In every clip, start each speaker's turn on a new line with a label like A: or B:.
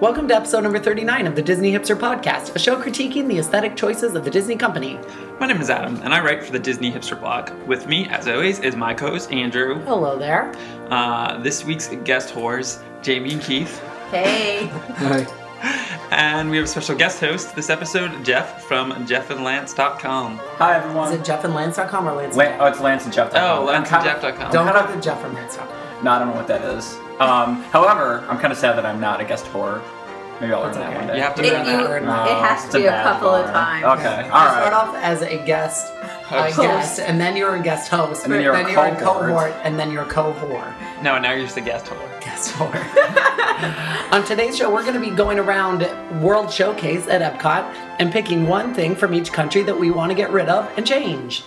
A: Welcome to episode number 39 of the Disney Hipster Podcast, a show critiquing the aesthetic choices of the Disney company.
B: My name is Adam, and I write for the Disney Hipster blog. With me, as always, is my co-host Andrew.
A: Hello there.
B: Uh, this week's guest whores, Jamie and Keith,
C: Hey.
B: and we have a special guest host this episode, Jeff from JeffandLance.com.
D: Hi
A: Is
D: everyone.
A: it Jeff and Lance.com or Lance?
D: Lan- oh, it's Lance and Jeff.
B: Oh,
D: I'm kinda-
B: LanceandJeff.com.
A: Don't
D: I'm
A: go
D: kinda-
A: to Jeff from Lance.com.
D: No, I don't know what that is. Um, however, I'm kind of sad that I'm not a guest horror. Maybe I'll learn
A: That's
D: that
A: okay.
D: one
B: You
D: day.
B: have to
C: It-
B: learn
C: you-
B: that.
A: Learn
D: No,
A: that.
C: It has to
D: it's a
C: be a
D: bad
C: couple of
D: bar.
C: times.
D: Okay,
A: You
D: all
A: Start
D: right.
A: off as a guest, a
B: Host.
A: guest, and then you're a guest host,
D: And then you're a cohort.
A: and then you're a cohort.
B: No, now you're just a guest whore.
A: Guest whore. On today's show, we're going to be going around World Showcase at Epcot and picking one thing from each country that we want to get rid of and change.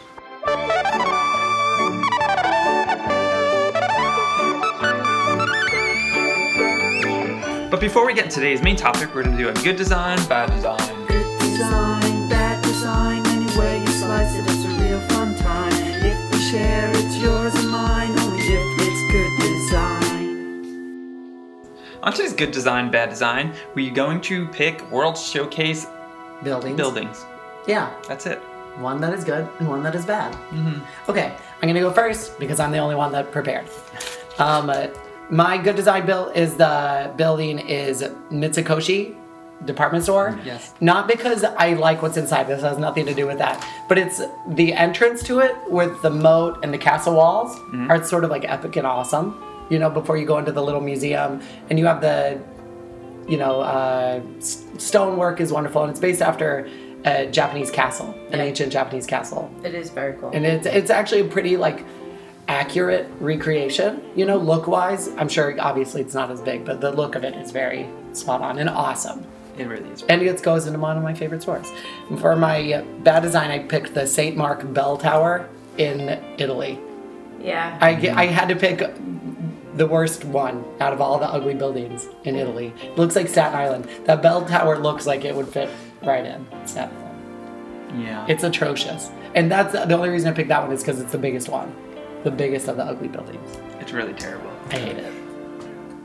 B: But before we get into today's main topic, we're going to do a good design, bad design.
E: Good design, bad design, any way you slice it, it's a real fun time. And if we share, it's yours and mine, only if it's good design.
B: On today's good design, bad design, we're going to pick World Showcase
A: Buildings.
B: buildings.
A: Yeah.
B: That's it.
A: One that is good and one that is bad. Okay, I'm gonna go first because I'm the only one that prepared. Um, uh, my good design bill is the building is Mitsukoshi department store.
B: Yes.
A: Not because I like what's inside. This has nothing to do with that. But it's the entrance to it with the moat and the castle walls are sort of like epic and awesome. You know, before you go into the little museum and you have the you know, uh, s- stonework is wonderful, and it's based after a Japanese castle, an
C: Yeah.
A: ancient Japanese castle,
C: It is very cool.
A: and it's it's actually a pretty like accurate recreation. You know, look wise, I'm sure obviously it's not as big, but the look of it is very spot on and awesome.
B: It really is.
A: And it goes into one of my favorite stores. For my bad design, I picked the Saint Mark Bell Tower in Italy.
C: yeah.
A: I, ge- I had to pick the worst one out of all the ugly buildings in Italy. It looks like Staten Island. That bell tower looks like it would fit right in Staten Island.
B: Yeah.
A: It's atrocious. And that's the only reason I picked that one is because it's the biggest one. The biggest of the ugly buildings.
B: it's really terrible.
A: I hate it.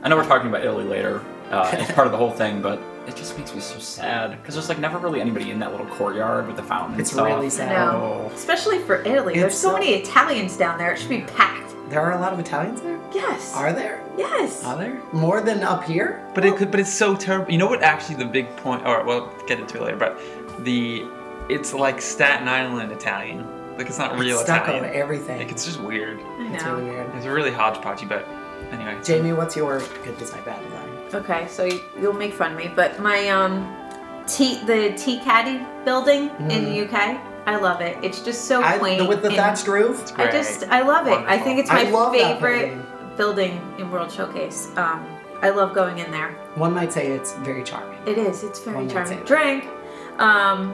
D: I know we're talking about Italy later. Uh, it's part of the whole thing, but it just makes me so sad because there's like never really anybody in that little courtyard with the fountain. and
A: It's
D: stuff.
A: really sad.
C: no.
D: Oh.
C: Especially for Italy. There's
A: It's
C: so
A: so-
C: many Italians down there. It should be packed.
A: There are a lot of Italians there?
C: Yes.
A: Are Oh, there?
C: yes.
B: Are there?
A: More than up here?
B: But it could. But it's so terrible. You know what? Actually, the big point. Or well, get into it later. But the it's like Staten Island Italian. Like it's not real
A: It's stuck
B: Italian.
A: on everything.
B: Like it's just weird.
C: I
A: It's
C: know.
A: really weird.
B: It's really hodgepodgey. But anyway.
A: Jamie, what's your good design, bad design?
C: Okay, so you, you'll make fun of me, but my um, tea the tea caddy building in the UK, I love it. It's just so
A: Mm. I,
C: quaint.
A: the, with the
C: and-
A: thatched roof?
C: I just I love it. I
B: Wonderful.
C: think it's
A: I
C: my
A: love that
C: favorite building. in World Showcase. Um, I love going in there.
A: One might say it's very charming.
C: It is. It's very
A: One would
C: charming.
A: say that.
C: Drink. Um,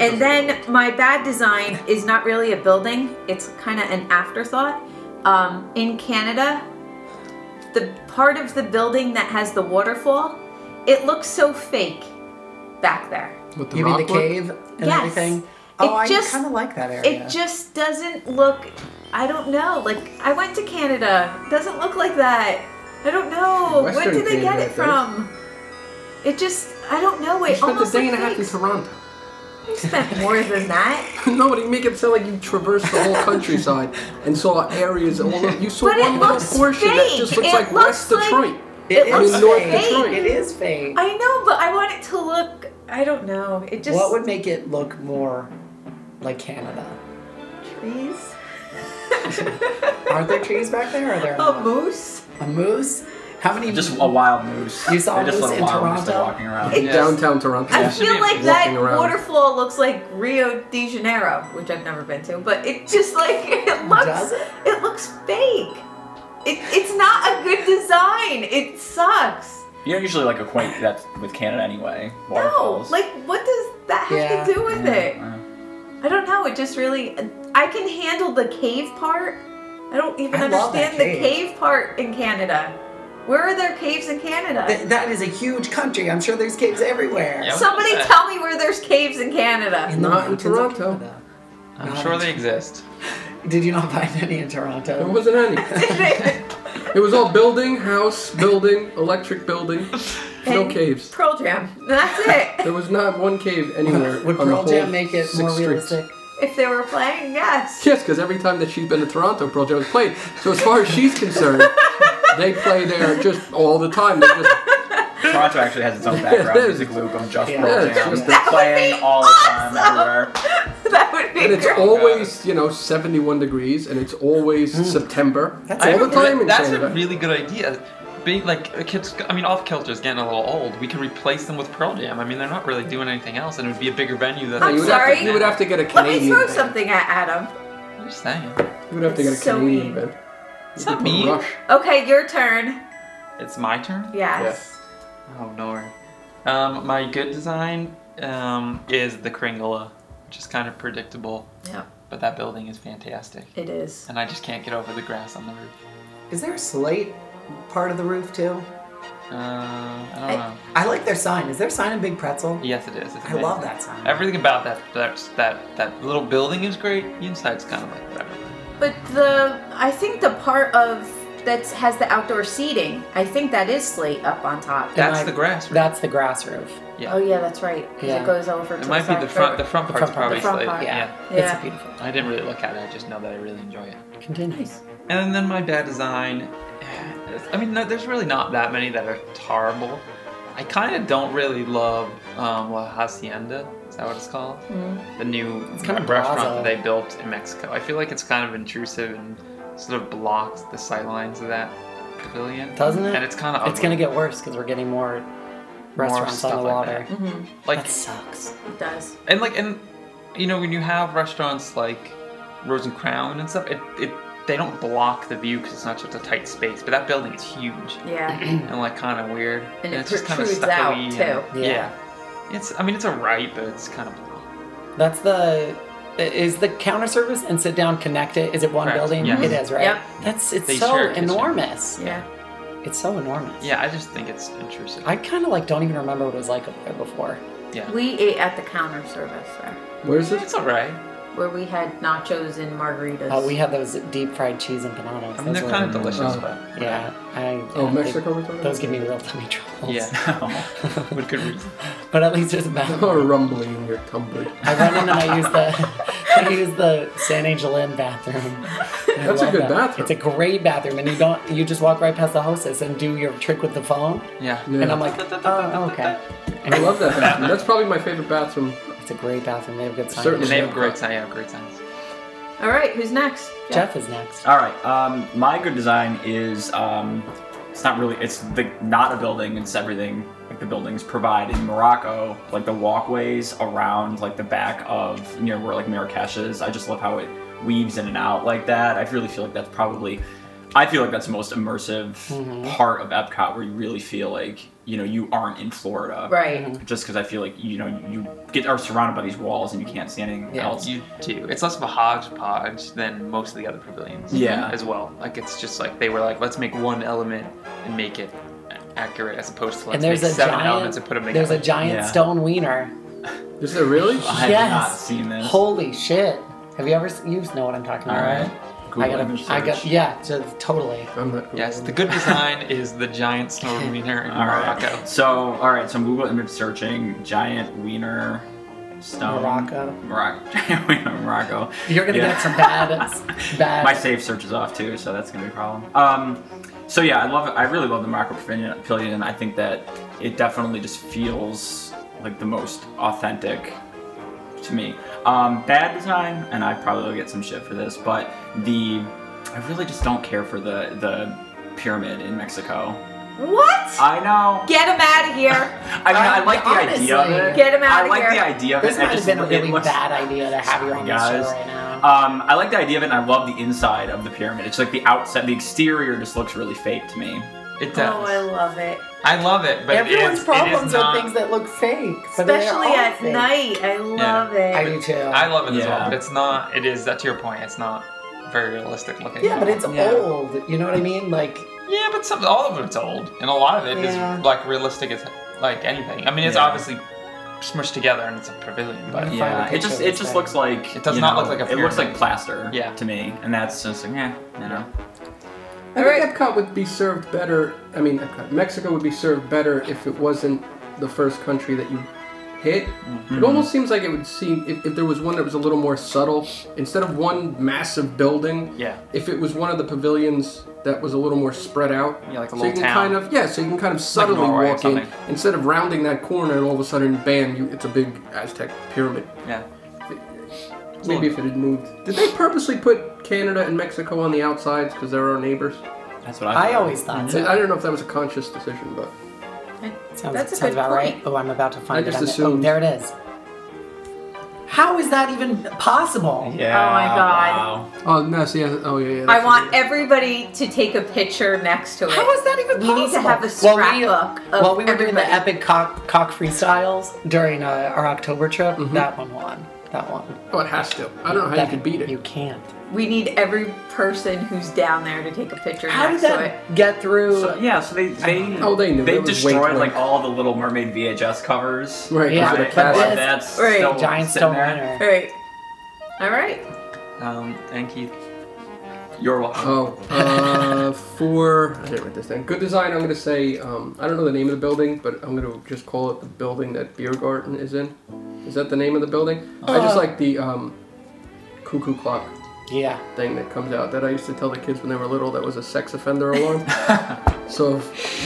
C: and then my bad design is not really a building. It's kind of an afterthought. Um, in Canada, the part of the building that has the waterfall, it looks so fake back there.
F: With the
A: you mean
F: rock
A: the
F: work?
A: cave and
C: Yes.
A: everything?
C: It
A: Oh,
C: just-
A: I kind of like that
C: It
A: area.
C: just doesn't look. I don't know. Like I went to Canada. Doesn't look like that. I don't know.
F: Western
C: Where did they get
F: Canada,
C: it
F: I think.
C: from? It just. I don't know. It
F: You spent a
C: almost
F: day and a
C: looks
F: half in
C: fake.
F: Toronto.
C: You spent more than that.
F: no, but you make it sound like you traversed the whole countryside and saw areas all over. You saw
C: But it
F: one little
C: looks
F: portion that
C: fake.
F: just looks
C: It
F: like West
C: looks like-
F: Detroit.
C: It
F: I mean,
C: looks
F: North
C: fake.
F: Detroit.
A: It is fake.
C: I know, but I want it to look. I don't know. It just
A: what would make it look more like Canada?
C: trees.
A: Aren't there trees back there? Or are there
C: A
A: not?
C: moose.
A: a moose? How many?
D: Just a wild moose.
A: You saw a
D: They just
A: moose
D: let
A: in
D: wild moose
A: Toronto?
D: go walking around.
C: It-
F: In downtown Toronto.
C: I
B: should be
C: feel like that
F: walking around.
C: waterfall looks like Rio de Janeiro, which I've never been to, but it just like it looks.
A: Does it?
C: looks fake. It, it's not a good design. It sucks.
D: You don't usually like acquaint that with Canada anyway.
C: No,
D: Waterfalls. Mm, uh.
C: like what does that have
A: Yeah,
C: to do with
D: Yeah,
C: it?
D: yeah.
C: I don't know. It just really. I can handle the cave part. I don't even
A: I love that
C: understand the
A: cave.
C: cave part in Canada. Where are there caves in Canada?
A: Th- that is a huge country. I'm sure there's caves everywhere.
B: Yeah.
C: Somebody
B: Uh,
C: tell me where there's caves in Canada.
A: the
F: Not in
A: mountains of
F: Toronto.
A: Canada.
B: I'm sure they exist.
A: Did you not find any in Toronto?
F: There wasn't any. It was all building, house, building, electric building. No
C: And
F: caves.
C: Pearl Jam. That's it.
F: There was not one cave anywhere.
A: Would
F: on the
A: Pearl
F: whole
A: Jam make it
F: six
A: more
F: streets.
A: realistic?
C: if they were playing, yes.
F: Yes, because every time that she's been to Toronto, Pearl Jam was played. So as far as she's concerned, they play there just all the time. They just
D: Toronto actually has its own background
F: It is.
D: music loop of just
A: Yeah.
D: Pearl
F: Yeah, it's
D: Jam.
F: just-
D: They're
C: That would
D: playing
C: be
D: all the time
C: awesome.
D: everywhere.
C: That would be
F: and it's
C: great.
F: always you know 71 degrees, and it's always September. That's all the
B: I-
F: time in
B: That's
F: Canada.
B: a really good idea. Being like uh, kids, I mean, off kilter is getting a little old. We could replace them with Pearl Jam. I mean, they're not really doing anything else, and it would be a bigger venue. That
C: I'm
F: you,
B: they
F: would
C: sorry.
F: Have to, you would have to get a
C: Let me
F: Canadian.
C: throw
F: band.
C: something at Adam.
B: I'm just saying.
F: You would have to get a
C: It's so
F: Canadian
C: mean.
F: band.
B: It's not
F: Or
B: me.
F: Rush.
C: Okay, your turn.
B: It's my turn.
C: Yes.
B: Oh no. Um, my good design um, is the Kringle, which is kind of predictable,
C: Yep.
B: but that building is fantastic,
C: It is.
B: and I just can't get over the grass on the roof.
A: Is there a slate part of the roof too?
B: Uh, I don't know.
A: I like their sign. Is their sign a big pretzel?
B: Yes, it is. It's
A: I love
B: amazing.
A: that sign.
B: Everything about that that that that little building is great. The inside's kind of like whatever.
C: But the I think the part of that has the outdoor seating. I think that is slate up on top.
B: That's
A: I-
B: the grass. Roof.
A: That's the grass roof.
B: yeah.
C: Oh yeah, that's right. 'cause
A: Yeah.
C: it goes over. to
B: It might be
C: side
B: the front. The
C: further.
B: front
A: The
B: part's
A: front part.
B: probably
A: The
C: front
B: slate,
C: part.
B: Yeah.
A: It's
C: Yeah.
A: a beautiful.
B: I didn't really look at it. I just know that I really enjoy it.
A: Continues.
B: And then my bad design. I mean, no, there's really not that many that are horrible. I kind of don't really love um, La Hacienda. Is that what it's called? The new
A: kind of
B: restaurant
A: plaza.
B: that they built in Mexico. I feel like it's kind of intrusive and sort of blocks the sightlines of that pavilion.
A: Doesn't it?
B: And it's kind of
A: It's gonna get worse because we're getting more restaurants
B: stuff
A: on the
B: like
A: water.
B: that.
C: Mhm,
B: like
A: that sucks.
C: It does.
B: and like and you know when you have restaurants like Rose and Crown and stuff, it it they don't block the view because it's not just a tight space. But that building is huge
C: Yeah.
B: and like kind of weird,
C: And it
B: it's just kind of
C: protrudes out,
B: stucco-y
A: too.
B: And,
A: Yeah.
B: uh, yeah. it's I mean it's a right, but it's kind of blocked.
A: That's the. Is the counter service and sit down connected? Is it one
B: Correct.
A: building?
B: Yes.
A: It is, right?
C: Yep.
A: That's it's
B: They share a
A: so
B: kitchen.
A: enormous.
C: yeah.
A: It's so enormous.
B: Yeah, I just think it's intrusive.
A: I kind of like don't even remember what it was like up there before.
B: yeah,
C: We ate at the counter service there,
F: Where's this?
B: it's alright.
C: where we had nachos and margaritas.
A: Uh, we had those deep fried cheese empanadas.
B: I mean
A: Those
B: they're
A: were-
B: kind of delicious,
F: Oh.
B: but
A: Yeah. I,
F: Oh,
A: I-
F: Mexico we're talking
A: Those
F: about?
A: give me real tummy troubles.
B: yeah, with good reason.
A: but at least there's a bathroom.
F: Oh, rumbling in your tumbler.
A: I run in and I use the I use the San Angelin bathroom. And I
F: That's a
A: love
F: good
A: that.
F: bathroom.
A: It's a great bathroom, and you don't you just walk right past the hostess and do your trick with the phone,
B: Yeah,
F: Yeah.
A: and I'm like, oh okay. And
F: I love that bathroom. That's probably my favorite bathroom.
A: It's a great bathroom. They have good signs.
B: and
F: Certainly.
B: they have great signs. Yeah, great signs.
C: All right, who's next?
A: Jeff is next.
B: Oh,
D: All right. Um, my good design is um, it's not really it's the not a building. It's everything like the buildings provide in Morocco, like the walkways around like the back of near where like Marrakesh is. I just love how it weaves in and out like that. I really feel like that's probably I feel like that's the most immersive
F: Mm-hmm.
D: part of Epcot where you really feel like you know you aren't in Florida.
C: Right.
D: Just because I feel like you know you get are surrounded by these walls and you can't see anything
A: Yeah,
D: else.
B: You do. It's less of a hodgepodge than most of the other pavilions.
D: Yeah.
B: As well. Like it's just like they were like, let's make one element and make it accurate as opposed to
A: And
B: let's make
A: there's a
B: seven
A: giant
B: elements and put them
A: there's
B: together.
A: a giant
D: Yeah.
A: stone wiener.
F: Is there really?
D: I have not
A: Yes.
D: seen this.
A: Holy shit! Have you ever? s- You know what I'm talking
D: All
A: about,
D: right.
A: I
D: Google image
A: got. I got.
D: search.
A: Yeah, just totally.
F: I'm not.
B: yes, the
F: Googling.
B: good design is the giant snow wiener in
D: All right.
B: Morocco.
D: So, all right. So I'm Google image searching giant wiener stone
A: Morocco.
D: Morocco. Giant wiener Morocco.
A: You're gonna
D: Um, Yeah.
A: get some bad, bad.
D: My safe search is off too, so that's gonna be a problem. Um, so yeah, I love it. I really love the Morocco pavilion, pavilion. I think that it definitely just feels like the most authentic to me. Um, bad design, and I probably will get some shit for this, but the I really just don't care for the the pyramid in Mexico.
C: What?
D: I know.
C: Get him out of here.
D: I mean, I like the idea of
A: Honestly.
D: it.
C: Get him out
D: I
C: of
D: like
C: here.
D: the idea of
A: This
D: it. I
A: might have
D: just-
A: been a
D: it
A: really
D: looks-
A: bad idea to have you on the
D: Guys.
A: show right now.
D: Um, I like the idea of it, and I love the inside of the pyramid. It's like the outside, the exterior just looks really fake to me.
B: It uh,
C: Oh, I
B: does.
C: love it.
B: I love it, but
A: Everyone's
B: it is, it
A: problems
B: is
A: are
B: not,
A: things that look fake, but they're
C: Especially
A: all
C: at
A: fake.
C: night. I love
A: I
C: it.
A: do too.
B: I love it as
D: Yeah.
B: well, but it's not. It is. That's your point. It's not very realistic looking.
A: yeah, but it's
D: Yeah.
A: old. You know what I mean? Like,
B: Yeah, but some all of it's old, and a lot of it is
A: Yeah.
B: like realistic as like anything. I mean, it's
D: Yeah.
B: obviously smushed together, and it's a pavilion, but
A: Mhm. find a
D: Yeah, it
A: picture
D: just
A: of
D: it
A: this
D: just
A: thing.
D: looks like
B: It does
D: you
B: not
D: know,
B: look like a
D: It looks
B: pyramid.
D: like plaster.
B: Yeah.
D: to me, and that's just like yeah, you know.
F: I
C: All right.
F: think Epcot would be served better. I mean, Epcot, Mexico would be served better if it wasn't the first country that you hit.
B: Mm-hmm.
F: It almost seems like it would seem if, if there was one that was a little more subtle instead of one massive building.
B: Yeah.
F: If it was one of the pavilions that was a little more spread out.
B: Yeah, like a
F: so you
B: little
F: can
B: town.
F: kind of yeah, so you can kind of subtly
B: Norway or
F: walk in
B: something.
F: instead of rounding that corner and all of a sudden bam, you it's a big Aztec pyramid.
B: Yeah.
F: Maybe if it had moved. Did they purposely put Canada and Mexico on the outsides because they're our neighbors?
D: That's what I.
A: I
D: thought.
A: always thought so.
F: I don't know if that was a conscious decision, but
A: Sounds,
C: That's a
A: sounds
C: good
A: about
C: point.
A: right. Oh, I'm about to find
F: I just
A: it. on the-
F: assumed.
A: Oh, there it is. How is that even possible?
D: Yeah.
C: Oh my God.
D: wow.
F: oh no, see, I- oh yeah, yeah.
C: I
F: that's
C: want
F: it.
C: everybody to take a picture next to it.
A: How is that even
C: We
A: possible?
C: need to have a
A: While
C: scrapbook
A: we,
C: of
A: while we were doing the
C: everybody.
A: epic cock, cock freestyles during uh, our October trip,
F: Mm-hmm.
A: that one won. That one.
F: Oh, it has to. I don't know how
A: that,
F: you could beat it.
A: You can't.
C: We need every person who's down there to take a picture
A: How did
C: next to it.
A: that get through?
D: So, yeah, so they they
F: Oh, they knew. It was
D: destroyed
F: Wake
D: like
F: Wake.
D: all the Little Mermaid VHS covers.
F: Right,
A: Yeah.
F: yeah. the
D: Right,
A: cast-
D: like
A: Yes.
D: that's
C: Right.
D: still
A: Giant
D: sitting
A: stone
D: there.
A: runner.
C: All right. All right.
B: Um, and Keith, you're welcome.
F: Oh, uh, for I didn't write this down. Good design. I'm gonna say um, I don't know the name of the building, but I'm gonna just call it the building that Beer Garden is in. Is that the name of the building? I just
A: Uh.
F: like the um, cuckoo clock
A: Yeah.
F: thing that comes out that I used to tell the kids when they were little that was a sex offender alarm. so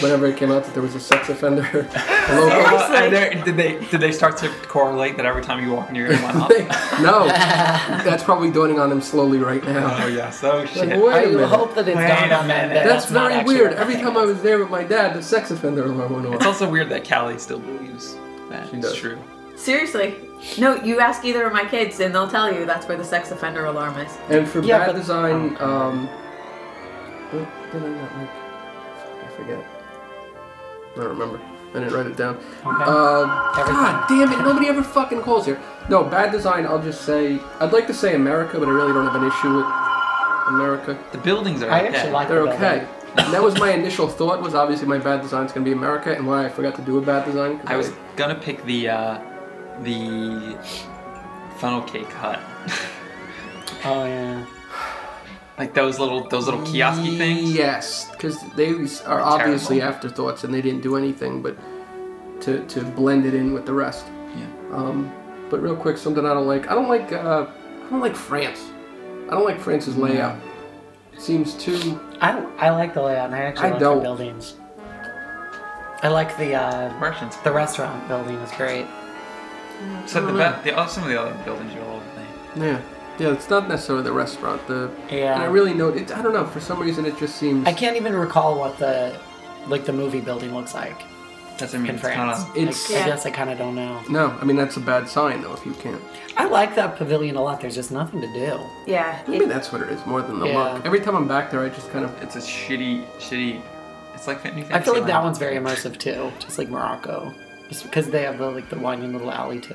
F: whenever it came out that there was a sex offender, a local.
B: Uh, and there- did they did they start to correlate that every time you walk near it, it went up?
F: no, that's probably dawning on them slowly right now.
B: oh yes. Oh shit.
F: Like, wait a
A: I
F: minute.
A: hope that it's
B: Wait
A: dawned
B: a
A: on them.
B: minute.
A: That
F: that's,
A: not
F: very
A: actually
F: weird.
A: what
F: Every
A: it
F: time
A: is.
F: I was there with my dad, the sex offender alarm went
B: It's
F: off.
B: also weird that Callie still believes that
F: She
B: it's
F: does.
B: true.
C: Seriously. No, you ask either of my kids and they'll tell you that's where the sex offender alarm is.
F: And for
A: Yeah,
F: bad
A: but- oh.
F: design, um, what did I not like? I forget. I don't remember. I didn't write it down. Uh,
A: Everything.
F: God damn it! Nobody ever fucking calls here. No, bad design. I'll just say I'd like to say America, but I really don't have an issue with America.
B: The buildings are.
A: I
B: okay.
A: actually like
F: They're
A: the building.
F: okay. And that was my initial thought. Was obviously my bad design's gonna be America, and why I forgot to do a bad design. 'cause
B: I was gonna pick the uh, the funnel cake hut,
A: Oh, yeah.
B: like those little those little kiosky things.
F: Yes, because they are
B: They're
F: obviously
B: terrible.
F: afterthoughts, and they didn't do anything but to to blend it in with the rest.
B: Yeah.
F: Um, but real quick, something I don't like. I don't like. Uh, I don't like France. I don't like France's layout. Seems too.
A: I, I like the layout, and I actually
F: I
A: like
F: don't.
A: the buildings. I like the uh,
B: Merchants.
A: the restaurant building is great.
B: So the, be- the uh, some of the other buildings are a little thing.
F: Yeah. Yeah. It's not necessarily the restaurant. The.
A: Yeah.
F: And I really know. It, I don't know. For some reason, it just seems.
A: I can't even recall what the like the movie building looks like
B: That's what I mean.
A: in
B: It's kind
A: France.
B: of
F: It's.
A: I, I
C: Yeah.
A: guess I kind of don't know.
F: No, I mean that's a bad sign though. If you can't,
A: I like that pavilion a lot. There's just nothing to do.
C: Yeah.
F: maybe that's what it is more than the
A: Yeah.
F: look. Every time I'm back there, I just kind of
B: it's a shitty shitty. It's like New
A: I feel like that
B: Fantasyland.
A: one's very immersive too, just like Morocco, just because they have the like the winding little alley too.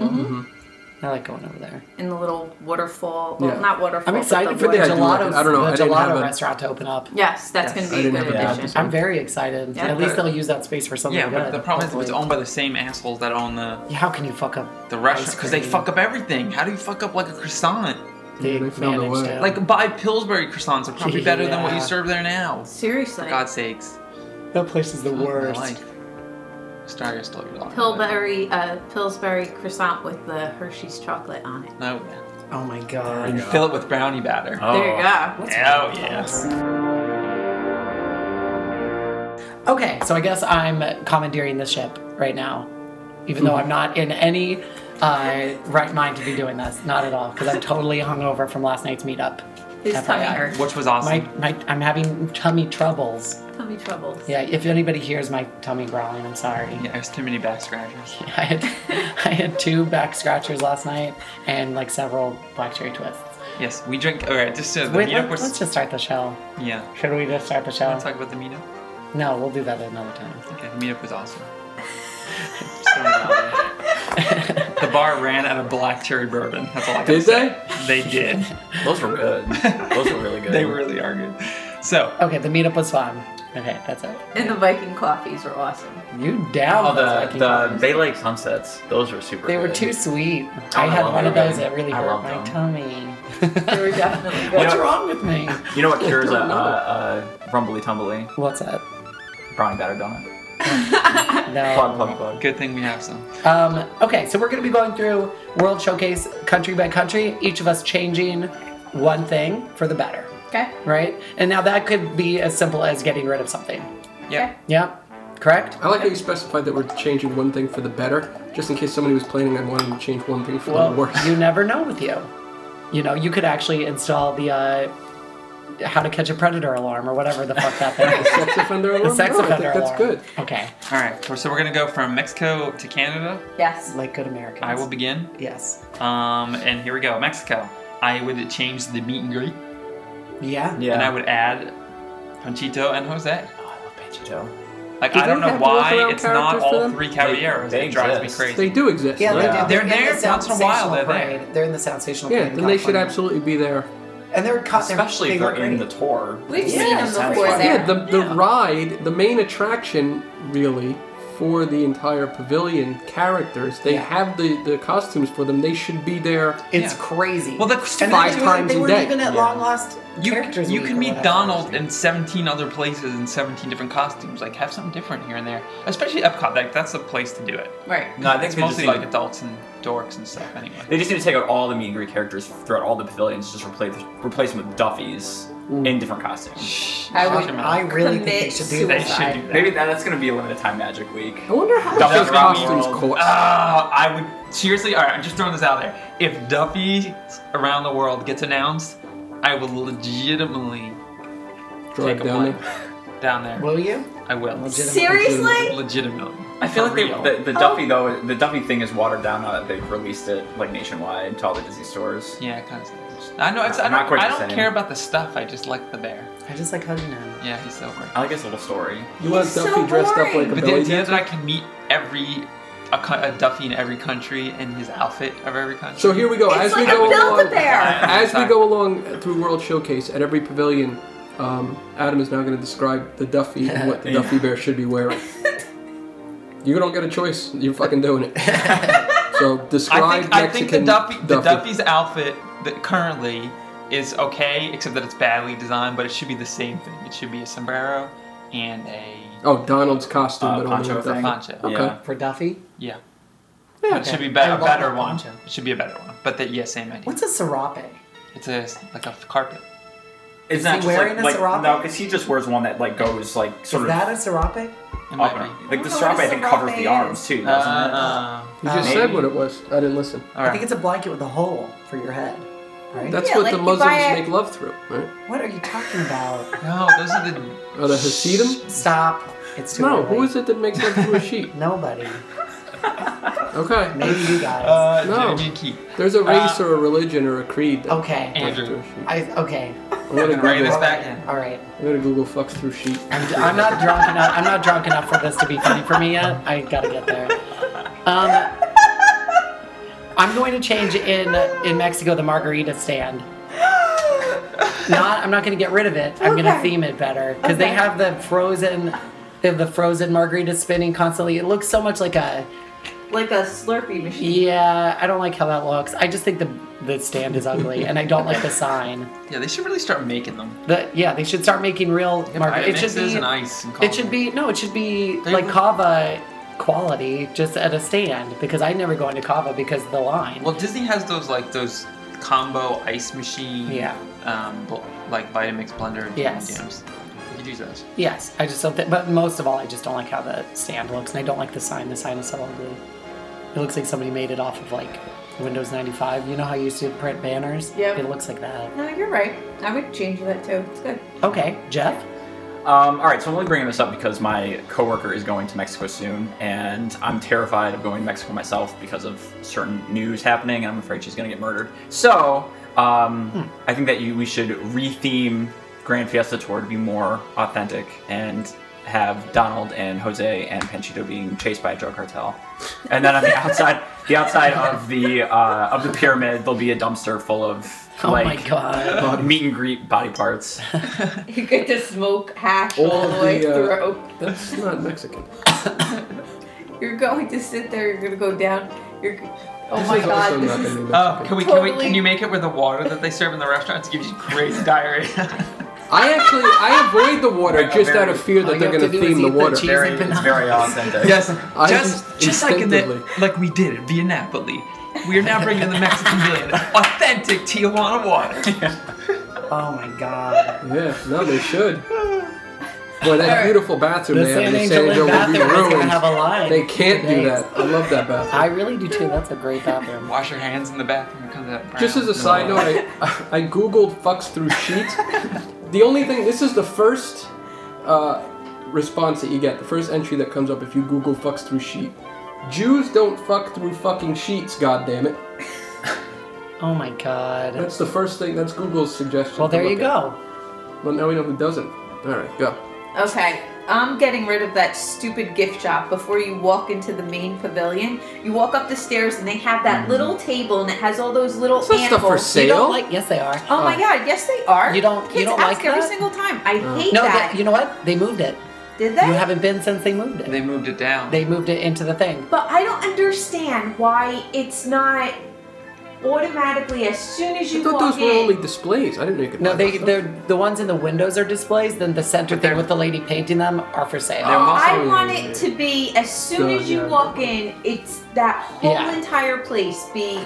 A: I like going over there.
C: In the little waterfall. Well,
F: Yeah.
C: not waterfall.
A: I'm
C: but
A: excited
C: the
A: for the
F: Yeah, I
C: water-
F: do like
A: gelato.
F: it. I don't know, I
A: The
F: didn't have
A: gelato
F: a-
A: restaurant to open up.
C: Yes, that's
B: Yes.
C: going to be
F: I
C: a
F: didn't
C: good
F: have a bad
C: addition.
A: I'm very excited.
C: Yeah.
A: At least they'll use that space for something
B: Yeah,
A: good.
B: but the problem is it's
A: hopefully.
B: owned by the same assholes that own the
A: Yeah, How can you fuck up
B: the restaurant
A: ice
B: because they
A: cream?
B: fuck up everything. How do you fuck up like a croissant?
A: They,
F: Yeah, they found a
A: managed
F: way.
A: to.
B: Like buy Pillsbury croissants are probably better than what
A: Yeah.
B: you serve there now.
C: Seriously.
B: For God's sakes.
A: that place is the
B: Oh,
A: worst.
B: Star your story. Laura.
C: Pillsbury, uh, Pillsbury croissant with the Hershey's chocolate on it.
B: No.
A: Oh my god.
B: And fill it with brownie batter.
A: Uh,
D: Oh.
C: There you go.
A: What's
B: Hell
A: wrong with
B: yes.
A: us? Okay, so I guess I'm commandeering the ship right now, even though I'm not in any uh, right mind to be doing this. Not at all, because I'm totally hungover from last night's meetup.
C: His tummy
A: FYI.
C: hurts.
B: Which was awesome.
A: My, my, I'm having tummy troubles.
C: Tummy troubles.
A: Yeah, if anybody hears my tummy growling, I'm sorry.
B: Yeah, there's too many back scratchers.
A: I had I had two back scratchers last night and like several black cherry twists.
B: Yes, we drink. All right, just uh, the
A: Wait,
B: meetup.
A: let,
B: was-
A: us just start the show.
B: yeah.
A: Should we just start the show?
B: Let's talk about the meetup.
A: No, we'll do that another time.
B: Okay, the meetup was awesome. Just throwing it out there. the bar ran out of black cherry bourbon. That's all I got.
F: Did
B: They did.
D: oh, Those were good. Those were really good.
B: they really are good. So
A: Okay, the meetup was fun. Okay, that's it.
C: And the Viking coffees are awesome.
A: You down?
D: Oh,
A: those
D: the
A: Viking
D: the
A: coffees.
D: Bay Lake sunsets. Those were super.
A: They were
D: good.
A: too sweet. I
D: Oh, I
A: had
D: love
A: one of
D: them.
A: those that really
D: I
A: hurt
D: love
A: my
D: them.
A: tummy.
C: They were definitely good.
A: What's
D: know-
A: wrong with me?
D: You know what cures a, a, a rumbly tumbly
A: What's up?
D: brownie batter donut?
A: No.
D: Plug plug plug.
B: Good thing we have some.
A: Um, okay, so we're going to be going through World Showcase country by country, each of us changing one thing for the better,
C: Okay.
A: right? And now that could be as simple as getting rid of something.
B: Yeah.
A: Yeah, correct?
F: I like how you specified that we're changing one thing for the better, just in case somebody was planning on wanting to change one thing for the
A: Well,
F: worse.
A: you never know with you. You know, you could actually install the uh, how to catch a predator alarm or whatever the fuck that thing is.
F: sex offender alarm?
A: The sex
F: No,
A: offender
F: I think
A: alarm.
F: that's good.
A: Okay,
B: All right. So we're gonna go from Mexico to Canada.
C: Yes.
A: like good Americans.
B: I will begin.
A: Yes.
B: Um, and here we go. Mexico. I would change the meet and greet,
A: Yeah.
D: Yeah.
B: and I would add Panchito and Jose.
D: Oh, I love Panchito.
B: Like
F: Do
B: I don't know
F: they have to work
B: why
F: around
B: it's not
F: characters for
B: all
F: them?
B: three caballeros.
D: they
B: it drives
D: exist.
B: me crazy.
F: They do exist.
A: Yeah,
D: Yeah.
A: they do.
B: They're
A: in
B: there
A: the sound-
B: once in a while,
A: sensational
B: they're there.
A: parade. They're in the sound sensational
F: Yeah,
A: parade in
F: then they should
A: California.
F: absolutely be there.
A: And they're cut. They're,
D: Especially
A: they
D: if they're
A: work
D: in the
A: great.
D: tour.
C: We've
D: It
C: seen
D: makes
C: them
D: sense
C: before
D: why-
C: there.
F: Yeah, the, the
B: Yeah.
F: ride, the main attraction, really, for the entire pavilion characters, they
A: Yeah.
F: have the, the costumes for them. They should be there.
A: It's
B: Yeah.
A: crazy.
B: Well, the
A: And
F: five
A: they were-
F: times
A: they
F: a
A: were
F: day.
A: even at
D: Yeah.
A: long lost
B: You,
A: characters.
B: you
A: week
B: can
A: or
B: meet
A: whatever.
B: Donald in 17 other places in 17 different costumes. Like, have something different here and there. Especially Epcot, like, that's the place to do it.
C: Right.
D: No, I think
B: it's
D: they
B: mostly
D: just
B: like
D: need to-
B: adults and dorks and stuff, anyway.
D: They just need to take out all the meet and greet characters throughout all the pavilions, just replace replace them with Duffys in different costumes.
C: I
A: I,
C: would-
B: Shout 'em out.
A: I really think they
C: Commit
A: should do
B: they
A: this.
B: should do that.
D: Maybe that, that's going to be a limited time magic week.
F: I wonder how
D: Duffy
F: much those
D: around the
F: costumes
D: world.
F: cost.
B: Ah, I would seriously. All right, I'm just throwing this out there. If Duffy around the world gets announced, I will legitimately
F: Drive
B: take
F: down
B: a
F: there.
B: plane down there.
A: Will you?
B: I will.
A: Legit-
C: Seriously?
B: Legitimately.
D: I feel
B: For
D: like
B: real.
D: they, the, the Duffy
C: Oh.
D: though, the Duffy thing is watered down now that they've released it like nationwide to all the Disney stores.
B: Yeah, kind of. I know. It's, I
D: Not
B: don't.
D: quite
B: I
D: the
B: don't
D: same.
B: care about the stuff. I just like the bear.
A: I just like hugging him.
B: Yeah, he's so great.
D: I like his little story.
F: You want
C: He's so
F: Duffy dressed up like
C: boring.
B: But
F: a
B: the
F: belly
B: idea
F: dancer?
B: that I can meet every a, co- a Duffy in every country and his outfit of every country.
F: So here we go.
C: It's
F: as
C: like
F: we
C: a
F: go along,
C: Build-A-Bear.
F: as we
B: Sorry.
F: go along through World Showcase at every pavilion, um, Adam is now going to describe the Duffy and what the
D: Yeah.
F: Duffy bear should be wearing. you don't get a choice. You're fucking doing it. so describe
B: I think I think the
F: Mexican
B: Duffy, the
F: Duffy.
B: Duffy's outfit that currently is okay, except that it's badly designed. But it should be the same thing. It should be a sombrero and a
F: Oh, Donald's costume,
D: Uh,
F: but only
D: poncho
F: with Duffy.
D: thing.
B: poncho.
F: Okay.
D: Yeah.
A: For Duffy?
B: Yeah,
F: Yeah.
B: it should be
A: I
B: be- a
A: love
B: better
A: that
B: one.
A: poncho.
B: It should be a better one. But the, yeah, same idea.
A: What's a serape?
B: It's a s- like a f- carpet.
D: It's
A: Is
D: not
A: he
D: just
A: wearing
D: like,
A: a
D: like
A: serape?
D: no, because he just wears one that like goes like
A: Is
D: sort
A: that
D: of
A: a serape?
B: It might
D: up
B: be.
D: and- like the
C: I don't know
D: strap
C: what a
D: I think covers
C: serape
D: the
C: is.
D: arms too,
B: Uh,
D: doesn't it?
B: uh,
F: You just
D: Maybe.
F: said what it was. I didn't listen.
B: all
A: I
B: right.
A: think it's a blanket with a hole for your head. Right?
F: That's
C: Yeah,
F: what
C: like
F: the
C: you
F: Muslims
C: buy a-
F: make love through, right?
A: what are you talking about?
B: no, those are the.
F: Or the Hasidim?
A: Stop. It's too
F: No,
A: early.
F: who is it that makes love through a sheep?
A: Nobody.
F: Okay.
A: Maybe you guys.
B: Uh,
F: No.
B: Jimmy and Keith.
F: There's a race
B: Uh,
F: or a religion or a creed that
A: okay.
F: fucks through
B: Andrew.
F: a sheep.
A: I okay.
F: I'm gonna
B: Fucking rein
F: Google-
B: us back in.
A: All right.
F: I'm gonna Google fucks through sheep.
A: I'm, I'm not drunk enough. I'm not drunk enough for this to be funny for me yet. I gotta get there. Um, I'm going to change in in Mexico the margarita stand. Not, I'm not going to get rid of it. I'm going to
C: Okay.
A: theme it better because they
C: Okay.
A: have the frozen, they have the frozen margarita spinning constantly. It looks so much like a
C: Like a Slurpee machine.
A: yeah. I don't like how that looks. I just think the the stand is ugly, and I don't like the sign.
B: Yeah, they should really start making them.
A: The yeah, they should start making real margarita. It should
B: Vitamixes
A: be
B: and ice. And
A: It should be no. It should be
B: They
A: like
B: would-
A: kava quality, just at a stand. Because I never go into kava because of the line.
B: Well, Disney has those like those combo ice machine,
A: Yeah.
B: um, bl- like Vitamix blender and
A: Yes.
B: jams. You could use those.
A: yes, I just don't. think but most of all, I just don't like how the stand looks, and I don't like the sign. The sign is so ugly. It looks like somebody made it off of like Windows ninety five. You know how you used to print banners?
C: Yep.
A: It looks like that.
C: No, you're right. I would change that too. It's good.
A: Okay, Jeff.
D: Um, all right, so I'm only bringing this up because my coworker is going to Mexico soon, and I'm terrified of going to Mexico myself because of certain news happening, and I'm afraid she's going to get murdered. So um,
A: Hmm.
D: I think that you, we should retheme Grand Fiesta Tour to be more authentic and have Donald and Jose and Panchito being chased by a drug cartel, and then on the outside, the outside of the uh, of the pyramid, there'll be a dumpster full of
A: Oh
D: like
A: my god.
D: uh, meet and greet body parts.
C: You get to smoke hash
F: All
C: all
F: of
C: the way
F: the, uh,
C: through.
F: That's not Mexican.
C: Oh You're going to sit there. You're going to go down. You're. Oh
F: This
C: my
F: is also
C: god,
F: not
C: this
F: gonna
C: is.
F: be
B: Oh,
F: Mexican.
B: can we, can we
C: Totally.
B: can you make it with the water that they serve in the restaurants gives you crazy diarrhea?
F: I actually I avoid the water
D: Right,
F: just
D: very-
F: out of fear
A: all
F: that
A: you
F: they're
A: have to
F: going
A: do
F: to
A: is
F: theme the
A: eat the
F: water.
A: cheese.
D: Very,
A: Is it
D: it's very authentic.
B: Yes,
F: I
B: just
F: just
B: just like in the,
F: instinctively-
B: like we did in Via Napoli. We are now bringing the Mexican villain authentic Tijuana water.
A: Oh my god.
F: Yeah, no, they should. Boy, that
C: Alright.
F: beautiful bathroom
A: The
F: they have in
A: San
F: the San
A: Angelo
F: Angelo will be
A: bathroom is gonna have
F: ruined.
A: a line.
F: They can't do
A: Thanks.
F: that. I love that bathroom.
A: I really do too. That's a great bathroom.
B: Wash your hands in the bathroom. it Comes out brown.
F: Just as a side note, I, I googled fucks through sheets. the only thing, this is the first uh, response that you get, the first entry that comes up if you google fucks through sheet. Jews don't fuck through fucking sheets, goddammit.
A: Oh my god.
F: That's the first thing, that's Google's suggestion.
A: Well,
F: to
A: there you
F: look at.
A: go.
F: Well, now we know who doesn't. Alright, go.
C: Okay, I'm getting rid of that stupid gift shop before you walk into the main pavilion. You walk up the stairs and they have that little table and it has all those little
F: Hmm. It's not stuff for
C: animals.
F: sale.
A: You don't like? Yes, they are.
C: Oh my god, yes they are.
A: Uh, You don't- you
C: Kids
A: don't
C: ask
A: like
C: every
A: that? Uh.
C: single time. I hate
A: No,
C: that.
A: they, you know what? They moved it.
C: Did
A: You
C: they?
A: haven't been since they moved it.
B: they moved it down.
A: They moved it into the thing.
C: But I don't understand why it's not automatically as soon as you
F: I thought
C: walk
F: those were
C: in.
F: only displays. I didn't know you could
A: No,
F: buy
A: they
F: that
A: they're the ones in the windows are displays. Then the center thing with the lady painting them are for sale.
F: Oh,
B: They're-
C: I
F: also-
C: want it to be as soon
F: So,
C: as you
F: yeah.
C: walk in, it's that whole
A: Yeah.
C: entire place be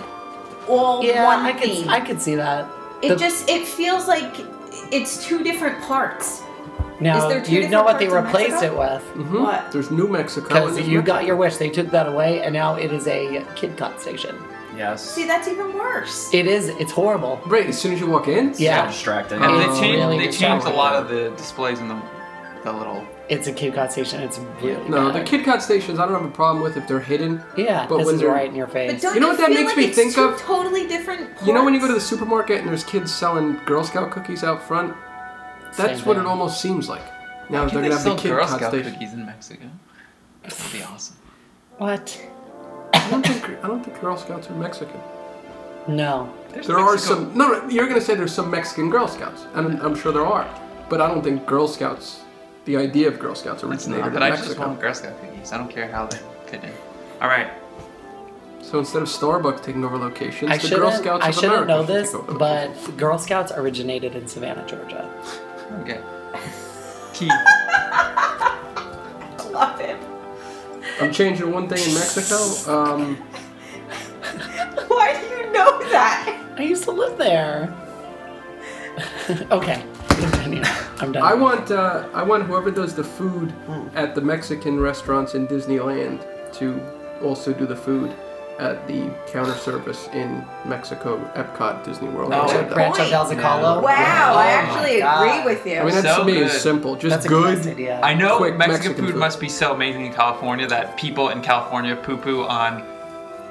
C: all
A: Yeah,
C: one
A: I
C: theme.
A: could I could see that.
C: It
A: The-
C: just it feels like it's two different parts.
A: Now
C: there two
A: you know
C: different
A: what they
C: parts in
A: replaced it
C: Mexico?
A: with
F: stuff. Mhm.
C: What?
F: There's New Mexico. and
A: because
F: there's
A: you got
F: Mexico.
A: your wish. They took that away, and now it is a kid cot station.
D: Yes.
C: See, that's even worse.
A: It is. It's horrible.
F: Right, as soon as you walk in?
A: Yeah.
D: So distracting.
F: Um,
B: and they
A: Oh,
B: changed
A: really
B: they changed a
A: distracting.
B: lot of the displays in the the little.
A: It's a kid cot station. It's really
F: No, the
A: bad.
F: kid cot stations I don't have a problem with if they're hidden.
A: Yeah,
F: but
A: this
F: when
A: is
F: they're-
A: right in your
C: But
A: face.
C: don't
F: You know what that
C: feel
F: makes
C: like
F: me
C: it's
F: think
C: two
F: of?
C: Totally different. Parts?
F: You know when you go to the supermarket and there's kids selling Girl Scout cookies out front? That's
A: Same
F: what
A: thing.
F: it almost seems like. Now
B: Can
F: they're
B: they
F: gonna have
B: sell
F: the kid
B: Girl
F: cot
B: Scout
F: station.
B: cookies in Mexico? That'd be awesome.
A: What?
F: I don't think I don't think Girl Scouts are Mexican.
A: No.
B: There's
F: There are
B: Mexico-
F: some. No, no, you're gonna say there's some Mexican Girl Scouts, and I'm sure there are. But I don't think Girl Scouts, the idea of Girl Scouts,
B: It's
F: originated
B: not,
F: in
B: but I just
F: Mexico.
B: want Girl Scout cookies. I don't care how they fit in. All right.
F: So instead of Starbucks taking over locations,
A: I
F: the Girl
A: shouldn't.
F: Scouts
A: I
F: of
A: shouldn't
F: America
A: know
F: should
A: this,
F: take over.
A: but Girl Scouts originated in Savannah, Georgia.
B: Okay. Key.
C: I love him.
F: I'm changing one thing in Mexico. Um,
C: Why do you know that?
A: I used to live there. okay, continue. I'm done.
F: I want uh, I want whoever does the food at the Mexican restaurants in Disneyland to also do the food at the counter service in Mexico, Epcot, Disney World.
A: Oh,
F: things
A: Rancho
F: like that.
A: Rancho del Zocalo.
C: Wow, I actually
A: Oh God.
C: agree with you.
F: I mean, that's
B: So
F: to me is
B: good.
F: simple. Just
A: That's a
F: good.
A: nice idea.
B: I know
F: Quick
B: Mexican,
F: Mexican
B: food,
F: food.
B: must be so amazing in California that people in California poo poo on,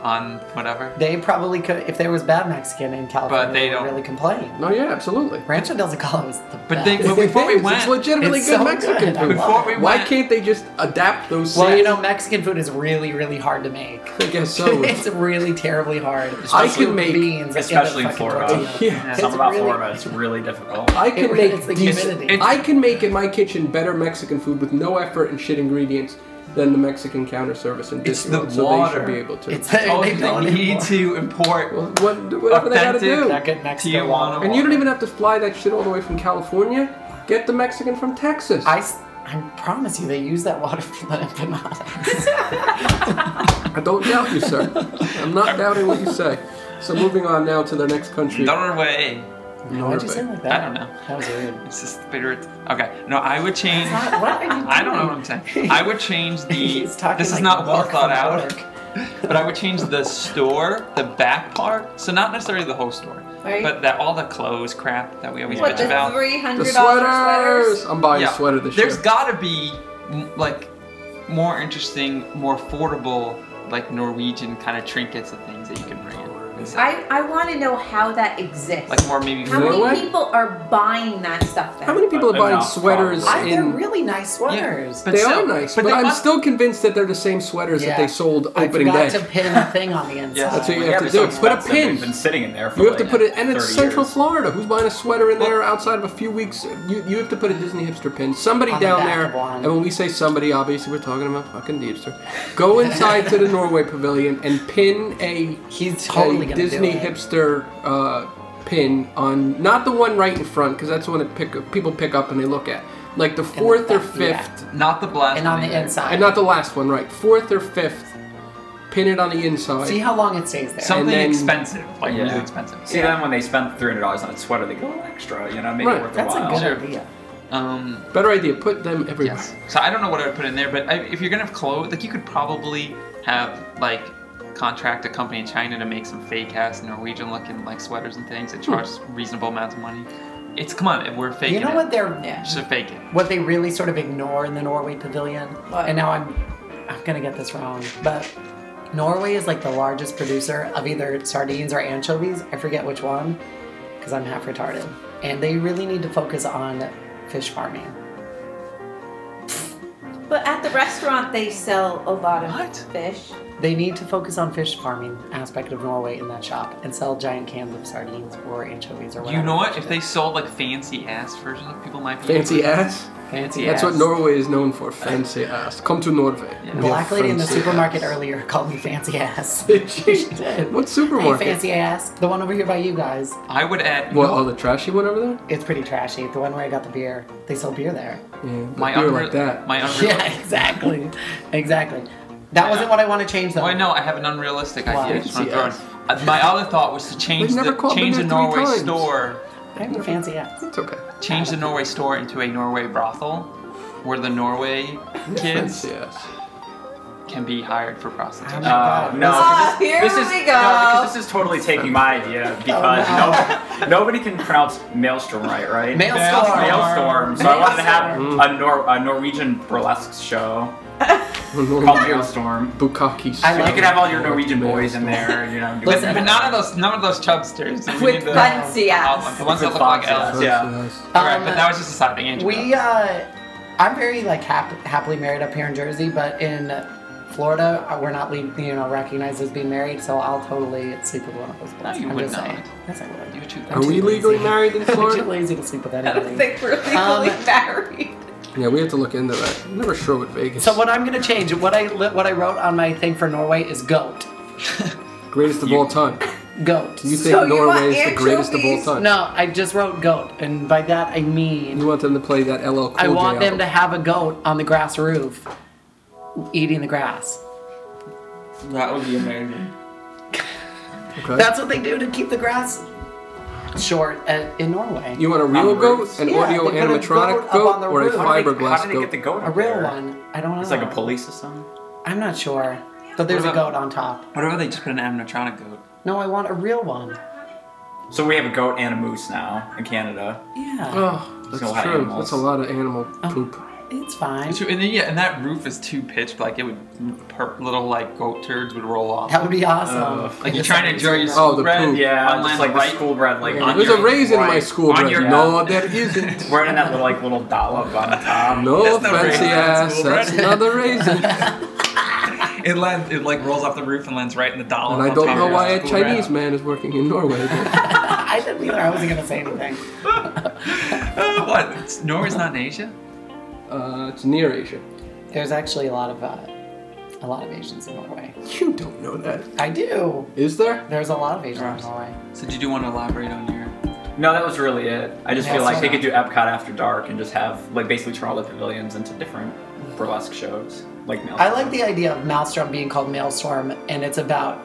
B: on whatever.
A: They probably could, if there was bad Mexican in California,
B: But they
A: would
B: don't.
A: really complain.
F: No, yeah, absolutely.
A: Rancho del Zocalo is the
B: But
A: best.
B: they- but
F: It
B: before we
F: is.
B: went-
F: it's legitimately
A: It's
F: good
A: so
F: Mexican
A: good. I
F: food.
A: love
B: Before we
F: Why
B: went,
F: can't they just adapt those?
A: well, you know,
F: sets?
A: Mexican food is really, really hard to make.
F: I guess so.
A: it's really terribly hard.
F: I can make-
A: beans,
D: especially in
A: in the fucking
D: Florida.
A: tortilla.
F: Yeah.
D: Something
A: It's
D: about
A: really-
D: Florida, it's really difficult.
F: I can
A: It-
F: make
A: it's the
F: decent-
A: humidity.
F: I can make in my kitchen better Mexican food with no effort and shit ingredients than the Mexican counter service in
B: It's
F: Disney
B: the
F: World, so they
B: water.
F: should be able to.
A: It's they,
B: Oh,
A: they
B: they,
A: don't
B: need
A: anymore.
B: to import
F: well, what, whatever they gotta
B: authentic
F: do.
A: Not good Mexican
B: Tijuana
A: water.
F: And you don't even have to fly that shit all the way from California. Get the Mexican from Texas.
A: I, s- I promise you, they use that water for the empanadas.
F: I don't doubt you, sir. I'm not doubting what you say. So moving on now to their next country.
B: Norway.
A: Why'd you say it like that?
B: I don't know.
A: That was weird.
B: It's just spirit. Okay, no, I would change.
A: What what are you doing?
B: I don't know what I'm saying. I would change the.
A: He's talking
B: This is
A: like
B: not well
A: Mark
B: thought
A: from
B: out,
A: Mark.
B: but I would change the store, the back part. So not necessarily the whole store,
C: Right.
B: but that all the clothes crap that we always
C: what
B: bitch
C: the
B: about.
C: three
F: the
C: hundred dollars
F: sweaters.
C: sweaters?
F: I'm buying a sweater this
B: There's
F: year.
B: gotta be m- like more interesting, more affordable, like Norwegian kind of trinkets and things that you can bring in. Is it
C: I, I want to know how that exists.
B: like more maybe
C: how many
F: Norway?
C: people are buying that stuff then?
F: How many people are
D: Uh,
F: buying
D: enough,
F: sweaters
D: probably.
A: I, they're
F: in?
A: really nice sweaters.
B: but
F: They
B: still-
F: are nice,
B: but
F: but,
B: they
F: I'm
B: must-
F: still convinced that they're the same sweaters that they sold
A: I
F: opening
A: forgot
F: day.
A: to pin a thing on the inside.
B: Yeah,
F: That's what you
B: Yeah,
F: have
D: but
F: to
D: it's
F: do.
D: so
F: Put a
D: expensive. They've
F: pin.
D: been sitting in there for
F: You have to
D: like
F: put it, and it's
D: 30
F: Central
D: years.
F: Florida. Who's buying a sweater in there outside of a few weeks? You, you have to put a Disney hipster pin. Somebody
A: On the
F: down
A: back
F: there,
A: of one.
F: and when we say somebody, obviously we're talking about fucking hipster. Go inside to the Norway Pavilion and pin a,
A: He's
F: a
A: totally gonna
F: Disney
A: do it.
F: hipster uh, pin on not the one right in front because that's the one that pick, people pick up and they look at, like the fourth or
A: back,
F: fifth,
A: yeah.
B: Not the blast.
A: And on
B: one
A: the
B: either.
A: inside.
F: and not the last one, right? Fourth or fifth. Pin it on the inside.
A: See how long it stays there.
B: Something
F: then-
B: expensive, like
D: Yeah.
B: really expensive.
D: See, then when they spend three hundred dollars on a sweater, they go extra. You know, make
F: Right.
D: it worth
A: That's
D: a
A: a
D: while.
A: good
B: Sure.
A: idea.
B: Um,
F: Better idea. Put them everywhere.
B: Yes. So I don't know what I would put in there, but I, if you're gonna have clothes, like you could probably have like contract a company in China to make some fake ass Norwegian looking like sweaters and things
F: Hmm.
B: and charge reasonable amounts of money. It's come on, we're faking
A: You know
B: it.
A: what they're
C: Yeah.
B: Just fake it.
A: what they really sort of ignore in the Norway pavilion.
C: What?
A: And now I'm I'm gonna get this wrong, but Norway is like the largest producer of either sardines or anchovies. I forget which one, because I'm half retarded. And they really need to focus on fish farming.
C: But at the restaurant, they sell a lot of
B: What?
C: fish.
A: They need to focus on fish farming aspect of Norway in that shop and sell giant cans of sardines or anchovies or whatever.
B: You know what? If they sold like fancy ass versions, of people might be
F: Fancy
B: into it.
F: ass.
B: Fancy
F: That's
B: ass.
F: what Norway is known for. Fancy ass. Come to Norway.
B: Yeah.
F: We
A: The black
F: have
A: lady in the
F: fancy
A: supermarket
F: ass.
A: earlier called me fancy ass.
F: She did. What supermarket?
A: Hey, fancy ass. The one over here by you guys.
B: I would add.
F: What? Oh, the trashy one over there.
A: It's pretty trashy. The one where I got the beer. They sell beer there.
F: Yeah.
B: my
F: My beer
B: unre-
F: like that.
B: My unreal.
A: Yeah, exactly. Exactly. That wasn't what I want to change though.
B: Well, no, I have an unrealistic
A: Wow.
B: idea. I just want to throw in.
F: Fancy
B: Uh, My other thought was to change
F: We've never
B: the
F: called
B: change the
F: been there three
B: Norway
F: times.
B: store
A: I have a fancy ass.
F: it's okay.
B: change the Norway store into a Norway brothel where the Norway kids
F: Fancy ass.
B: can be hired for prostitution.
A: Um,
D: Uh,
A: God.
D: no,
C: Ah,
D: because this,
C: here
D: this
C: we
D: is,
C: go. Oh,
D: No, because this is totally taking my idea because no- nobody can pronounce maelstrom right, right?
A: Maelstrom.
D: Maelstrom. So I wanted to have
F: Maelstrom.
D: a, Nor- a Norwegian burlesque show called
F: Bukaki.
D: Maelstrom.
A: I
D: So
A: love
D: you could have all your
F: it.
D: Norwegian boys in there, you know. doing
A: Listen,
B: Uh, but
D: that.
B: none of those, none of those chubsters. We
C: With
B: need the-
C: fancy
B: the hot
C: ass.
B: ones, The ones that
D: With
B: look like
D: fancy
B: elves.
F: Fancy
D: Yeah.
F: ass.
B: Alright,
A: Um,
B: but that was just a side thing. Angela.
A: We uh I'm very like hap- happily married up here in Jersey, but in Florida uh, we're not le- you know recognized as being married, so I'll totally sleep with one of those boys.
B: you
A: I'm
B: would
A: just
B: not.
A: saying. Yes, I would.
B: You were too-
F: Are we legally married in
A: I'm too
F: Florida?
A: lazy to sleep with
C: I don't
A: anybody.
C: think we're legally
A: Um,
C: married.
F: yeah, we have to look into that. I'm never sure what Vegas.
A: So what I'm gonna change, what I li- what I wrote on my thing for Norway is goat,
F: greatest of
D: You-
F: all time.
A: goat.
F: You
C: So
F: think
C: you
F: Norway
C: want
F: is the greatest of all
C: anchovies?
F: time?
A: No, I just wrote goat, and by that I mean
F: You want them to play that LL Cool
A: I want
F: J
A: them to
F: album.
A: have a goat on the grass roof eating the grass.
B: that would be amazing.
F: Okay.
A: That's what they do to keep the grass short at, in Norway.
F: You want a real
D: On
F: goat,
D: roofs?
F: an
A: Yeah,
F: audio
A: they put a goat
F: animatronic
A: up
F: goat,
A: on the
F: or a
A: roof.
D: How did they-
F: fiberglass
D: How did they
F: goat?
D: get the goat?
A: a
D: up
A: real
D: there?
A: one. I don't know.
D: It's like a police system.
A: I'm not sure. But there's
B: What
A: a
B: about-
A: goat on top.
B: What about they just put an animatronic goat?
A: No, I want a real one.
D: So we have a goat and a moose now in Canada.
A: Yeah.
F: Oh,
D: a
F: that's
D: lot of
F: true.
D: animals.
F: That's a lot of animal
A: Oh.
F: poop.
B: Oh.
A: It's fine.
B: And, so- and then, yeah, and that roof is too pitched. Like it would, per, little like goat turds would roll off.
A: That would be awesome.
D: Ugh.
B: Oh, like you're trying to enjoy your
F: Oh,
B: school
F: the
B: bread.
F: poop.
D: Yeah,
B: on
D: just
B: land
D: like
B: right.
D: the school bread, like
B: Yeah.
D: on
F: There's
D: your,
F: a raisin in my
B: right,
F: school
B: on
F: bread.
B: your-
F: No, there isn't.
D: wearing that little like little dollop on top.
F: No
B: That's not
F: fancy
B: raisin in
F: ass.
B: school
F: That's
B: bread.
F: not a raisin. and
B: It lands, it like rolls off the roof and lands right in the dollar.
F: I don't know why a Chinese man is working in Norway. but-
A: I didn't either. I wasn't going to say anything.
B: Uh, what? It's- Norway's not in Asia?
F: Uh, it's near Asia.
A: There's actually a lot of uh, a lot of Asians in Norway.
F: You don't know that,
A: I do.
F: is there?
A: There's a lot of Asians
B: Right.
A: in Norway.
B: So did you want to elaborate on your?
D: No, that was really it. I just
A: Yeah,
D: feel like
A: so-
D: they could do Epcot after dark and just have like basically turn all the pavilions into different burlesque shows. Like
A: I like the idea of Maelstrom being called Maelstrom, and it's about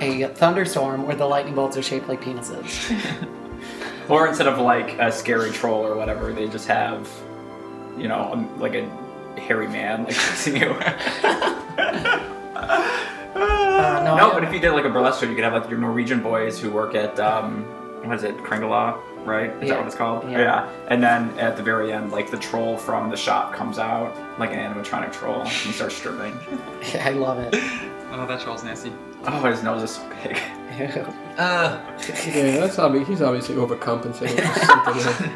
A: a thunderstorm where the lightning bolts are shaped like penises.
D: or instead of like a scary troll or whatever, they just have you know um, like a hairy man like chasing you.
A: Uh, no,
D: no,
A: I-
D: but if you did like a burlesque show, you could have like your Norwegian boys who work at um, what is it, Kringla? right? Is that
A: Yeah.
D: what it's called?
A: Yeah.
D: And then at the very end, like the troll from the shop comes out, like an animatronic troll, and he starts stripping.
A: I love it.
B: Oh, that troll's nasty.
D: Oh, his nose is so big.
B: Uh,
F: Yeah, that's obvious. He's obviously overcompensating for something.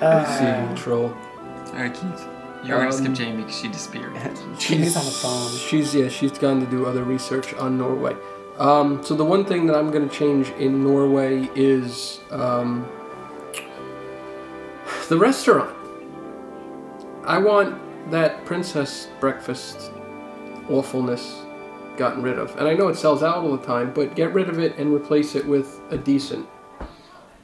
F: Like evil troll.
B: all right, Keith. You're gonna skip
F: Um,
B: Jamie because she disappeared.
A: She's on the phone.
F: She's yeah, she's gone to do other research on Norway. Um, so the one thing that I'm going to change in Norway is um, the restaurant. I want that princess breakfast awfulness gotten rid of, and I know it sells out all the time, but get rid of it and replace it with a decent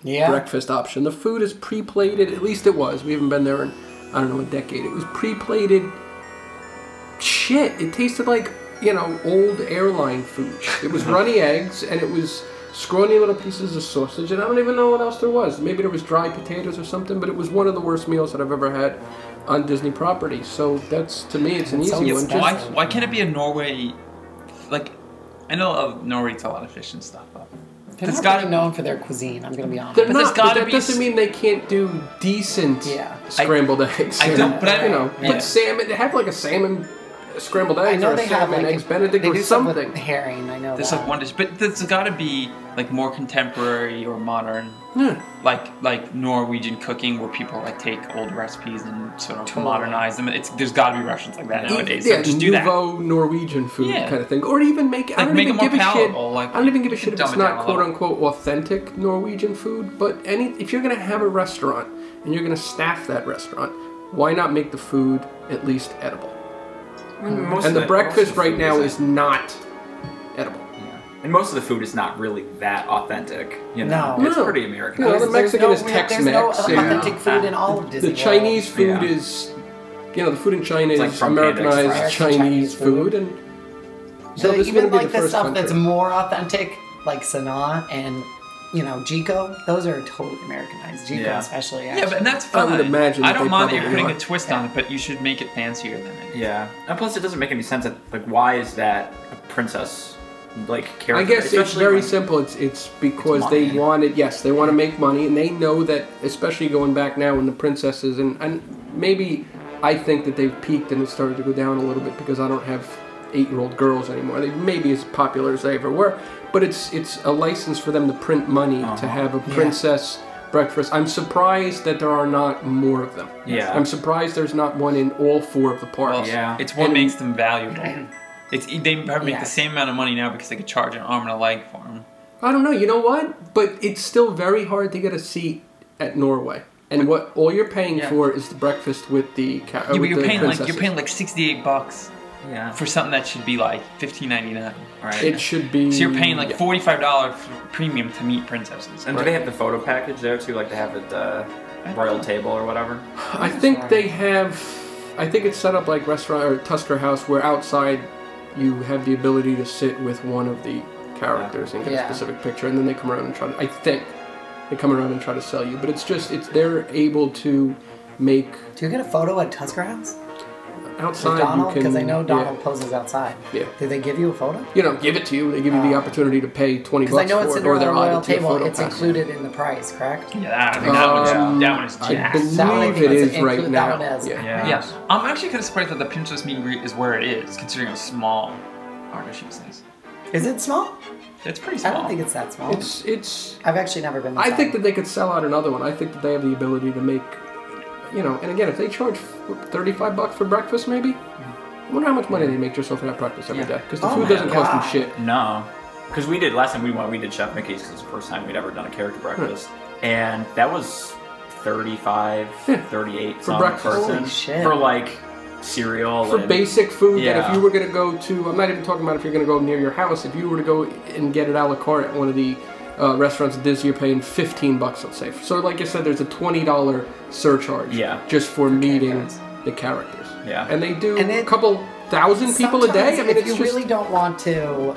A: Yeah.
F: breakfast option. The food is pre-plated. At least it was. We haven't been there in I don't know a decade. It was pre-plated. Shit! It tasted like you know old airline food. It was runny eggs and it was scrawny little pieces of sausage and I don't even know what else there was. Maybe there was dried potatoes or something. But it was one of the worst meals that I've ever had on Disney property. So that's to me it's an
A: It sounds
F: easy
B: Yeah,
F: one.
A: disgusting.
F: Just
B: why, why can't it be a Norway? Like, I know of Norway eats a lot of fish and stuff, but
A: They're
B: It's
A: not
B: gotta-
A: really known for their cuisine. I'm gonna be honest.
F: they're
B: But there's
F: not, but
B: gotta
F: that
B: be
F: doesn't
B: s-
F: mean they can't do decent
A: Yeah.
F: scrambled eggs.
B: I
F: and,
B: don't- but I-
F: you know,
B: yeah.
F: put salmon. They have like a salmon uh, scrambled
A: I
F: eggs
A: know
F: or a
A: they have
F: salmon
A: like
F: eggs Benedict
A: they
F: or
A: do
F: something.
A: with herring. I know.
B: there's
A: that.
B: like one dish. But there's got to be like more contemporary or modern,
F: Yeah.
B: like like Norwegian cooking where people like take old recipes and sort of
A: Totally.
B: modernize them. It's there's got to be restaurants like that nowadays.
F: yeah,
B: so just do that.
F: nouveau Norwegian food
B: Yeah.
F: kind of thing, or even make. I
B: Like,
F: don't
B: make
F: even
B: it more
F: give a shit.
B: palatable, like,
F: I don't even give a
B: you
F: shit if
B: dumb
F: it's
B: it down
F: not
B: a little.
F: quote unquote authentic Norwegian food. But any, if you're gonna have a restaurant and you're gonna staff that restaurant, why not make the food at least edible? and the breakfast right now is not edible.
D: And most of the food is not really that authentic. You know,
A: No.
D: it's
F: No.
D: pretty American.
F: No,
A: There's-
F: the Mexican
A: there's
F: is
A: no, weird-
F: Tex-Mex,
A: There's no
F: yeah.
A: authentic food in all of Disney.
F: The Chinese food
D: Yeah.
F: is, you know, the food in China
D: like
F: is
D: from Panda
F: Americanized
D: Express.
F: Chinese,
A: Chinese
F: food,
A: food.
F: and so
A: So
F: this
A: even
F: wouldn't be
A: like
F: the
A: the,
F: first
A: stuff
F: country.
A: that's more authentic, like Sanaa and you know Jico. Those are totally Americanized. Jico
D: Yeah.
A: especially.
B: Yeah, but
A: actually.
B: that's
F: I
B: fine.
F: would imagine
B: I
F: that
B: don't
F: they
B: mind that you're
F: probably
B: putting
F: are.
B: a twist on it, but you should make it fancier than it is.
D: Yeah, and plus it doesn't make any sense. That, like, why is that a princess like character?
F: I guess it's
D: Especially
F: very
D: when-
F: simple. It's it's because they
D: money.
F: wanted yes, they want to make money, and they know that especially going back now when the princesses and and maybe I think that they've peaked and it started to go down a little bit because I don't have eight year old girls anymore. They may be as popular as they ever were, but it's it's a license for them to print money
D: Uh-huh.
F: to have a princess. Breakfast. I'm surprised that there are not more of them.
D: Yeah.
F: I'm surprised there's not one in all four of the parks.
B: Well,
D: Yeah.
B: It's what
F: And-
B: makes them valuable. It's they probably make
A: Yeah.
B: the same amount of money now because they could charge an arm and a leg for them.
F: I don't know. You know what? But it's still very hard to get a seat at Norway. And what all you're paying
B: Yeah.
F: for is the breakfast with the ca- uh,
B: Yeah, but
F: with
B: you're
F: the
B: paying like
F: princesses.
B: you're paying like sixty eight bucks
D: Yeah.
B: for something that should be like fifteen ninety nine.
D: right.
F: It should be.
B: So you're paying like
F: yeah.
B: forty five dollar premium to meet princesses.
D: and do they have the photo package there too? Like they have at the royal table or whatever.
F: I think they have. I think it's set up like restaurant or Tusker House, where outside you have the ability to sit with one of the characters and get
A: Yeah.
F: a specific picture, and then they come around and try to. I think they come around and try to sell you, but it's just it's they're able to make
A: Do you get a photo at Tusker House? With
F: outside.
A: Donald?
F: you can
A: Because I know
F: yeah.
A: Donald poses outside.
F: Yeah.
A: Do they give you a photo?
F: you know, give it to you. They give you the opportunity to pay twenty
A: Oh. Because I
F: bucks
A: know it's in
F: for it,
A: the
F: or they're
A: royal
F: added to your
A: table.
F: photo
A: It's
F: pass.
A: included in the price, correct?
B: Yeah, that, I think that
F: Um,
B: one's that one is
F: I
B: jacked.
F: believe it
A: Salary
F: is
A: is
F: right
A: included,
F: now.
A: that one is.
F: Yeah.
D: Yeah.
B: Yeah, I'm actually kind of surprised that the princess meet and greet is where it is, considering how small Artishes is.
A: Is it small?
B: It's pretty
A: I
B: small.
A: don't think it's that small.
F: It's it's.
A: I've actually never been.
F: I
A: inside.
F: think that they could sell out another one. I think that they have the ability to make, you know. And again, if they charge f- thirty-five bucks for breakfast, maybe. I wonder how much money they make just off of that breakfast every
D: Yeah.
F: day. Because the
A: Oh
F: food
A: my
F: doesn't cost
A: God.
F: them shit.
D: No, because we did last time we went. We did Chef Mickey's because it's the first time we'd ever done a character
A: Hmm.
D: breakfast, and that was 35, 38 some
F: breakfast.
D: person
A: Hmm. Holy shit.
D: for like cereal
F: For
D: and
F: basic food, that
D: Yeah.
F: if you were going to go to, I'm not even talking about if you're going to go near your house. If you were to go and get it a la carte at one of the uh, restaurants at Disney, you're paying 15 bucks, let's say. So, like I said, there's a $20 surcharge.
D: Yeah.
F: Just for meeting the characters.
D: Yeah.
F: And they do
A: And
F: a
A: it-
F: couple thousand people a day.
A: Sometimes
F: I mean,
A: if
F: it's
A: you
F: just
A: really don't want to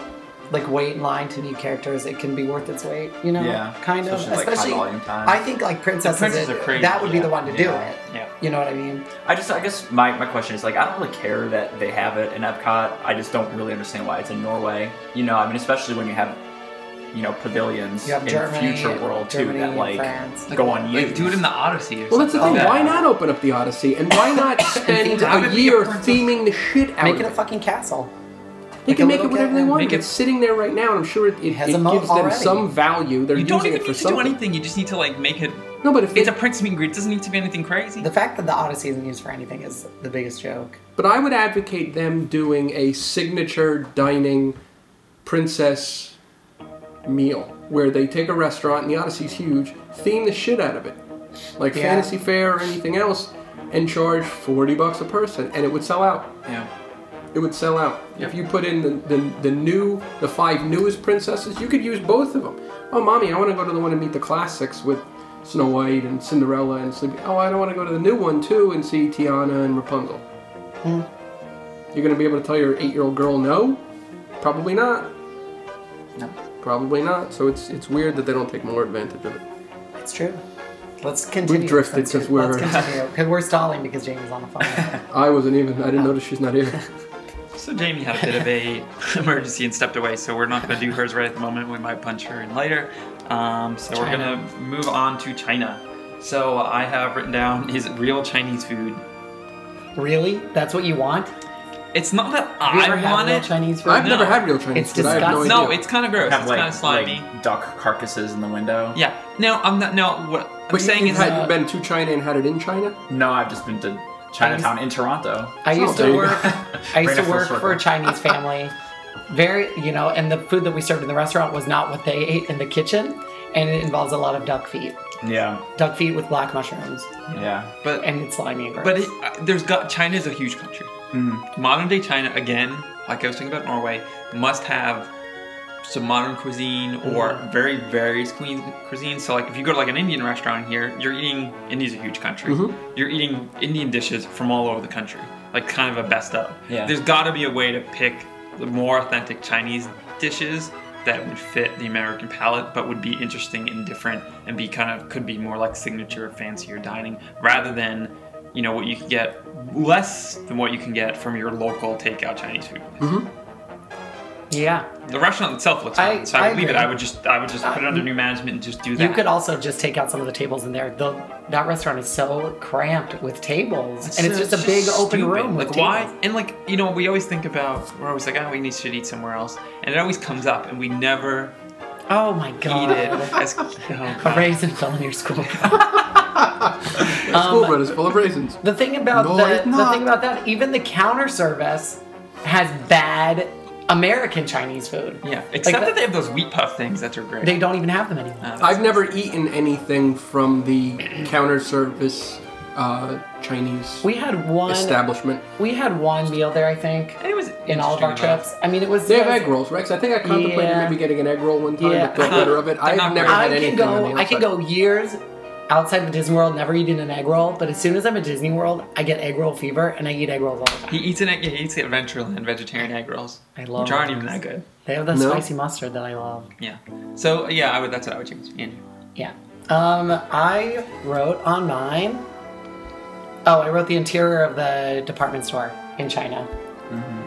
A: like wait in line to meet characters, it can be worth its weight. You know,
D: Yeah.
A: kind of.
D: Especially, like, high
A: Especially,
D: volume time.
A: I think like princesses,
B: Princesses
A: it-
B: are crazy,
A: that would be
B: yeah.
A: the one to do
D: Yeah.
A: it.
B: Yeah.
A: You know what I mean?
D: I just, I guess my, my question is like, I don't really care that they have it in Epcot. I just don't really understand why it's in Norway. You know, I mean, especially when you have you know pavilions
A: You have
D: in
A: Germany,
D: future world too
A: Germany
D: that
A: and
D: like
A: France.
B: Like,
D: go on
B: like,
D: YouTube.
B: do it in the Odyssey or
F: Well, that's the
B: something
F: thing.
B: like
F: Why
B: that.
F: not open up the Odyssey? And why not spend
B: Have it
F: a
B: be a
F: year
B: princess-
F: theming the shit out
A: Make
F: of
A: it a fucking castle.
F: They can
A: like
F: make
A: a
F: it whatever they
A: little
F: want.
B: cat-
F: Make it's sitting there right now, and I'm sure it, it,
A: has
F: it
A: a moat
F: gives them
A: already.
F: some value. They're
B: You
F: using
B: don't even
F: it
B: need
F: for
B: to
F: something.
B: do anything. You just need to like make it.
F: No, but if
B: It's
F: they-
B: a Prince meet and greet. It doesn't need to be anything crazy.
A: The fact that the Odyssey isn't used for anything is the biggest joke.
F: but I would advocate them doing a signature dining princess meal where they take a restaurant and the Odyssey's huge, theme the shit out of it, like
A: Yeah.
F: Fantasy Fair or anything else, and charge forty bucks a person, and it would sell out.
B: Yeah.
F: It would sell out. If you put in the, the, the new, the five newest princesses, you could use both of them. Oh, mommy, I want to go to the one and meet the classics with Snow White and Cinderella and Sleepy. Oh, I don't want to go to the new one too and see Tiana and Rapunzel. You're going to be able to tell your eight year old girl no? Probably not.
B: No.
F: Probably not. So it's it's weird that they don't take more advantage of it.
A: It's true. Let's continue.
F: drifted
A: Let's do-
F: 'cause we're-
A: Let's continue. 'Cause we're stalling because Jamie's on the phone.
F: I wasn't even. I didn't notice she's not here.
B: So Jamie had a bit of a emergency and stepped away, so we're not going to do hers right at the moment. We might punch her in later. Um, so we're
A: China.
B: going to move on to China. So I have written down is real Chinese food.
A: really? That's what you want? Have
B: It's not that
A: you
B: I
A: ever had
B: want
A: real
B: it.
A: Chinese food?
F: I've
B: No.
F: never had real Chinese
A: It's
F: food. I have no
A: disgusting.
F: idea.
B: no, it's kind of gross.
D: have
B: it's
D: like,
B: kind of slimy.
D: like duck carcasses in the window.
B: yeah. No, I'm not. No, what I'm
F: But
B: saying
F: you
B: is
F: had
A: uh,
F: been to China and had it in China.
D: No, I've just been to Chinatown in Toronto.
A: I used
F: there
A: to
F: you go.
A: work. I used
D: Bring it
A: to
D: full
A: work
D: circle.
A: for a Chinese family. Very, you know, and the food that we served in the restaurant was not what they ate in the kitchen, and it involves a lot of duck feet,
D: Yeah,
A: duck feet with black mushrooms,
D: yeah.
B: but
A: and it's slimy and gross.
B: But it, uh, there's got China is a huge country.
A: Hmm.
B: Modern day China again, like I was talking about Norway, must have some modern cuisine or very various cuisine cuisine. So like if you go to like an Indian restaurant here, you're eating India's a huge country. You're eating Indian dishes from all over the country, like kind of a best of.
D: Yeah.
B: There's got to be a way to pick the more authentic Chinese dishes that would fit the American palate, but would be interesting and different, and be kind of could be more like signature fancier dining rather than you know what you can get less than what you can get from your local takeout Chinese food. place.
A: yeah,
B: The restaurant itself looks
A: I-
B: fine, so I,
A: I
B: would leave it.
A: agree.
B: I would just I would just put it under new management and just do that.
A: you could also just take out some of the tables in there. The that restaurant is so cramped with tables, and it's
B: So
A: just a big open
B: stupid.
A: room.
B: Like
A: with
B: why?
A: tables.
B: And like you know, we always think about we're always like, oh, we need to eat somewhere else, and it always comes up, and we never
A: Oh my
B: eat
A: god!
B: it. As, oh,
A: A
B: God.
A: raisin fell in your school.
F: School
A: Um,
F: bread is full of raisins.
A: The thing about
F: No,
A: the,
F: it's
A: the
F: not.
A: thing about that, even the counter service has bad American Chinese food.
B: Yeah,
A: Like
B: except that,
A: that-
B: they have those wheat puff things that are great.
A: they don't even have them anymore.
B: Uh,
F: I've never eaten anything from the counter service uh, Chinese
A: we had one
F: establishment.
A: we had one meal there, I think,
B: it was
A: in all of our
B: interesting enough.
A: trips. I mean, it was
F: They have egg rolls, Rex. I think I contemplated
A: Yeah.
F: maybe getting an egg roll one time,
A: Yeah.
F: but got better of it.
B: They're
F: I
B: not
F: have never
B: great.
A: I
F: had
A: can
F: anything. on
A: go.
F: the
A: I can
F: outside.
A: go years outside of Disney World, never eating an egg roll. But as soon as I'm at Disney World, I get egg roll fever, and I eat egg rolls all the time.
B: He eats an egg. He eats the Adventureland vegetarian egg rolls.
A: I love
B: which aren't
A: egg
B: even that good.
A: They have the
F: No?
A: spicy mustard that I love.
B: Yeah. So yeah, I would. That's what I would choose. Andrew.
A: Yeah. Um, I wrote on mine. Oh, I wrote the interior of the department store in China.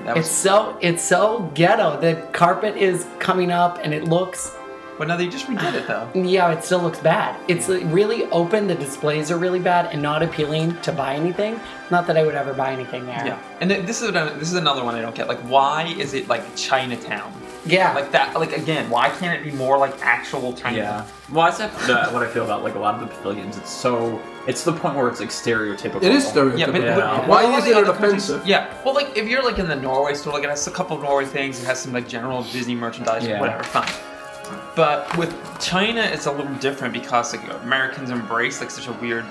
B: That
A: It's
B: was.
A: so it's so ghetto. The carpet is coming up, and it looks
B: But now they just redid it though.
A: yeah, it still looks bad. It's like, really open. The displays are really bad and not appealing to buy anything. Not that I would ever buy anything there.
B: Yeah. And th- this is another, this is another one I don't get. Like, why is it like Chinatown?
A: Yeah.
B: Like that. Like again, why can't it be more like actual Chinatown?
D: Yeah. Well, that's the, what I feel about like a lot of the pavilions. It's so it's the point where it's like stereotypical.
F: It is stereotypical.
B: Yeah, but,
D: Yeah.
B: but
F: Why
B: all
F: is
B: the
F: it
B: other
F: an
B: countries-
F: offensive?
B: Yeah, well, like if you're like in the Norway store, like it has a couple of Norway things, it has some like general Disney merchandise,
D: Yeah.
B: whatever, fine. But with China, it's a little different because like Americans embrace like such a weird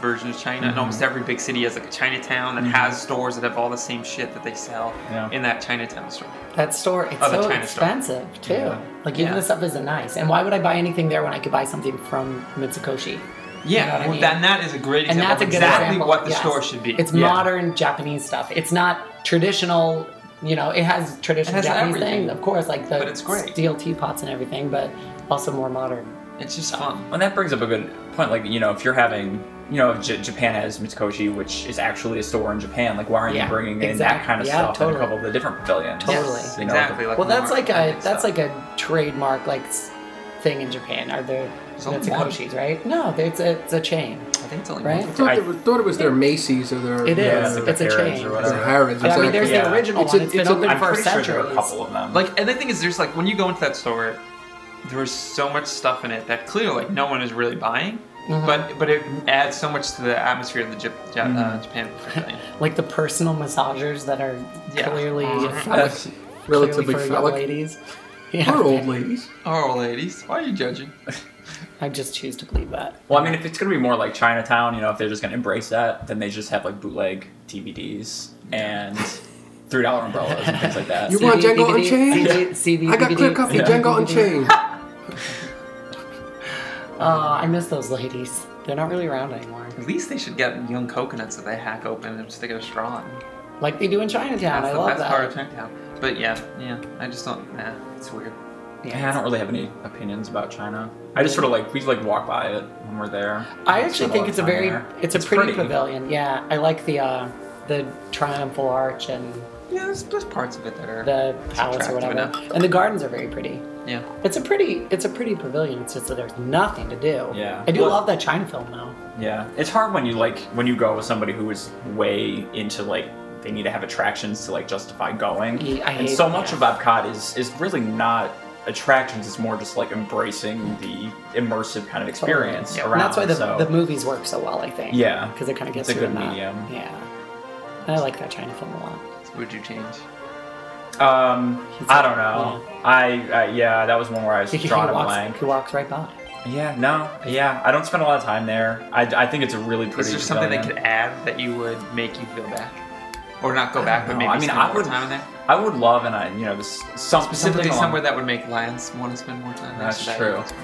B: version of China,
D: Mm-hmm.
B: and almost every big city has like a Chinatown that has stores that have all the same shit that they sell
D: Yeah.
B: in that Chinatown store.
A: That store it's
B: Oh, the
A: so
B: China store.
A: expensive too.
D: Yeah.
A: Like even
B: Yeah.
A: the stuff isn't nice. And why would I buy anything there when I could buy something from Mitsukoshi?
B: Yeah,
A: know what I
B: well,
A: mean?
B: then that is a great
A: and
B: example
A: that's a
B: of
A: good
B: exactly
A: example.
B: what the
A: yes.
B: store should be.
A: It's
D: Yeah.
A: modern Japanese stuff. It's not traditional. You know, it has traditional
B: It has
A: Japanese
B: everything.
A: things, of course, like the
B: But it's great.
A: steel teapots and everything, but also more modern.
B: It's just fun.
D: And that brings up a good point. Like, you know, if you're having, you know, if J- Japan has Mitsukoshi, which is actually a store in Japan, like, why aren't
A: Yeah,
D: you bringing in
A: exactly.
D: that kind of
A: Yeah,
D: stuff in
A: totally.
D: a couple of the different pavilions?
A: Totally.
B: Yes,
D: You know,
B: exactly. like
A: Well, that's
B: more
A: like a
B: authentic
A: that's
B: stuff.
A: like a trademark, like s- thing in Japan. Are there?
B: There's only
A: That's
B: one.
A: Takoshi's, right? No, it's a, it's a chain,
B: I think it's only
A: right?
B: one.
F: I thought,
D: I-
F: there was, thought it was their Macy's or their
A: It
F: yeah,
A: is.
F: or
A: It's a
G: Harrods
A: chain.
G: or
F: their
G: whatever.
F: Harrods.
A: I
F: Exactly.
A: mean, there's
D: Yeah.
A: the original
F: It's
A: one.
F: a-
A: it's been
F: it's a-
A: open
D: I'm
A: for
D: pretty sure
A: centuries.
D: there are a couple of them.
B: Like, and the thing is, there's like when you go into that store, there's so much stuff in it that clearly like no one is really buying,
A: Mm-hmm.
B: but but it adds so much to the atmosphere of the Jap- Ja-
A: Mm-hmm.
B: uh, Japan pavilion.
A: Like the personal massagers that are
B: Yeah. Mm-hmm.
A: clearly
F: That's relatively
A: clearly for young
F: phallic.
A: ladies. Yeah,
F: Or old ladies.
B: Oh, ladies, why are you judging?
A: I just choose to believe that.
D: Well, I mean, if it's gonna be more like Chinatown, you know, if they're just gonna embrace that, then they just have like bootleg DVDs and three dollar umbrellas and things like that.
F: You want
A: CD,
F: Django
A: DVD,
F: Unchained?
A: CD, CD,
F: I got clear copy
D: Yeah.
F: Django Unchained.
A: Uh, I miss those ladies. They're not really around anymore,
B: At least they should get young coconuts that they hack open and stick a straw in.
A: like they do in Chinatown.
B: That's
A: I
B: the
A: love
B: best
A: that.
B: part of Chinatown. But yeah, yeah, I just don't. Nah, it's weird.
D: Yeah, I don't really have any opinions about China. I just sort of like we like walk by it when we're there.
A: I
D: Spend
A: actually
D: lot
A: think
D: of
A: it's a
D: time
A: very,
D: there.
A: it's a pretty, pavilion. Yeah, I like the uh, the triumphal arch and
B: Yeah, there's, there's parts of it that are.
A: the palace or
B: attractive
A: whatever,
B: enough.
A: and the gardens are very pretty.
B: Yeah.
A: It's a pretty, it's a pretty pavilion. It's just that there's nothing to do.
D: Yeah.
A: I do
D: Well-
A: love that China film though.
D: Yeah, it's hard when you like when you go with somebody who is way into like they need to have attractions to like justify going.
A: Yeah, I
D: and
A: hate-
D: so much
A: yeah.
D: of Epcot is is really not attractions; it's more just like embracing the immersive kind of experience
B: Yeah, and
D: around.
A: And that's why the,
D: so.
A: the movies work so well, I think.
D: Yeah.
A: Because it kind of gets
D: It's a
A: you in
D: good
A: that.
D: medium.
A: Yeah. And I like that China film a lot.
B: Would you change?
D: um,
A: He's
D: I
A: like,
D: don't know. I uh, yeah, that was one where I was
A: He, he
D: drawn a
A: walks,
D: blank.
A: he walks right by.
D: Yeah, no, yeah, I don't spend a lot of time there. I, I think it's a really pretty.
B: Is there something they
D: pavilion.
B: could add that you would make you go back, or not go back, but
D: No,
B: maybe
D: I mean,
B: spend
D: I
B: more
D: would.
B: time in there?
D: I would love, and I, you know, this, some,
B: Specifically,
D: something along-
B: somewhere that would make lions want to spend more time. there,
D: That's
B: so that-
D: true.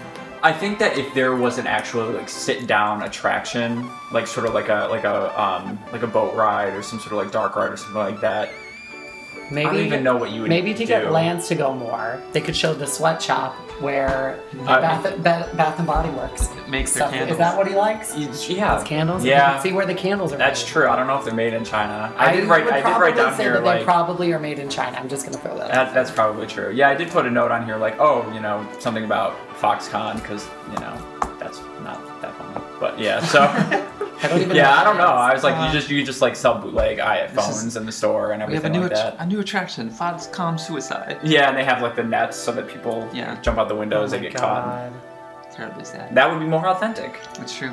D: I think that if there was an actual like sit down attraction, like sort of like a like a um like a boat ride or some sort of like dark ride or something like that,
A: Maybe,
D: I don't even know what you would
A: Maybe to
D: do.
A: get Lance to go more, they could show the sweatshop where
D: I-
A: Bath, Ba- Bath and Body Works
B: makes their
A: stuff.
B: candles.
A: Is that what he likes?
D: Yeah,
A: His candles. You
D: Yeah,
A: can see where the candles are.
D: that's
A: made.
D: true. I don't know if they're made in China. I, did write.
A: would
D: I did write
A: probably
D: down
A: say
D: here
A: that they
D: like.
A: probably are made in China. I'm just gonna throw that. out.
D: that, that's probably true. Yeah, I did put a note on here like, oh, you know, something about Foxconn because you know that's not that funny. But yeah, so
A: I don't even know
D: yeah, I don't
A: what
D: know.
A: that is.
D: I was like,
B: Uh,
D: you just you just like sell bootleg
B: This is-
D: iPhones in the store and
B: We have a
D: everything
B: new
D: like
B: att-
D: that.
B: a new attraction, Foxcom Suicide.
D: Yeah, and they have like the nets so that people
B: Yeah.
D: jump out the windows and
A: Oh my
D: get caught.
A: God.
B: Terribly sad. Oh
D: That would be more authentic.
B: That's true.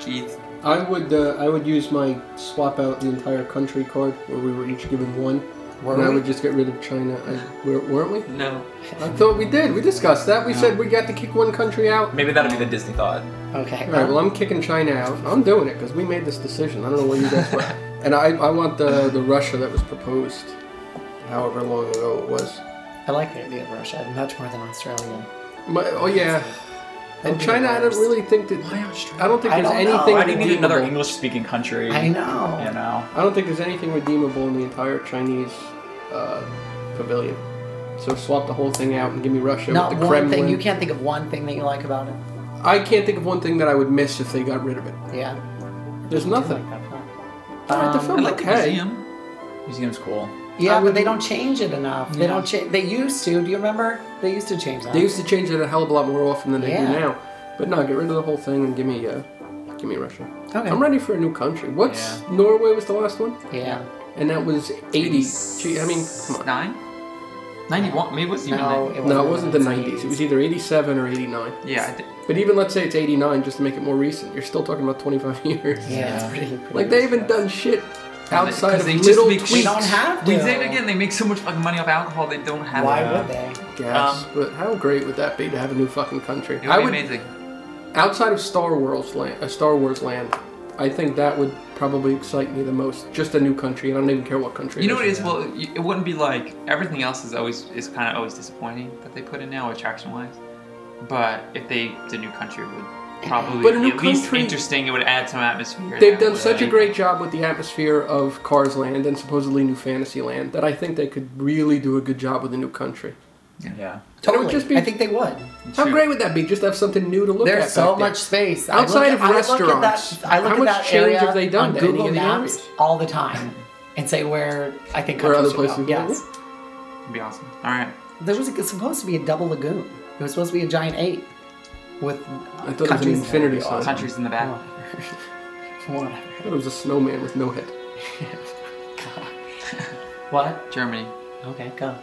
B: Keith,
F: I would uh, I would use my swap out the entire country card where we were each given one. and I
A: we?
F: would just get rid of China. I, were, weren't we?
B: no.
F: I thought we did. We discussed that. We said we got to kick one country out.
D: Maybe that'd be the Disney thought.
A: Okay.
F: All right. Well, I'm kicking China out. I'm doing it because we made this decision. I don't know where you guys were. And I, I want the the Russia that was proposed, however long ago it was.
A: I like the idea of Russia much more than Australia.
F: My, oh yeah. And
A: That'd be
F: China, I don't
A: worse.
F: really think that. I don't think
A: I
F: there's
A: don't know.
F: anything
D: Why do you need another
F: redeemable.
D: English speaking country?
A: I know.
D: You know.
F: I don't think there's anything redeemable in the entire Chinese uh, pavilion. So swap the whole thing out and give me Russia
A: Not
F: with
A: one
F: the Kremlin.
A: thing. You can't think of one thing that you like about it.
F: I can't think of one thing that I would miss if they got rid of it.
A: Yeah.
F: There's nothing.
A: I do like that film.
F: All right,
A: Um,
F: the
B: I
F: film
B: like the
F: okay.
B: museum.
D: Museum's cool.
A: Yeah,
F: I
A: but they
F: wouldn't-
A: don't change it enough. They
F: Um, Yeah.
A: don't change. They used to. Do you remember? They used to change that.
F: They used to change it a hell of a lot more often than they
A: Yeah.
F: do now. But no, get rid of the whole thing and give me uh, give me Russia.
A: Okay.
F: I'm ready for a new country. What's Norway was the last one,
A: yeah.
F: and that was 80. Gee, I mean, come on.
B: Nine? 91? Maybe it was even
A: No,
B: nine.
A: it wasn't.
F: No, it wasn't the
A: It's
F: 90s. It
A: 80s.
F: was either 87 or 89.
B: Yeah, I did.
F: But even let's say it's 89, just to make it more recent, you're still talking about 25 years.
A: Yeah, it's pretty. pretty
F: Like they haven't done shit outside
B: Because
F: of
B: they just
F: little
B: make
F: tweaks.
A: We don't have to.
B: We did it again. They make so much fucking money off alcohol. They don't have.
A: Why
B: it.
A: would they?
F: Gas,
B: Um,
F: but how great would that be to have a new fucking country?
B: It would
F: I
B: be
F: would
B: amazing.
F: outside of Star Wars land, uh, Star Wars land. I think that would probably excite me the most. Just a new country, and I don't even care what country.
B: You know what
F: it
B: it
F: is.
B: is? Well, y- it wouldn't be like everything else is always is kind of always disappointing that they put in now attraction wise. But if they the new country would probably
F: But a
B: be
F: new
B: at least
F: country-
B: interesting. It would add some atmosphere.
F: They've
B: that
F: done
B: would,
F: such a
B: like-
F: great job with the atmosphere of Cars Land and supposedly New Fantasy Land that I think they could really do a good job with a new country.
D: Yeah.
F: would
A: Totally.
F: just be-
A: I think they would.
F: How
B: True.
F: great would that be? Just to have something new to look at.
A: There's so
F: back there.
A: much space I
F: Outside
A: look
F: of
A: at-
F: restaurants,
A: I look
F: how
A: at that, I look at
F: much
A: that
F: change
A: area
F: have they done
A: on
F: to any
A: Google
F: of the
A: Maps
F: areas?
A: all the time, and say where I think
F: Where
A: countries
F: other
A: should go.
F: places go.
A: Yes,
B: It'd be awesome. All right.
A: there was a, it's supposed to be a double lagoon. It was supposed to be a giant eight with
F: I thought it was
A: countries-
F: an infinity sign.
B: Countries in the back.
A: Whatever.
F: I thought it was a snowman with no head.
A: What?
B: Germany.
A: Okay, go.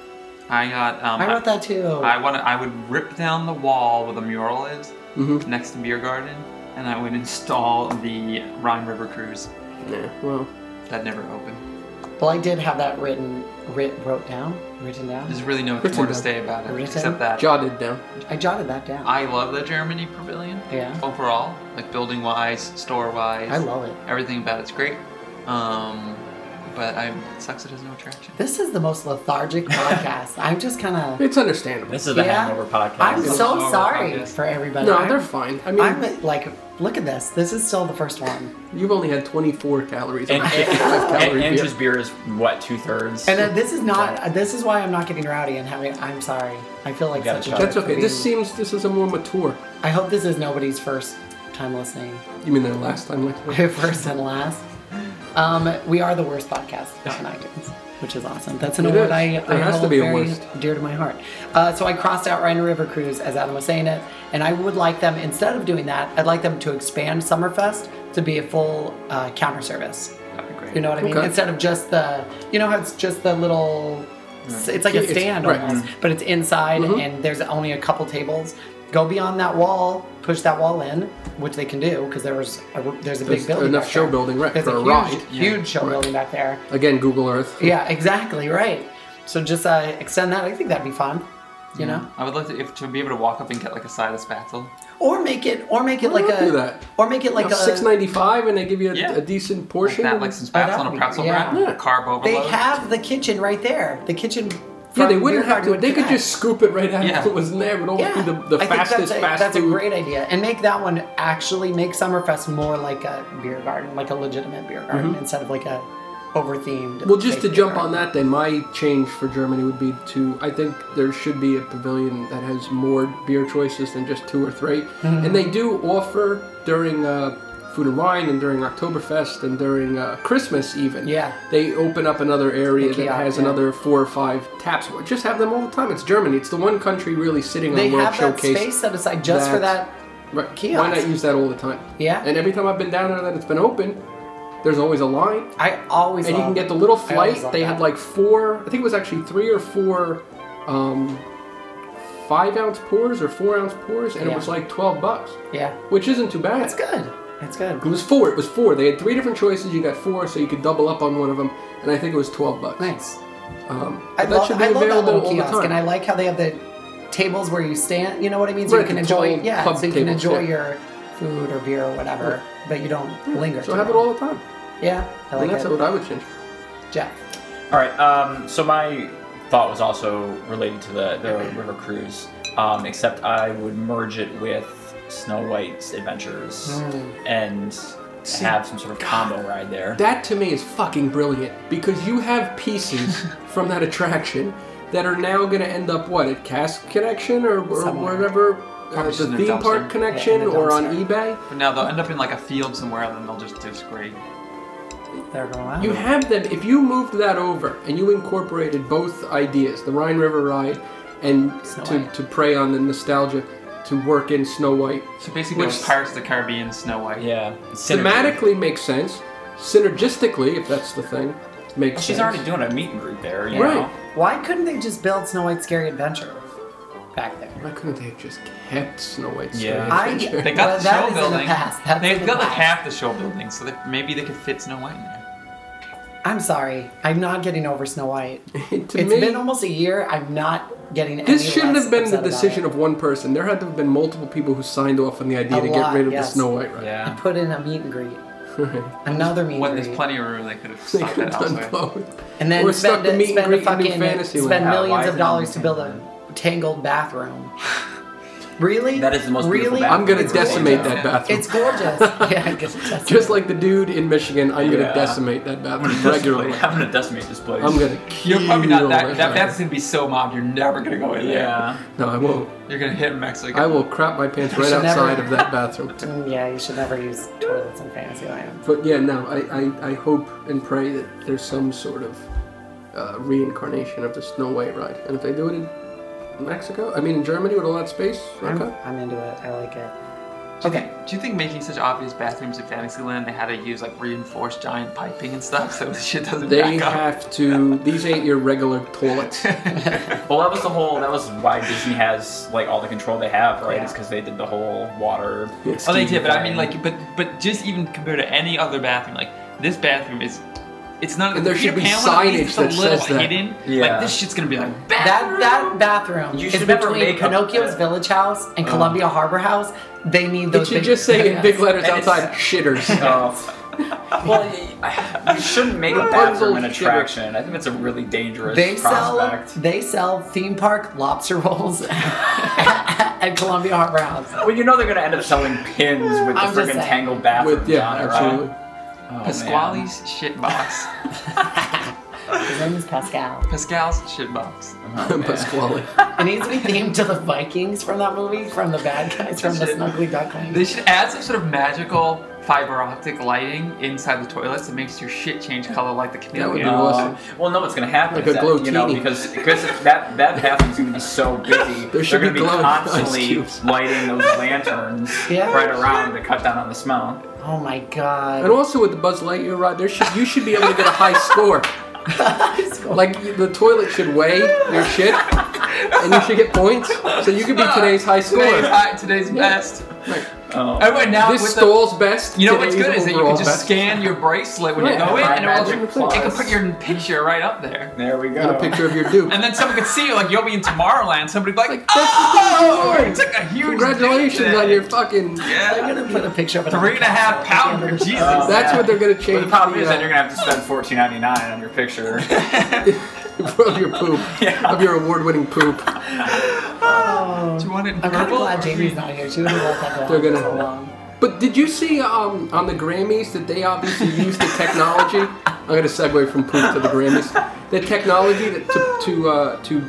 B: I got. Um,
A: I wrote that too.
B: I want to. I would rip down the wall where the mural is
F: Mm-hmm.
B: next to beer garden, and I would install the Rhine River cruise
F: Yeah. Well,
B: that never opened.
A: well, I did have that written, writ, wrote down, written down.
B: There's really no
F: Written
B: more to
F: down.
B: say about it
A: Written.
B: except that
F: jotted down.
A: I jotted that down.
B: I love the Germany Pavilion.
A: Yeah.
B: Overall, like building wise, store wise,
A: I love it.
B: everything about it's great. Um, but I it sucks it has no attraction.
A: This is the most lethargic podcast. I'm just kind of.
F: It's understandable.
D: This is the
A: Yeah.
D: hangover podcast.
A: I'm
B: is
A: so
B: over
A: sorry
B: podcast.
A: for everybody.
F: No,
A: I'm-
F: they're fine. I mean,
A: I'm like, look at this. This is still the first one.
F: you've only had 24 calories.
D: and,
F: on a 55
D: and, and
F: calorie
D: Andrew's
F: beer.
D: beer is what two thirds.
A: And uh, this is not. uh, this is why I'm not getting rowdy and having. I'm sorry. I feel like
D: You gotta
A: such a.
D: try.
A: jerk
F: That's
A: for
F: okay. This
A: being-
F: seems this is a more mature.
A: I hope this is nobody's first time listening.
F: You mean their last time? Like,
A: first and last. Um, we are the worst podcast on iTunes, which is awesome. That's an
F: It
A: award
F: is.
A: I,
F: There
A: I
F: has to
A: hold
F: be a
A: very
F: worst.
A: dear to my heart. Uh, so I crossed out Rhino River Cruise, as Adam was saying it, and I would like them, instead of doing that, I'd like them to expand Summerfest to be a full uh, counter service.
B: That'd be great.
A: You know what I mean?
F: Okay.
A: Instead of just the, you know how it's just the little, it's, it's like a
F: It's-
A: stand
F: right.
A: almost, but it's inside
F: Mhm.
A: and there's only a couple tables. Go beyond that wall, push that wall in, which they can do because there was a, there's a big
F: There's
A: building.
F: enough
A: back
F: show
A: there.
F: building, right,
A: There's a
F: for a
A: huge,
F: ride.
A: huge show building back there.
F: again, Google Earth.
A: Yeah, exactly right. So just uh, extend that. I think that'd be fun. You know,
B: I would love to if to be able to walk up and get like a side of spatzel.
A: or make it, or make it
F: Why
A: like
F: not
A: a,
F: do that?
A: or make it like a
F: six ninety five, and they give you a,
B: Yeah.
F: a decent
B: Like
F: portion.
B: that, like some
A: that'd
B: spatzel and
A: be-
B: a pretzel
A: yeah.
B: wrap,
F: Yeah.
B: a carb
A: They
B: overload.
A: have the kitchen right there. The kitchen.
F: yeah,
A: from
F: they wouldn't
A: beer
F: have
A: garden
F: to.
A: would
F: They could
A: connect.
F: just scoop it right out
B: Yeah.
F: if it was there. It would always
A: Yeah,
F: be the, the
A: I think
F: fastest
A: that's a,
F: fast
A: That's
F: food.
A: a great idea, and make that one actually make Summerfest more like a beer garden, like a legitimate beer garden, instead of like a over themed.
F: Mm-hmm. Well, just to jump on that, then my change for Germany would be to I think there should be a pavilion that has more beer choices than just two or 3
A: Mm-hmm.
F: and they do offer during uh, food and wine and during Oktoberfest and during uh, Christmas even.
A: Yeah.
F: they open up another area
A: The
F: that
A: kiosk,
F: has
A: yeah.
F: another four or five taps. Just have them all the time. It's Germany. It's the one country really sitting
A: They
F: on World
A: have that
F: Showcase.
A: space set aside just for
F: that-
A: that.
F: Right. Why
A: Kiosk.
F: not use that all the time?
A: Yeah.
F: And every time I've been down there that it's been open, there's always a line.
A: I always
F: And you can
A: love-
F: get the little
A: I always
F: flight.
A: love
F: They
A: that.
F: had like four, I think it was actually three or four um, five ounce pours or four ounce pours, and
A: Yeah.
F: it was like 12 bucks,
A: yeah,
F: which isn't too bad.
A: it's good. It's good.
F: It was four. It was four. They had three different choices. You got four, so you could double up on one of them, and I think it was 12 bucks.
A: Nice.
F: Um,
A: I
F: but
A: love, I love that little
F: all the
A: kiosk,
F: time.
A: and I like how they have the tables where you stand. You know what I mean? So
F: Right,
A: you can
F: the
A: enjoy,
F: tall
A: yeah,
F: pub
A: so you can
F: tables,
A: enjoy
F: yeah.
A: your food or beer or whatever, but you don't linger.
F: so
A: too
F: have it
A: long.
F: all the time.
A: Yeah, I like
F: and that's
A: it.
F: what I would change.
A: Jeff.
D: All right. Um, so my thought was also related to the, the river cruise, um, except I would merge it with Snow White's Adventures
A: Hmm.
D: and have some sort of combo ride there.
F: That to me is fucking brilliant because you have pieces from that attraction that are now going to end up what at Cask Connection or, or
A: Somewhere.
F: whatever uh,
B: Probably just
F: the
B: in a
F: theme
B: dumpster.
F: park connection
A: Yeah, in a
F: or on
A: dumpster.
F: eBay.
B: But now they'll end up in like a field somewhere, and then they'll just disagree.
A: They're going out.
F: You have them if you moved that over and you incorporated both ideas, the Rhine River ride and
A: Snow
F: to,
A: White.
F: to prey on the nostalgia to work in Snow White.
B: So basically,
F: Which-
B: those Pirates of the Caribbean, Snow White.
D: Yeah. synergy.
F: Thematically makes sense, synergistically if that's the thing makes
D: Well, she's
F: sense.
D: already doing a meet and greet there. You
F: Right.
D: Know?
A: Why couldn't they just build Snow White's Scary Adventure back there?
F: Why couldn't they have just kept Snow White's
D: Yeah.
F: story?
A: I
B: They got
A: well,
B: the
A: that
B: show
A: is
B: building.
A: in the past. That's in
B: They've
A: the
B: got like
A: past.
B: half the show building, so that maybe they could fit Snow White in there.
A: I'm sorry. I'm not getting over Snow White.
F: To
A: It's
F: me-
A: been almost a year. I'm not getting.
F: This
A: any
F: shouldn't
A: less
F: have been
A: upset
F: the
A: about
F: decision
A: it.
F: of one person. There had to have been multiple people who signed off on the idea
A: A
F: to
A: lot,
F: get rid of
A: yes.
F: the Snow White ride.
A: I
D: Yeah.
A: put in a meet and greet, another meet
B: When
A: and
B: there's
A: greet,
B: plenty of room, they could have
F: they
B: stopped
F: could
B: that
F: have done
B: elsewhere.
F: both.
A: and then
F: Or stuck
A: spend
F: the meet and
A: spend
F: great
A: a
F: in New
A: fucking
F: Fantasyland.
A: spend
F: Yeah,
D: why
A: millions
D: is
A: of
D: it on
A: dollars
D: the
A: to build a tangled bathroom. really?
D: That is the most beautiful
A: really.
D: bathroom.
F: I'm gonna
D: It's
F: decimate
D: gorgeous.
F: that bathroom.
A: It's gorgeous. yeah, I guess that's
F: Just like the dude in Michigan, I'm
D: Yeah.
F: gonna decimate that bathroom
D: Regularly.
F: regularly.
D: I'm gonna decimate this place.
F: I'm gonna.
B: You're probably
F: kill
B: not that.
F: bathroom.
B: That that's gonna be so mobbed. You're never gonna go in there.
D: Yeah.
F: No, I won't.
B: You're gonna hit Mexico.
F: I will crap my pants right
A: should never-
F: outside of that bathroom.
A: Mm, Yeah, you should never use toilets in Fantasyland.
F: But yeah, no, I, I, I hope and pray that there's some sort of uh, reincarnation of the Snow White ride. And if they do it in Mexico? I mean, in Germany with all that space?
A: I'm,
F: Okay.
A: I'm into it. I like it.
B: Okay. Do you think making such obvious bathrooms in Fantasyland, they had to use like reinforced giant piping and stuff so the shit doesn't
F: They
B: back up?
F: have to. These ain't your regular toilets.
D: Well, that was the whole. That was why Disney has like all the control they have, right?
A: Yeah.
D: It's because they did the whole water.
B: Oh, they did, but I mean, like, but but just even compared to any other bathroom, like this bathroom is, it's not.
F: And there should be signage
B: it's a
F: that
B: little
F: says that.
B: hidden.
D: Yeah.
B: Like this shit's gonna be like
A: That
B: bathroom.
A: that bathroom
D: You
A: is
D: should never
A: between
D: make a- Uh-huh.
A: Pinocchio's Village House and Columbia Harbor House. They need
F: It
A: those.
F: should
A: big-
F: just say in big letters
D: And it's-
F: outside, shitters.
D: Oh. well, y- you shouldn't make a bathroom an
F: Rapunzel shiver.
D: attraction. I think that's a really dangerous
A: They sell
D: prospect.
A: they sell theme park lobster rolls at Columbia Harbor House.
D: Well, you know they're gonna end up selling pins with the
A: I'm just
D: freaking
A: saying.
D: tangled bathroom.
F: With yeah,
D: on it, right?
F: absolutely.
D: Oh, man.
B: Pasquale's shit box.
A: His name is Pascal.
B: Pascal's shit box.
D: Oh, man.
F: Pasquale.
A: It needs to be themed to the Vikings from that movie, from the bad guys, from the Snuggly Duckling.
B: They should add some sort of magical fiber optic lighting inside the toilets that makes your shit change color like the
F: That would be
B: chameleon.
F: awesome.
D: uh, Well, no, what's gonna happen?
F: Like
D: is
F: a
D: that, you know,
F: glowtini.
D: because because that that bathroom's gonna be so busy.
F: There should
D: they're
F: be
D: gonna
F: glowing ice
D: constantly
F: cubes.
D: lighting those lanterns
A: Yeah.
D: right around to cut down on the smell.
A: Oh my
F: And
A: god.
F: also with the Buzz Lightyear rod, there should you should be able to get a high score. Like you- the toilet should weigh your shit, and you should get points. So you could be today's high score.
B: Today's, high, today's best.
F: Like,
D: Oh.
B: And right now
F: this
B: with the,
F: store's best.
B: you know what's
F: today's
B: good is that you can
F: overall
B: just
F: best.
B: scan your bracelet when you
F: Yeah.
B: go in,
D: My
B: and it'll,
D: magic
B: it can
D: plus.
B: put your picture right up there.
D: There we go.
F: and a picture of your Duke.
B: And then someone could see you, like you'll be in Tomorrowland. Somebody would be like,
F: Like, that's the thing I'm
B: "Oh,
F: doing."
B: it's like a huge
F: Congratulations
B: dick
F: on your
B: there."
F: fucking.
A: They're
B: yeah,
A: gonna put a picture of it. on
B: three and a
A: the
B: half
A: castle.
B: pounder. Jesus,
D: Oh,
F: That's
D: yeah.
F: what they're gonna change.
D: Well, the problem is
F: uh,
D: that you're gonna have to spend fourteen ninety nine on your picture.
F: of your poop,
D: Yeah.
F: of your award-winning poop.
A: Oh.
B: do you want it in
A: I'm
B: purple?
A: kind of glad
B: or
A: Jamie's
B: green?
A: not here. She was that
F: They're gonna-
A: so long.
F: But did you see um, on the Grammys that they obviously used the technology? I'm gonna segue from poop to the Grammys. The technology that to to, uh, to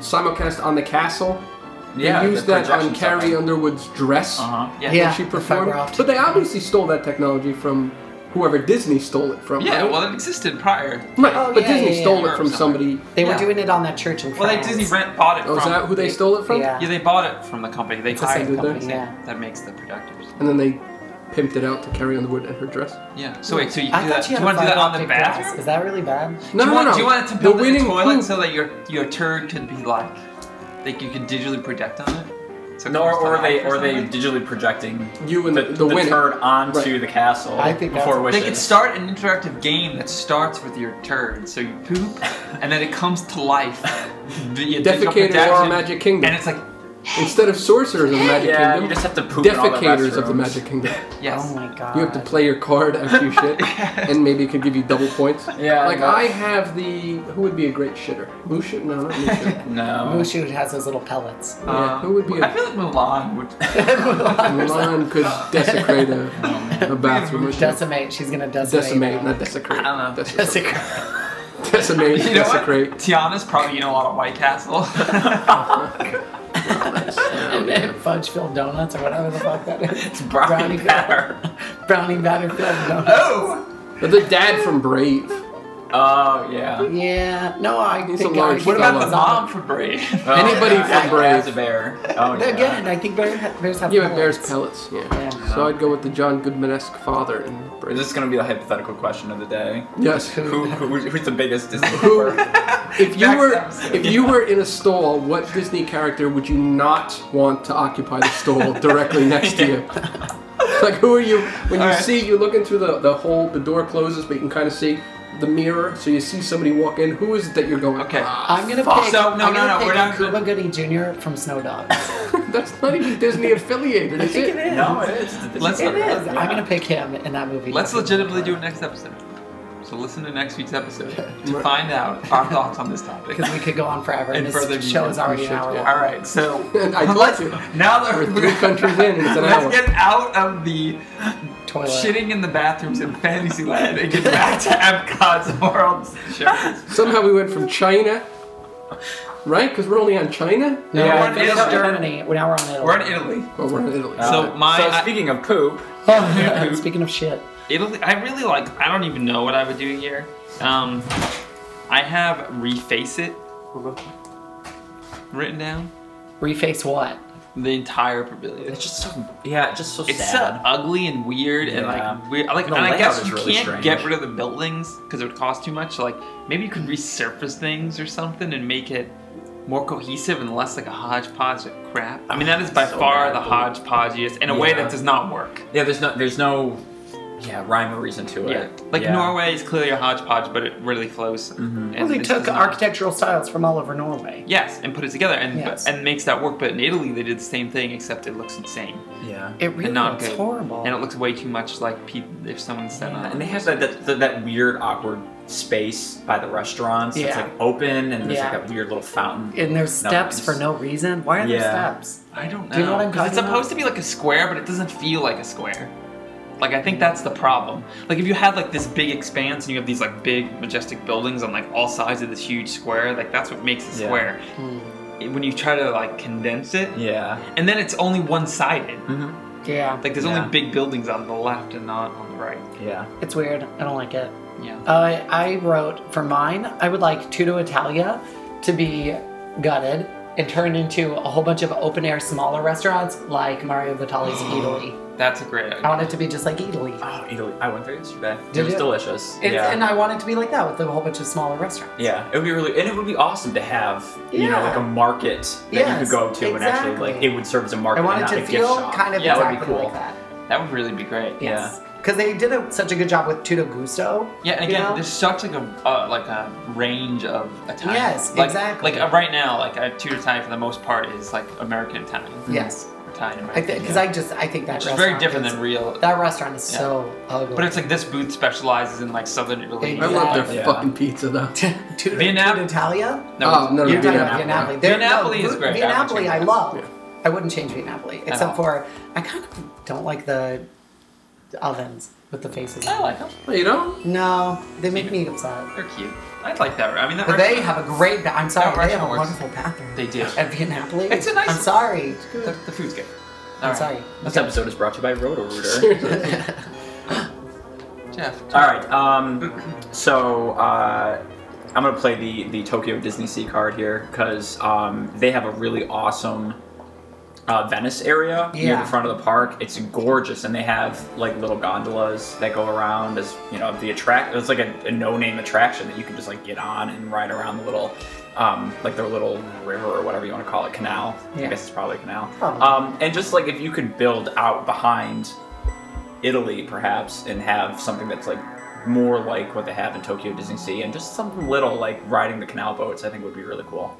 F: simulcast on the castle.
D: yeah,
F: they used that on Carrie Underwood's dress
D: Uh huh.
B: Uh-huh. Yeah.
A: Yeah.
F: that she
A: the
F: performed.
A: fiber optic.
F: But they obviously stole that technology from whoever Disney stole it from.
B: Yeah,
F: right?
B: well, it existed prior.
F: right.
A: Oh,
F: but
A: yeah,
F: Disney
A: yeah, yeah.
F: stole it from somebody.
A: They were
B: Yeah.
A: doing it on that church in
B: Well, like
A: France.
B: Disney rent bought it
F: Oh, is
B: from.
F: that who they stole it from?
A: Yeah.
B: Yeah, they bought it from the company. They
A: the
B: hired
A: same
B: the company
A: company,
B: that-
A: yeah.
B: that makes the productors.
F: And then they pimped it out to Carrie Underwood and her dress.
B: Yeah. So wait, so you
A: I thought
B: do that?
A: she
B: Do
A: had
B: you
A: a
B: want to do that on the
A: fiber optic glass.
B: bathroom?
A: Is that really bad?
F: No,
B: do
F: no,
B: you want,
F: no.
B: Do you want it to
F: The
B: build in the
F: winning
B: toilet
F: poop-
B: so that your your turd could be like, like you can digitally project on it? So it
D: No, or,
B: comes to
D: or
B: life
D: they or they
B: something?
D: digitally projecting
F: You and
D: the,
F: the, the, winner.
D: turd onto
F: Right.
D: the castle
A: I think
D: before
A: that's-
D: wishes.
B: They could start an interactive game that starts with your turd. So you poop, and then it comes to life via digital
F: Defecators of our
B: projection,
F: Magic Kingdom.
B: And it's like,
F: Instead of sorcerers of the Magic
D: yeah,
F: Kingdom,
D: you just have to poop in all the
F: defecators of the
D: restrooms.
F: Magic Kingdom.
B: yes.
A: Oh my god.
F: You have to play your card after you shit, and maybe it could give you double points.
D: Yeah,
F: Like
D: no.
F: I have the who would be a great shitter? Mushu? No, not Mushu.
D: No.
A: Mushu has those little pellets.
F: Yeah, who would be
B: Uh, I
F: a
B: feel like Mulan would.
F: Milan could desecrate a, a bathroom or something.
A: decimate. She's gonna decimate.
F: Decimate, not desecrate.
B: I don't know.
F: Desecrate.
A: Desecrate.
F: Decimate,
B: You know what?
F: desecrate.
B: Tiana's probably eating a lot of White Castle.
A: And then fudge filled donuts or whatever the fuck that is. It's
D: Brownie batter.
A: Brownie batter filled donuts.
B: oh!
F: But the dad from Brave.
D: Oh yeah.
A: Yeah. No, I
F: He's a
A: think
F: large
A: I,
B: What about the
F: Fellow.
B: mom for Brave?
D: Oh,
F: Anybody
D: yeah.
F: from Brave.
D: As a bear. Oh yeah.
A: Again, I think bear ha- bears have
F: Yeah, but bears
A: pellets.
F: pellets. Yeah.
A: Yeah.
F: So I'd go with the John Goodman-esque father in
D: Is
F: Brave.
D: this gonna be the hypothetical question of the day?
F: yes.
D: Who, who who's the biggest Disney?
F: Who- if you
B: Next
F: were
B: episode.
F: if you were in a stall, what Disney character would you not want to occupy the stall directly next to you? like who are you when you
B: Alright.
F: see you looking through the, the hole the door closes but you can kind of see the mirror so you see somebody walk in who is it that you're going
B: Okay.
F: "Ah,
A: I'm gonna
B: Fuck.
A: pick.
B: So, no,
A: I'm
B: no,
A: gonna
B: no,
A: pick
B: we're not
A: Cuba
B: good.
A: Gooding Jr. from Snow Dogs.
F: that's not even Disney affiliated is it,
D: No, it is. the Disney
B: Let's-
A: It
D: character.
A: is. I'm gonna pick him in that movie.
B: Let's legitimately do a next episode. So listen to next week's episode to
F: Right.
B: find out our thoughts on this topic.
A: because we could go on forever.
B: And
A: And,
B: further
A: this show is already an
F: should,
A: hour
F: yeah.
A: long.
B: All right, so
F: And I told
B: let's
F: you.
B: now that
F: We're three countries in, it's an
B: let's
F: hour.
B: get out of the
A: Toilet.
B: shitting in the bathrooms in Fantasyland and get back to Epcot's World Showcase.
F: somehow we went from China right because we're only on China
A: No, yeah,
D: Yeah, I
A: we're
D: think
A: in
D: so.
A: Germany. We're now we're on Italy.
B: We're in Italy.
F: but we're in Italy
B: So
D: Uh,
B: my-
D: so
B: I-
D: speaking of poop,
A: Oh, Speaking of shit,
B: Italy. I really like. I don't even know what I would do here. Um, I have reface it. written down?
A: Reface what?
B: The entire pavilion.
D: It's just so yeah, it's just so
B: It's so
D: sad.
B: ugly and weird and
D: Yeah.
B: like weird. Like,
D: The
B: and I
D: layout
B: guess
D: is
B: you
D: really
B: can't
D: strange.
B: get rid of the buildings because it would cost too much. So like maybe you could resurface things or something and make it more cohesive and less like a hodgepodge of crap. I mean that is by
D: So
B: far
D: bad.
B: the hodgepodgeiest in a way
D: Yeah.
B: that does not work.
D: yeah, there's no there's no yeah rhyme or reason to it.
B: Yeah, like Norway is clearly a hodgepodge, but it really flows. and
A: Well, they
B: it's
A: took
B: just not-
A: architectural styles from all over Norway.
B: Yes, and put it together and
A: Yes.
B: and makes that work. But in Italy, they did the same thing, except it looks insane
D: Yeah.
A: It really
B: and not
A: looks
B: good.
A: horrible.
B: And it looks way too much like pe- if someone uh, sent
D: Yeah,
B: on.
D: and they have that that, that that weird awkward space by the restaurants. It's
A: Yeah.
D: like open and there's
A: Yeah.
D: like that weird little fountain.
A: and there's steps
D: Nothing's-
A: for no reason. Why are there
D: Yeah.
A: steps?
B: I don't know.
A: Do you know what I'm
B: 'cause it's
A: talking
B: supposed to be like a square, but it doesn't feel like a square. Like I think that's the problem. Like if you had like this big expanse and you have these like big majestic buildings on like all sides of this huge square, like that's what makes a
D: Yeah.
B: square.
A: Hmm.
B: When you try to like condense it,
D: Yeah.
B: and then it's only one-sided.
D: Mm-hmm.
A: Yeah,
B: Like there's
D: Yeah.
B: only big buildings on the left and not on the right. Uh,
D: Yeah.
A: it's weird. I don't like it.
B: Yeah.
A: I I wrote for mine. I would like Tutto Italia to be gutted and turned into a whole bunch of open air smaller restaurants like Mario Batali's Italy.
B: That's a great uh,
A: I
B: idea.
A: want it to be just like Italy.
D: Oh, Italy. I went there yesterday.
A: Did
D: it was
A: you?
D: delicious.
A: It's,
D: yeah.
A: And I want it to be like that with a whole bunch of smaller restaurants.
D: yeah, it would be really, and it would be awesome to have, you know,
A: Yeah.
D: like a market that you
A: Yes,
D: could go to and actually, like,
A: exactly.
D: it would serve as a
A: I
D: market
A: want
D: and
A: it
D: not
A: to
D: a gift
A: feel
D: shop.
A: kind of
B: Yeah, that would
A: exactly
D: be cool.
A: like that.
B: That would really be great. Yeah.
A: Yes. Because they did a, such a good job with Tutto Gusto.
B: Yeah, and
A: you
B: again,
A: know?
B: there's such like a uh, like a range of Italian.
A: Yes,
B: like,
A: exactly.
B: Like uh, right now, like uh, Tudor Italian for the most part is like American Italian.
A: Yes.
B: Italian American.
A: I think because I just I think that
B: Which is
A: restaurant
B: very different
A: is,
B: than real.
A: that restaurant is
B: Yeah.
A: so ugly.
B: But it's like this booth specializes in like southern Italy.
F: I love their
D: Yeah.
F: fucking pizza though.
A: Tutto
B: Viennap-
A: Tutto Italia.
B: No,
F: oh, no,
A: You're
F: no,
A: talking
F: no,
A: about Viennapoli.
D: Viennapoli.
A: There- no,
B: Viennapoli is
A: Vu-
B: great. I would
A: Viennapoli,
B: change
A: I
B: it.
A: love.
F: Yeah.
A: I wouldn't change Viennapoli,
B: all.
A: except for I kind of don't like the ovens with the faces.
B: I like them.
F: No, you don't?
A: No, they make me upset.
B: They're cute. I'd like that. I mean, that
A: But they
B: restaurant-
A: have a great. Ba- I'm sorry,
B: That
A: they have a
B: restaurant works.
A: wonderful bathroom.
B: They do.
A: At Viennapoli,
B: It's a nice-
A: I'm sorry.
B: the, the food's good.
A: I'm
B: All right.
A: sorry.
D: This episode is brought to you by Roto Rooter.
B: Jeff.
D: All right. Um, so uh, I'm gonna play the the Tokyo Disney Sea card here because um, they have a really awesome uh, Venice area near
A: Yeah.
D: the front of the park. It's gorgeous, and they have like little gondolas that go around as you know the attract. It's like a, a no name attraction that you can just like get on and ride around the little. Um, like their little river or whatever you want to call it, canal. I
A: Yeah.
D: guess it's probably a canal.
A: Probably.
D: Um, and just like if you could build out behind Italy, perhaps, and have something that's like more like what they have in Tokyo Disney Sea, and just something little like riding the canal boats. I think would be really cool.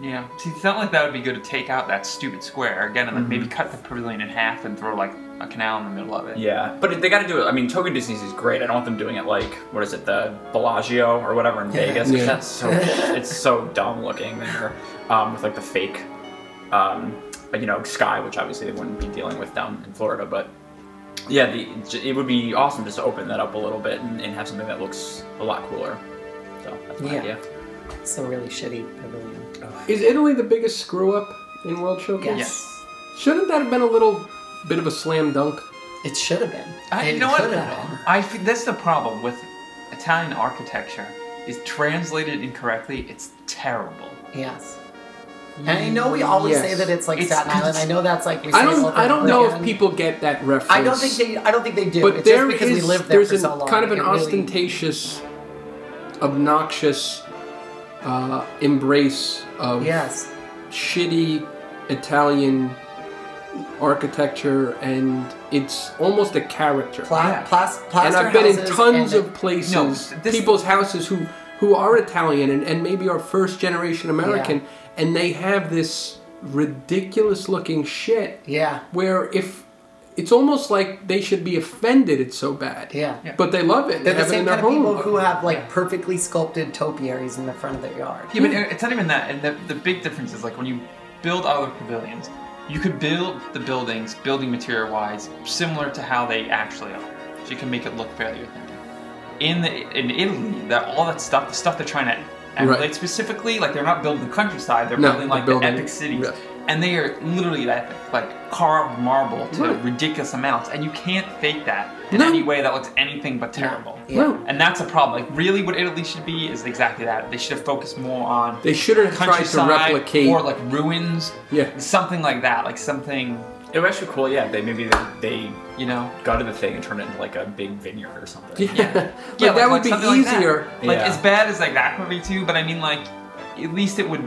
B: Yeah. See, it sounded like that would be good to take out that stupid square again and like maybe cut the pavilion in half and throw like a canal in the middle of it.
D: Yeah, but they got to do it. I mean, Tokyo Disney Sea is great. I don't want them doing it like what is it, the Bellagio or whatever in Vegas. 'cause
F: Yeah.
D: That's so it's so dumb looking there um, with like the fake, um, you know, sky, which obviously they wouldn't be dealing with down in Florida, but. Yeah, the, j- it would be awesome just to open that up a little bit and, and have something that looks a lot cooler. So that's my
A: Yeah.
D: idea.
A: It's a really shitty pavilion.
F: Is Italy the biggest screw up in World Showcase?
A: Yes.
F: Shouldn't that have been a little bit of a slam dunk?
A: It should have been.
B: I,
A: It
B: you know what?
A: should have been.
B: I f- that's the problem with Italian architecture is translated incorrectly. It's terrible.
A: Yes. And I know we always
F: Yes.
A: say that it's like
B: It's-
A: Staten Island. I know that's like we say
F: I
A: it
F: don't.
A: over
F: I don't
A: and
F: know
A: again.
F: if people get that reference.
A: I don't think they. I don't think they do.
F: But
A: it's
F: there
A: just because
F: is-
A: we lived there
F: there's
A: for
F: an-
A: so long.
F: kind of an
A: it really-
F: ostentatious, obnoxious uh, embrace of
A: Yes.
F: shitty Italian architecture, and it's almost a character.
A: Pla-
B: Yeah.
A: plas-
F: and
A: plaster
F: I've been in
A: houses
F: tons
A: and-
F: of places,
B: No, this-
F: people's houses who who are Italian and, and maybe are first generation American, and they have this ridiculous looking shit
A: Yeah.
F: where if it's almost like they should be offended it's so bad.
A: Yeah. Yeah.
F: But they love it. and
A: They're
F: they
A: the
F: have it in
A: same
F: their
A: kind of people
F: home.
A: who have like perfectly sculpted topiaries in the front of their yard.
B: Yeah, but it- it's not even that. And the, the big difference is like when you build other pavilions, you could build the buildings, building material wise, similar to how they actually are. So you can make it look fairly authentic. In the, in Italy, that all that stuff, the stuff they're trying to emulate
F: Right.
B: specifically, like they're not building the countryside, they're
F: No,
B: building
F: they're
B: like
F: building-
B: the epic cities.
F: yeah.
B: and they are literally that thick, like carved marble to ridiculous amounts, and you can't fake that in
F: No.
B: any way that looks anything but terrible.
F: No.
B: And that's a problem. Like, really, what Italy should be is exactly that. They should have focused more on
F: They shouldn't have tried to
B: countryside
F: replicate.
B: or like ruins,
F: Yeah.
B: something like that, like something
D: It was actually cool, yeah. They maybe they, they
B: you know.
D: gutted the thing and turned it into like a big vineyard or something.
F: yeah. Like, that would be
B: something like that.
F: easier.
B: Like,
D: Yeah.
B: as bad as like that movie too, but I mean like at least it would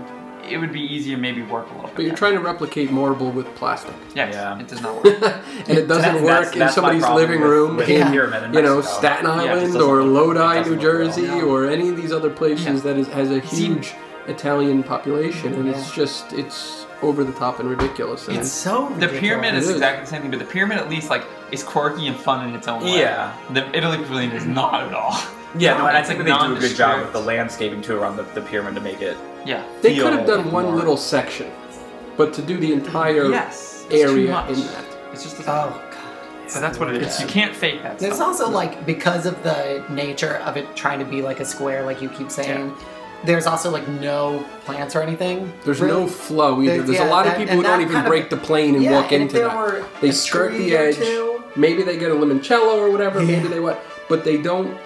B: it would be easier maybe work a little bit.
F: But you're
B: better.
F: trying to replicate marble with plastic,
B: Yes,
D: Yeah.
B: it does not work.
F: and it doesn't
D: That's-
F: work
D: that's-
F: in
D: that's my
F: somebody's
D: problem
F: living
D: with-
F: room
D: with
F: in,
D: Pyramid in
F: you know,
D: Mexico.
F: Staten
D: Yeah, it just
F: Island
D: doesn't
F: or
D: look- it
F: Lodi,
D: doesn't look
F: New
D: well.
F: Jersey, or any of these other places
B: Yeah.
F: that is, has a
B: See-
F: huge Italian population, and it's just it's over the top and ridiculous. And
B: It's
A: so
B: The pyramid
F: It
B: is
F: is.
B: exactly the same thing, but the pyramid at least like is quirky and fun in its own way.
D: Yeah.
B: the Italy Pavilion is not at all.
D: Yeah, no, and I
B: It's,
D: think
B: like,
D: they do a good job
B: nondescript.
D: with the landscaping too around the, the pyramid to make it.
B: Yeah.
F: they could have
D: feel
F: done one
D: more-
F: little section, but to do the entire
B: Yes. It's too
F: area
B: much.
F: in Uh, that.
B: It's just. A,
A: Oh god.
B: so that's what it is. You can't fake that.
A: It's
B: stuff.
A: also like because of the nature of it trying to be like a square, like you keep saying. There's also like no plants or anything.
F: There's
A: Really-
F: no flow either.
A: There-
F: There's
A: yeah,
F: a lot
A: that-
F: of people
A: and
F: who don't
A: that
F: even
A: kind of-
F: break the plane and
A: Yeah,
F: walk
A: and if
F: into
A: there were
F: that. They
A: a
F: skirt
A: tree
F: the
A: or
F: edge.
A: two-
F: Maybe they get a limoncello or whatever. Maybe
A: Yeah.
F: they what, but they don't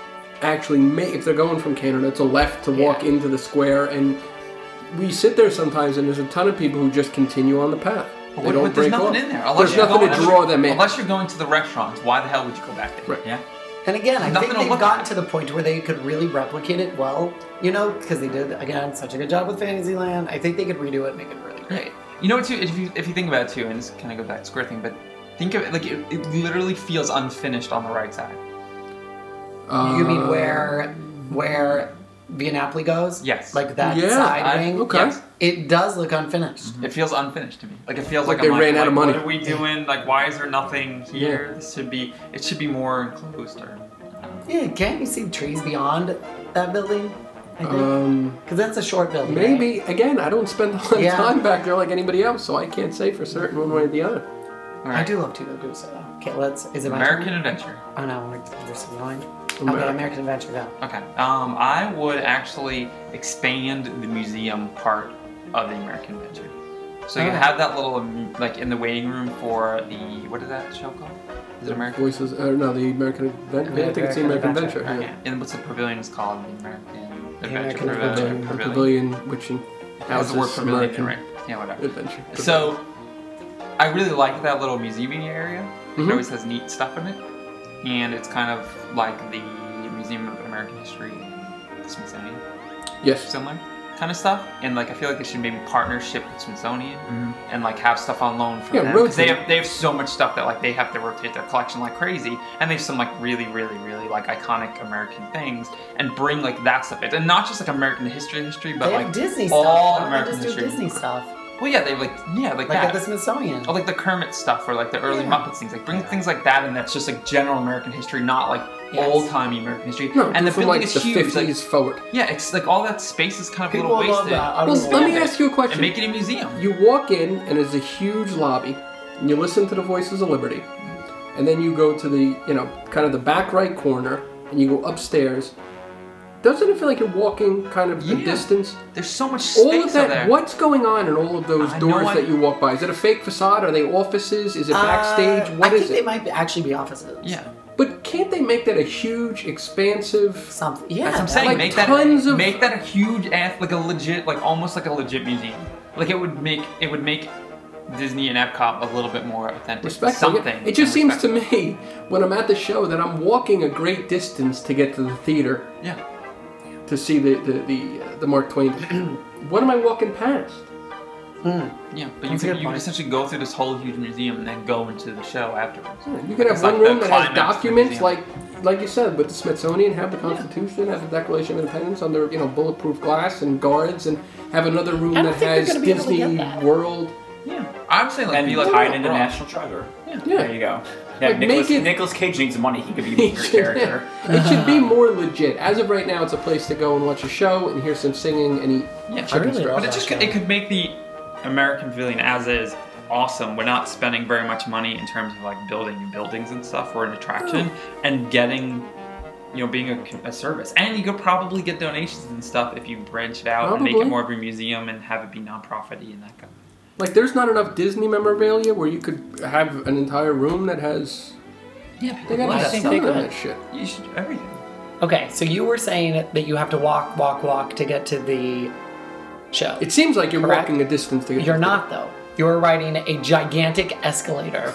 F: actually make. If they're going from Canada, it's a left to walk
A: Yeah.
F: into the square, and we sit there sometimes, and there's a ton of people who just continue on the path.
B: But
F: they
B: what-
F: don't
B: but
F: break
B: there's nothing
F: off.
B: in there.
F: There's
B: you're
F: nothing to
B: going-
F: draw them in.
B: Unless you're going to the restaurants, why the hell would you go back there?
F: Right.
D: Yeah.
A: And again, I
B: Nothing to
A: think
B: look
A: they've gotten
B: at.
A: to the point where they could really replicate it well, you know, because they did again such a good job with Fantasyland. I think they could redo it and make it really great.
B: You know what? Too, if you if you think about it too, and this kind of goes back to square thing, but think of it like it, it literally feels unfinished on the right side.
F: Mm-hmm.
A: you
F: Uh,
A: mean where where Via Napoli goes?
B: Yes.
A: Like that
F: Yeah,
A: side
B: I-
A: wing.
F: okay.
B: Yes.
A: It does look unfinished.
B: It feels unfinished to me. Like it feels
F: Like
B: like,
F: they
B: I'm
F: ran out of
B: like,
F: money.
B: What are we doing? Like why is there nothing here? This should be. It should be more enclosed. Or Mm-hmm.
A: Yeah, can't you see trees beyond that building? I think.
F: Um,
A: Because that's a short building. right?
F: maybe again. I don't spend a lot of
A: Yeah.
F: time back there like anybody else, so I can't say for certain one way or the other.
A: I do love Tito Gusa though. Okay, let's. Is it my turn?
B: American Adventure.
A: Oh no, we're, we're still going. Okay,
F: American.
A: American Adventure go.
B: Okay. Um, I would actually expand the museum part of the American Adventure. So you
A: Oh.
B: have that little um, like in the waiting room for the what is that show called? Is it American?
F: Voices, uh, no, the American Adventure. I think it's
A: American
F: the American
A: Adventure.
F: Adventure. yeah.
B: Okay. And what's the pavilion is called? The American Adventure
A: American Adventure
B: Pavilion.
F: Pavilion, the
B: Pavilion.
F: pavilion, which in-
B: That was
F: houses
B: the word pavilion,
F: American
B: right? Yeah, whatever.
F: Adventure.
B: So, I really like that little museum area.
F: Mhm.
B: It always has neat stuff in it, and it's kind of like the Museum of American History, the Smithsonian,
F: yes,
B: similar kind of stuff. And like, I feel like they should maybe partnership with Smithsonian
A: Mm-hmm.
D: Mhm.
B: and like have stuff on loan from
F: Yeah,
B: them 'cause they
F: rotate.
B: have they have so much stuff that like they have to rotate their collection like crazy, and they have some like really really really like iconic American things, and bring like that stuff in, and not just like American history history, but
A: they
B: like
A: have Disney stuff.
B: all
A: Why don't they
B: American
A: just do
B: history.
A: Disney stuff?
B: Well, yeah, they like yeah like,
A: Like
B: that.
A: at the Smithsonian.
B: Oh, like the Kermit stuff or like the early
A: Yeah.
B: Muppets things. Like bring things like that, and that's just like general American history, not like
A: Yes.
B: old timey American history.
F: no,
B: and the
F: from
B: building
F: like
B: is
F: the
B: huge. like-
F: 50s forward.
B: yeah, it's like all that space is kind of
A: People
B: a little
A: love
B: wasted.
A: that. I
F: Well,
A: don't know
F: let me
A: why.
F: ask you a
B: And
F: question.
B: make it a museum.
F: You walk in, and it's a huge lobby, and you listen to the Voices of Liberty, and then you go to the, you know, kind of the back right corner, and you go upstairs. Doesn't it feel like you're walking kind of a
B: Yeah.
F: distance?
B: There's so much space
F: All of
B: up
F: that.
B: there.
F: What's going on in all of those
B: I know
F: doors
B: I-
F: that you walk by? Is it a fake facade? Are they offices? Is it backstage?
A: Uh,
F: What
A: I
F: is
A: think
F: it?
A: they might be- actually be offices.
B: Yeah,
F: But can't they make that a huge, expansive?
A: Something. Yeah.
B: that's what I'm
A: that-
B: saying.
F: like
B: make that
F: tons of-
B: make that a huge ass, like a legit, like almost like a legit museum. Like it would make it would make Disney and Epcot a little bit more authentic.
F: Respectful.
B: Something.
F: It just seems to
B: respectful.
F: me when I'm at the show that I'm walking a great distance to get to the theater
B: Yeah.
F: to see the the the, uh, the Mark Twain. what am I walking past?
B: Yeah, but you
A: That's a
B: could,
A: good
B: you could
A: point.
B: essentially go through this whole huge museum and then go into the show afterwards.
F: You could have
B: It's
F: one
B: like the
F: room that has
B: climax of the
F: documents
B: museum.
F: like like you said with the Smithsonian, have the Constitution, have the Declaration of Independence under you know bulletproof glass and guards, and have another room
A: I don't
F: that
A: think they're
F: has
A: gonna be able to get
F: Disney
A: that.
F: World.
B: Yeah, I'm saying like
D: And
B: be
D: you
B: like
D: tied into
B: overall.
D: National Treasure. There
F: Yeah.
D: you go. Yeah,
F: Like, make
D: Nicholas,
F: it-
D: Nicholas Cage needs money. He could be a major character.
F: it should be more legit. As of right now, it's a place to go and watch a show and hear some singing and eat.
B: Yeah,
A: I really
F: straws.
A: love
B: but it
A: that
B: just
A: show.
B: could, it could make the American Pavilion as is awesome. We're not spending very much money in terms of like building new buildings and stuff or an attraction and getting. You know, being a, c- a service, and you could probably get donations and stuff if you branch it out and make
F: Probably.
B: it more of a museum and have it be non-profity and that kind. Of.
F: Like, there's not enough Disney memorabilia where you could have an entire room that has.
B: Yeah, people
F: They got
A: Well,
F: a
A: I
B: love
A: think
F: ton
A: they
F: of
A: could.
F: that shit.
B: it. You should everything.
A: Okay, so you were saying that you have to walk, walk, walk to get to the show.
F: It seems like you're
A: Correct.
F: walking a distance to get.
A: You're not though. You're riding a gigantic escalator.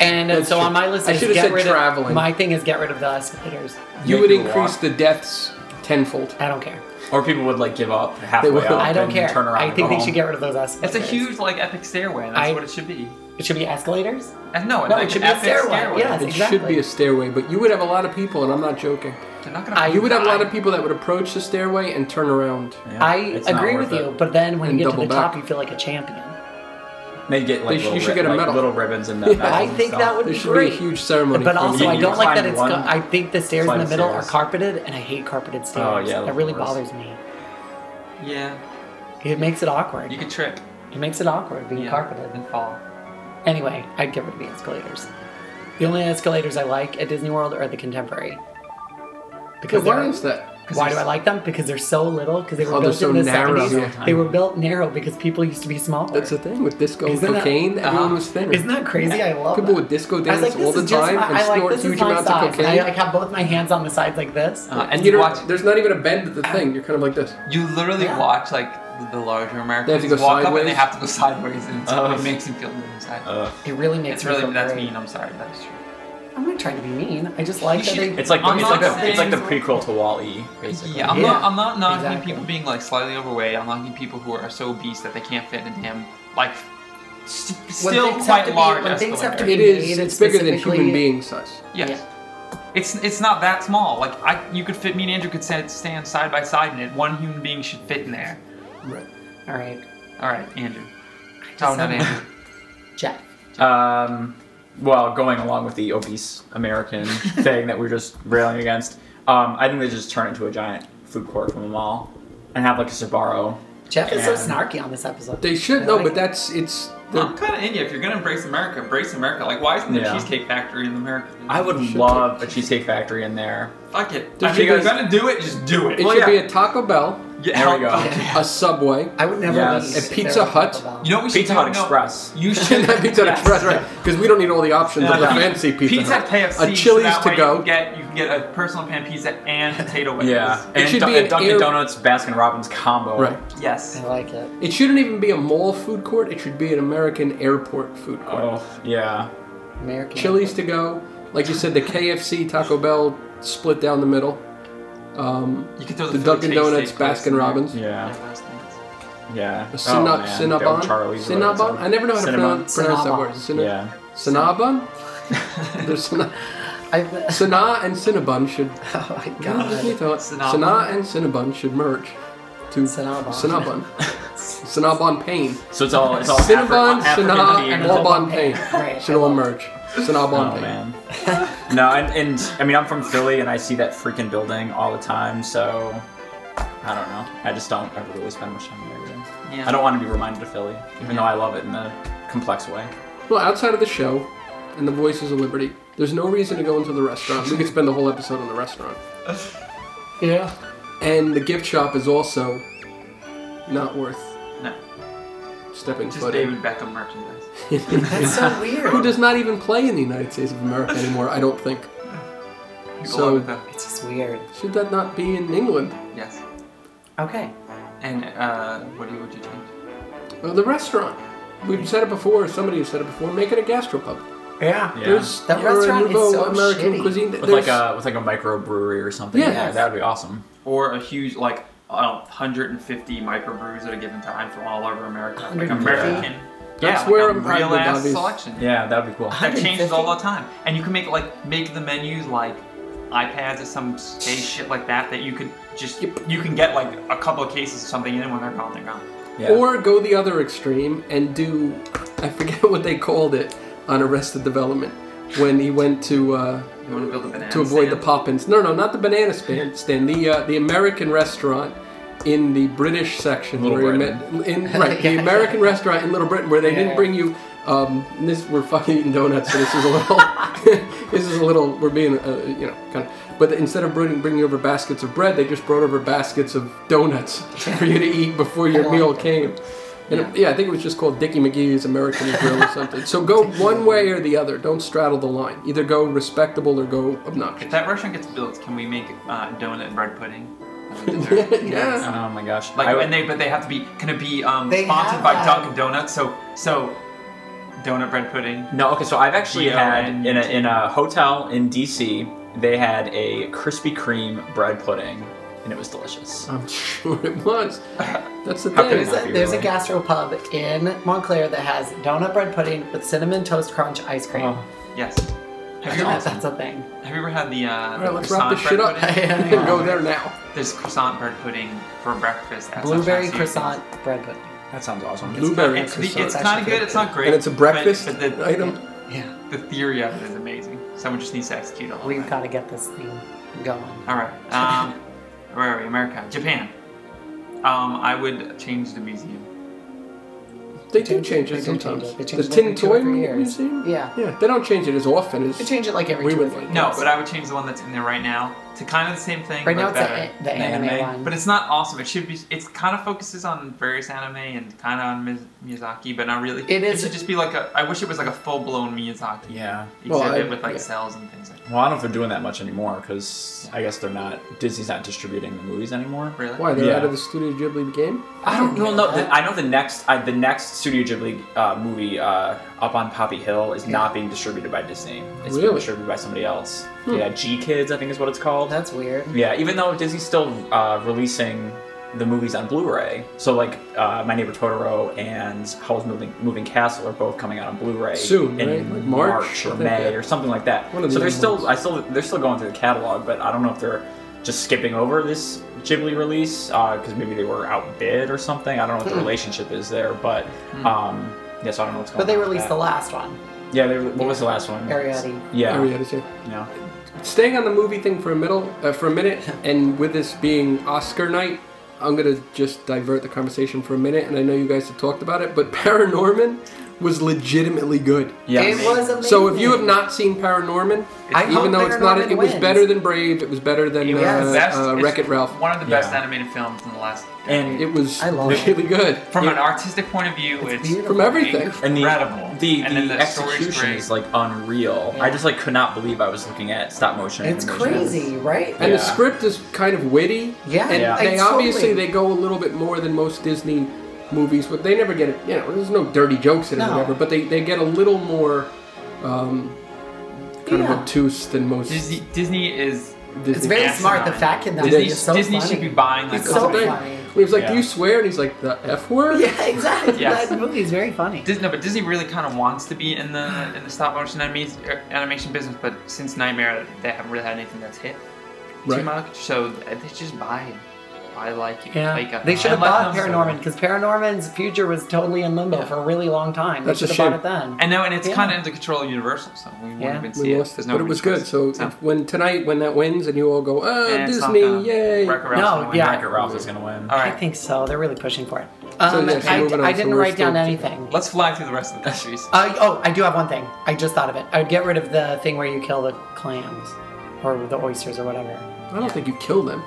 A: and so
F: true.
A: on my list
F: I
A: is
F: should've
A: get
F: said
A: rid
F: traveling.
A: of my thing is get rid of the escalators.
F: You
D: Make
F: would
D: people
F: increase
D: walk.
F: the deaths tenfold.
A: I don't care.
D: Or people would like give up halfway
F: would.
D: up.
A: I don't
D: and
A: care.
D: Turn around
A: I
D: and
A: think
D: go
A: they should
D: home.
A: get rid of those
B: It's
A: escalators.
B: a huge like epic stairway. That's
A: I-
B: what it should be.
A: It should be escalators.
B: And no,
A: No,
B: like
A: it should be a
B: epic
A: stairway. Yes,
F: It should
A: exactly.
F: be a stairway, but you would have a lot of people, and I'm not joking.
B: They're not gonna.
A: I-
F: Ah, You would have a lot of people that would approach the stairway and turn around.
D: Yeah,
A: I
D: it's not
A: agree
D: worth
A: with you,
D: it.
A: but then when
F: And
A: you get to
F: double
A: the
F: back.
A: top, you feel like a champion.
D: They get like
F: They sh-
D: little,
F: you should
D: ri-
F: get a
D: like,
F: medal.
D: little ribbons and
F: Yeah.
D: that.
A: I think that would
F: There
A: be
F: should be a
A: great.
F: huge ceremony.
A: But
F: for
A: also,
F: you.
A: I
D: you
A: don't like that
D: climb
A: it's.
D: one-
A: go- I think the stairs in
D: climb
A: the middle are
D: stairs. Oh,
A: carpeted, and I hate carpeted stairs.
D: yeah,
A: that really
D: the worst.
A: bothers me.
B: Yeah,
A: It makes it awkward.
B: you could trip.
A: It makes it awkward being
B: Yeah,
A: carpeted.
B: and fall.
A: Anyway, I'd get rid of the escalators. The only escalators I like at Disney World are the contemporary. Because
F: why
A: they're-
F: is that?
A: Why do I like them? Because they're so little. Because they were
F: Oh, they're
A: built
F: so
A: in the
F: narrow.
A: seventies.
F: Yeah.
A: They were built narrow because people used to be smaller.
F: That's the thing with disco and
A: Isn't that-
F: cocaine. everyone
A: uh-huh.
F: was thinner.
A: Isn't that crazy? I love
F: People
A: that.
F: would disco
A: I was
F: dance
A: like, this
F: all the
A: is just
F: time
A: my-
F: and
A: I like,
F: snort
A: this is
F: huge
A: my
F: amounts
A: size.
F: of cocaine. Oh.
A: I like have both my hands on the sides like this.
B: Uh, and
F: you
B: you
F: don't-
B: watch.
F: There's not even a bend to the thing. You're kind of like this.
B: You literally
A: Yeah.
B: watch like the larger Americans
F: They have to go
B: walk up and they
F: sideways?
B: have to go sideways, and it's,
D: Oh.
B: it makes them feel inside.
D: Uh,
A: it really Oh. makes
B: it's
A: me
B: really
A: feel
B: that's
A: great.
B: mean. I'm sorry, that is true.
A: I'm not trying to be mean. I just like
B: You
A: that
B: should-
A: they.
D: it's like
B: I'm
D: it's like,
B: not
D: the, it's like the
B: saying-
D: prequel to Wall-E, basically.
B: Yeah, I'm
A: Yeah,
B: not. I'm not knocking
A: exactly.
B: people being like slightly overweight. I'm knocking people who are so obese that they can't fit in damn like st-
A: When
B: still
A: things have
B: quite
A: to be-
B: large.
A: when things have to
B: escalator.
A: be-
F: It is.
A: Made it
F: It's bigger than human
A: specifically-
F: being size.
B: Yes. It's it's not that small. Like I, you could fit me and Andrew could stand, stand side by side in it. One human being should fit in there.
F: Right.
A: All right,
B: All right, Andrew. Oh, not Andrew.
A: Jeff.
D: Um, well, going along with the obese American thing that we're just railing against, um, I think they just turn it into a giant food court from a mall and have like a Sbarro.
A: Jeff is so
D: And-
A: snarky on this episode.
F: They should.
A: I
F: No,
A: like
F: but
A: it.
F: that's it's.
B: I'm kind of in you. If you're gonna embrace America, embrace America. Like, why isn't there
D: Yeah.
B: Cheesecake Factory in America?
D: I would
F: Should
D: love a cheesecake factory in there.
B: Fuck it.
F: Does
B: I mean,
F: you
B: if
F: guys-
B: you're gonna do it, just do it.
F: It
D: Well,
F: should be
D: yeah.
F: a Taco Bell,
B: Yeah,
D: There we go.
B: fuck yeah.
F: a Subway.
A: I would never
D: Yes.
A: leave.
F: A
A: if
F: Pizza
A: there was
F: Hut?
A: Taco Bell.
B: You know what we should
D: Pizza Hut
B: do? No,
D: Express.
B: You should.
F: And that Pizza Hut
B: Yes.
F: Express, right? Because we don't need all the options of the
B: Yeah.
F: fancy Pizza,
B: Pizza
F: Hut.
B: at KFC.
F: a
B: so
F: Chili's
B: that way
F: to
B: You can
F: go.
B: get you can get a personal pan pizza and potato wedges.
D: Yeah,
F: It
D: and
F: should
D: du-
F: be an
D: a Dunkin'
F: air-
D: Donuts, Baskin Robbins combo.
F: Right.
B: Yes.
A: I like it.
F: It shouldn't even be a mall food court. It should be an American airport food court.
D: Oh yeah.
A: American.
F: Chili's to go. Like you said, the KFC, Taco Bell split down the middle. Um,
B: You can throw
F: the
B: the,
F: Dunkin'
B: Philly
F: Donuts,
B: cheesesteak place
F: Baskin
B: in there.
F: Robbins.
D: Yeah.
B: those things.
D: Yeah.
F: A
D: Oh,
F: Cinna-
D: man,
F: Cinnabon?
D: Bill Charlie's or whatever it's
F: Cinnabon?
D: called.
F: I never know how to
D: Cinnabon?
F: pronounce, pronounce that word. Cinna-
D: Yeah.
F: Cinnabon? There's Cinna-
A: I,
F: Cinna and Cinnabon should.
A: oh my
F: God,
A: god.
B: Cinnabon.
F: Cinna and Cinnabon should merge to
A: Cinnabon.
F: Cinnabon. Cinnabon Pain.
D: So it's all it's all
F: Cinnabon,
D: Afri- African
F: Cinna,
D: themed.
F: and
A: Cinnabon
F: Cinnabon
A: Pain.
F: Pain
A: Right,
F: should
A: I
F: all
A: love it.
F: merge. Cinnabon
D: Oh
F: Pain.
D: man. no, and, and I mean I'm from Philly and I see that freaking building all the time, so I don't know. I just don't ever really spend much time there. Again.
B: Yeah.
D: I don't want to be reminded of Philly, even though I love it in a complex way.
F: Well, outside of the show and the Voices of Liberty, there's no reason to go into the restaurant. We could spend the whole episode on the restaurant.
A: Yeah.
F: And the gift shop is also not worth
B: No.
F: stepping
B: Just
F: foot
B: David Beckham merchandise.
F: in.
A: That's so weird.
F: Who does not even play in the United States of America anymore, I don't think.
B: People
F: So-
B: love it though.
A: It's just weird.
F: Should that not be in England?
B: Yes.
A: Okay.
B: And uh, what do you, would you change?
F: Well, the restaurant. We've said it before, somebody has said it before, make it a gastropub.
A: Yeah.
D: Yeah.
F: There's
A: That
F: your
A: restaurant is
F: nouveau
A: so
F: American
A: shitty.
F: cuisine.
D: With like a with like a microbrewery or something.
F: Yeah.
D: yeah that would be awesome.
B: Or a huge like I don't know, 150 microbrews at a given time from all over America. Like
A: 150?
B: American. Yeah,
F: That's
B: like
F: where
B: a
F: I'm-
B: real
F: I'm-
B: ass
F: obvious.
B: selection.
D: Yeah, that would be cool.
B: That changes
A: 150?
B: all the time. And you can make like make the menus like iPads or some space shit like that that you could just you can get like a couple of cases of something in and when they're gone, they're gone.
D: Yeah.
F: Or go the other extreme and do, I forget what they called it on Arrested Development when he went to uh,
B: You want to build a banana
F: to avoid the
B: stand?
F: poppins. No, no, not the banana stand. stand the uh, the American restaurant in the British section
D: Little
F: where you
D: Britain.
F: met in right the
A: Yeah,
F: American restaurant in Little Britain where they didn't
A: Yeah.
F: bring you. Um, this we're fucking eating donuts, so this is a little. this is a little. We're being, uh, you know, kind of. But instead of bringing, bringing over baskets of bread, they just brought over baskets of donuts for you to eat before your
A: I
F: meal
A: like it.
F: came. And it- yeah, I think it was just called Dickie McGee's American Grill or something. So go one way or the other. Don't straddle the line. Either go respectable or go
B: If
F: obnoxious.
B: that restaurant gets built, can we make uh, donut and bread pudding?
F: yeah.
D: Oh my gosh.
B: Like
D: I-
B: and they, but they have to be. Can it be um,
A: They
B: sponsored
A: have
B: by
A: that.
B: Dunkin' Donuts? So so, donut bread pudding.
D: No, okay, so I've actually
B: Yeah,
D: had
B: and-
D: in a, in a hotel in DC, they had a Krispy Kreme bread pudding, and it was delicious.
B: Oh.
F: I'm sure it was. That's the
D: How could
F: thing.
A: There's a, there's a gastropub in Montclair that has donut bread pudding with cinnamon toast crunch ice cream.
D: Oh.
B: Yes.
A: That's,
B: Have you, ever,
A: that's a thing.
B: have you ever had the uh,
F: All right, let's
B: croissant
F: wrap this shit
B: bread
F: up
B: pudding?
F: and go there now.
B: There's croissant bread pudding for breakfast. At
A: Blueberry
B: Sunshine Seasons.
A: croissant bread pudding.
D: That sounds awesome.
F: Blueberry
B: It's,
F: croissant.
B: it's
A: It's
B: not
A: actually
B: good.
A: good.
B: It's not great.
F: and it's a
B: but-
F: breakfast
B: But, the,
F: item.
A: Yeah,
B: the theory of it is amazing. Someone just needs to execute all
A: we've
B: of
A: got to get this thing going.
B: All right. Um, where are we? America, Japan. Um, I would change the museum.
F: They do change
A: They
F: it
A: do
F: sometimes.
A: change it. They
F: The
A: change it
F: Tin
A: every two
F: Toy
A: or three years.
F: Museum.
A: Yeah.
F: Yeah, they don't change it as often as.
A: We change it like every
F: We
A: two or
F: would
A: three
F: like-
B: No,
A: years.
B: but I would change the one that's in there right now to kind of the same thing.
A: Right
B: but
A: now it's
B: better.
A: the, the
D: An
A: anime,
D: anime.
A: one.
B: But it's not awesome. It should be. It's kind of focuses on various anime and kind of on Miz, Miyazaki, but not really.
A: It is-
B: should just be like a. I wish it was like a full blown Miyazaki
D: Yeah.
B: exhibit
F: Well, I-
B: with like
F: yeah.
B: cells and things like that.
D: Well, I don't know if they're doing that much anymore because I guess they're not. Disney's not distributing the movies anymore.
B: Really?
F: Why they're
D: Yeah.
F: out of the Studio Ghibli game?
D: I don't know.
A: Yeah.
D: No, the, I know the next I, the next Studio Ghibli uh, movie uh, up on Poppy Hill is not being distributed by Disney. It's being
F: Really?
D: distributed by somebody else. Yeah, G Kids, I think is what it's called.
A: That's weird.
D: Yeah, even though Disney's still uh, releasing the movies on Blu-ray, so like uh, My Neighbor Totoro and Howl's Moving, Moving Castle are both coming out on Blu-ray
F: Soon,
D: in
F: right? Like March,
D: March,
F: I
D: or
F: think,
D: May
F: yeah.
D: or something like that.
F: One of the
D: so they're
F: young
D: still,
F: ones.
D: I still, they're still going through the catalog, but I don't know if they're just skipping over this Ghibli release because maybe they were outbid or something. I don't know what the
A: Hmm.
D: relationship is there, but um, yeah, so I don't know what's going
A: But
D: on.
A: they
D: with
A: released the
D: that.
A: last one.
D: Yeah, they, what was the last one?
A: Ariadne.
D: Yeah.
F: Ariadne's here.
D: Yeah.
F: Staying on the movie thing for a middle, uh, for a minute, and with this being Oscar night, I'm gonna just divert the conversation for a minute. And I know you guys have talked about it, but Paranorman was legitimately good.
D: Yeah.
A: It was amazing.
F: So if you have not seen Paranorman,
A: I hope
F: even though it's not,
A: Paranorman
F: it was
A: wins.
F: better than Brave. It was better than
B: It was the best-
F: uh, uh,
B: it's
F: Wreck It Ralph.
B: One of the best
D: Yeah.
B: animated films in the last.
D: and
F: It was
A: I love it.
F: really good.
B: From an artistic point of view, it's,
A: beautiful.
F: From everything.
D: and the
B: incredible.
D: the,
B: and
D: the,
B: then the story's
D: execution
B: great.
D: is like unreal.
A: Yeah.
D: I just like could not believe I was looking at stop motion.
A: It's
D: animation.
A: crazy, right?
F: And the
D: Yeah.
F: script is kind of witty.
A: Yeah,
F: and
D: Yeah.
F: they
A: it's
F: obviously
A: totally-
F: they go a little bit more than most Disney movies, but they never get it. You know, there's no dirty jokes in it
A: No.
F: or whatever. But they, they get a little more um, kind
A: Yeah.
F: of obtuse than most
B: Disney, Disney is.
F: Disney.
A: It's very
B: Yes.
A: smart. The fat kid that
F: Disney-
A: is so
B: Disney
A: funny.
B: should be buying like
A: It's
F: That's the
A: so
B: companies.
F: thing.
A: funny.
F: He was like,
D: Yeah.
F: "Do you swear?" And he's like, "The f word."
A: Yeah, exactly.
B: Yes.
A: That movie's very funny.
B: Disney, no, but Disney really kind of wants to be in the in the stop motion anime- er, animation business, but since Nightmare, they haven't really had anything that's hit too
F: Right.
B: much. So they just buy it. buy like you like
A: Yeah,
B: a-
A: they should uh, have
B: and let
A: bought
B: them-
A: Paranorman because Paranorman's future was totally in limbo
B: Yeah.
A: for a really long time.
F: That's
A: they
F: a
A: should have bought
F: shame.
A: it then.
B: And now, and it's
A: Yeah.
B: kind of under control of Universal, so we won't
A: Yeah.
B: even see
F: We
B: it.
F: lost
B: There's
F: it,
B: no
F: but it
B: reason
F: was
B: for
F: good.
B: us.
F: So if- when tonight, when that wins, and you all go, "Oh,
B: And it's not
F: Disney,
B: gonna-
F: yay!"
B: Wreck-It Ralph's
A: No,
B: gonna win.
A: yeah.
D: Wreck-It Ralph is gonna win.
B: All
A: I
B: right,
A: think so. They're really pushing for it. Um,
F: yeah, so
A: I,
F: moving on,
A: I
F: so
A: didn't
F: we're
A: write down
F: still-
A: anything.
B: let's fly through the rest of the countries.
A: Uh, oh, I do have one thing. I just thought of it. I would get rid of the thing where you kill the clams or the oysters or whatever.
F: I don't think you kill them.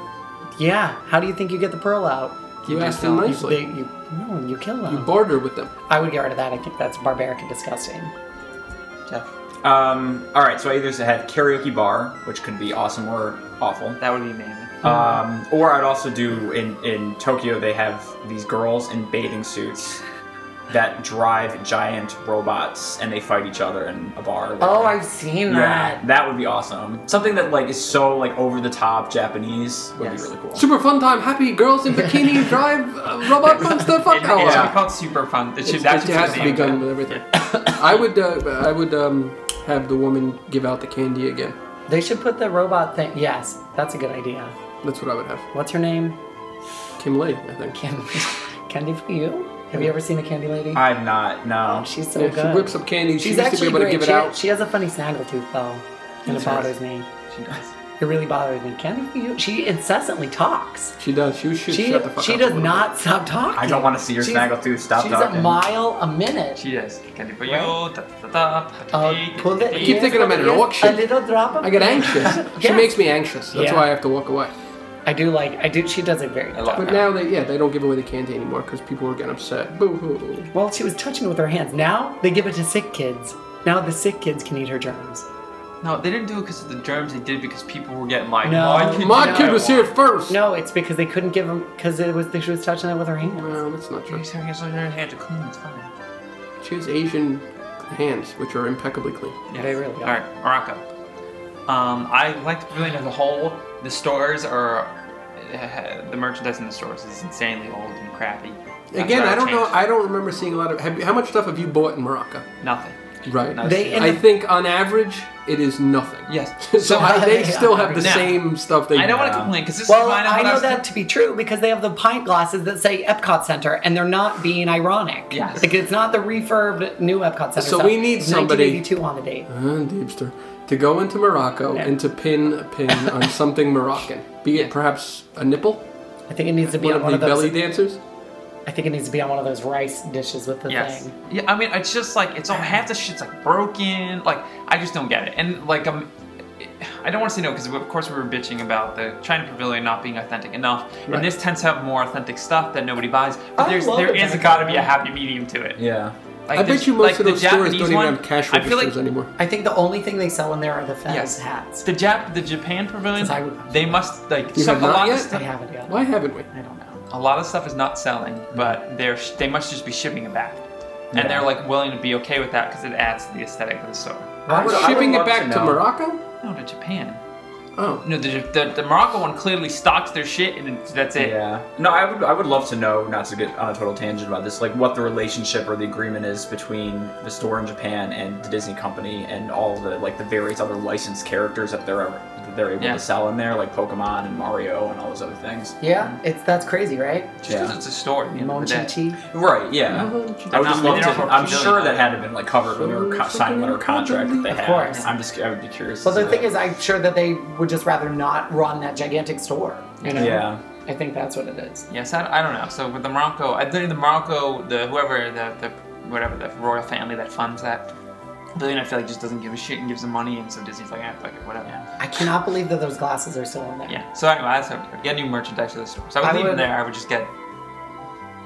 A: Yeah. How do you think you get the pearl out?
F: You
B: do
F: asked them
B: tell.
A: They,
F: nicely.
A: you, no, you kill them.
F: You barter with them.
A: I would get rid of that. I think that's barbaric and disgusting.
B: Jeff,
D: Um, all right, so I either had karaoke bar, which could be awesome or awful.
B: that would be amazing.
D: Um, or I'd also do in in Tokyo they have these girls in bathing suits that drive giant robots and they fight each other in a bar. or
A: Oh,
D: whatever.
A: I've seen
D: yeah,
A: that.
D: that would be awesome. Something that like is so like over the top Japanese would
B: Yes.
D: be really cool.
F: Super fun time. Happy girls in bikini drive uh, robot monster fuck Oh,
B: It, it should
F: hour.
B: be called Super Fun. It should,
F: It,
B: that
F: it
B: should
F: has
B: be
F: to
B: the
F: be
B: name.
F: done with everything. I would, uh, I would um, have the woman give out the candy again.
A: They should put the robot thing. Yes, that's a good idea.
F: That's what I would have.
A: What's her name?
F: Kim Lee, I think.
A: Can- Candy for you? Have you ever seen a candy lady? Oh,
D: I've not no.
A: She's so
F: Yeah,
A: good.
F: she whips up candy.
A: She's
F: she used to be
A: actually
F: able
A: great.
F: to give it
A: she,
F: out.
A: she has a funny snaggle tooth though, and it
B: That's
A: bothers me.
B: She does.
A: It really bothers me. Candy for you? She incessantly talks.
F: She does. She should
A: She
F: shut the fuck
A: she
F: up. a
A: does
F: little
A: not stop talking.
D: I don't want to see your
A: She's-
D: snaggletooth. Stop
A: She's
D: talking.
A: a mile a minute.
B: She is. Candy for you.
A: Right?
B: Da, da, da,
A: Uh, pull the-
F: Keep
A: yes,
F: thinking I'm at an
A: yes,
F: auction.
A: A little drop of
F: bit. I get anxious. She
A: Yeah.
F: makes me anxious. That's
A: Yeah.
F: why I have to walk away.
A: I do like. I do. She does a very
B: I
A: good
B: love
A: job.
F: But now they yeah they don't give away the candy anymore because people were getting upset. Boo hoo.
A: Well, she was touching it with her hands. Now they give it to sick kids. Now the sick kids can eat her germs.
B: No, they didn't do it because of the germs. They did because people were getting like,
A: No.
B: my kid,
F: My
B: did
F: kid
B: that
F: was
B: one."
F: here first.
A: No, it's because they couldn't give them because it was she was touching it with her hands.
F: Well, that's not true.
B: He's here, he's here, he's here to clean. It's fine.
F: She has Asian hands, which are impeccably clean.
B: Yes.
A: They really
B: All
A: are.
B: right, Morocco. Um, I like the pavilion as a whole. The stores are uh, the merchandise in the stores is insanely old and crappy. That's
F: Again,
B: what
F: I
B: would
F: don't know.
B: change.
F: I don't remember seeing a lot of. Have, you- how much stuff have you bought in Morocco?
B: Nothing.
F: Right.
B: No,
A: They
F: I think on average it is nothing.
B: Yes.
F: so I, they still have the
B: Now,
F: same stuff they.
B: I don't want to
D: Yeah.
B: complain because this
A: Well,
B: is mine.
A: I
B: what
A: know
B: was-
A: that to be true because they have the pint glasses that say Epcot Center, and they're not being ironic.
B: Yes.
A: like it's not the refurbed new Epcot Center.
F: So
A: stuff.
F: we need
A: It's
F: somebody-
A: 1982 on the date.
F: Uh, Deepster, to go into Morocco and to pin a pin on something Moroccan, be it
B: Yeah.
F: perhaps a nipple,
A: I think it needs to be
F: one
A: on
F: of
A: one
F: the
A: of those.
F: belly dancers.
A: I think it needs to be on one of those rice dishes with the
B: Yes.
A: thing.
B: Yeah, I mean, it's just like it's all half the shit's like broken. Like I just don't get it. And like I'm, I don't want to say no because of course we were bitching about the China Pavilion not being authentic enough.
F: Right.
B: And this tends to have more authentic stuff that nobody buys. But
A: I
B: there's
A: love
B: there
A: the
B: is
A: China
B: got to be a
A: Pavilion.
B: happy medium to it.
D: Yeah.
B: Like,
F: I bet
B: there's-
F: you most
B: like,
F: of
B: the
F: those stores
B: Japanese
F: don't even
B: one,
F: have cash
B: I feel
F: registers
B: like
F: anymore.
A: I think the only thing they sell in there are the fez
B: Yes.
A: hats.
B: The Jap, the Japan Pavilion,
A: Since I would-
B: they must like
F: You
B: some, a
F: have not
B: lot of
F: yet?
A: I
B: stuff.
A: haven't yet.
F: Why haven't we?
A: I don't know.
B: a lot of stuff is not selling, but they're sh- they must just be shipping it back, and they're like willing to be okay with that because it adds to the aesthetic of the store.
D: I would- I would
F: Shipping it
D: love
F: back to,
D: know.
F: Morocco?
B: No, to Japan.
F: Oh,
B: No, the, the, the Morocco one clearly stocks their shit, and it's- that's it.
D: Yeah. No, I would. I would love to know, not to get on a total tangent about this, like what the relationship or the agreement is between the store in Japan and the Disney company and all the like the various other licensed characters that they're that they're able
B: Yeah.
D: to sell in there, like Pokemon and Mario and all those other things.
A: Yeah, it's that's crazy, right?
B: Just 'cause
D: Yeah.
B: it's a store. You know,
A: Mochi
B: that,
A: tea.
D: Right. Yeah. I would
B: not-
D: just love
B: Mm-hmm. they
D: to.
B: don't have
D: I'm
B: pavilion.
D: sure that had to been like covered with their co- sign letter contract that they
A: Of
D: had.
A: course.
D: I'm just. I would be curious.
A: Well,
D: to
A: the
D: see
A: thing
D: that.
A: is, I'm sure that they would just rather not run that gigantic store. You know?
D: Yeah.
A: I think that's what it is.
B: yes, I, I don't know. So with the Morocco, I think the Morocco, the whoever the, the whatever the royal family that funds that. Billion, I feel like just doesn't give a shit and gives them money, and so Disney's like, ah, fuck it, whatever. Yeah.
A: I cannot believe that those glasses are still in there.
B: So anyway, that's how I get new merchandise for the store. So I
A: I
B: would leave them
A: would-
B: there. I would just get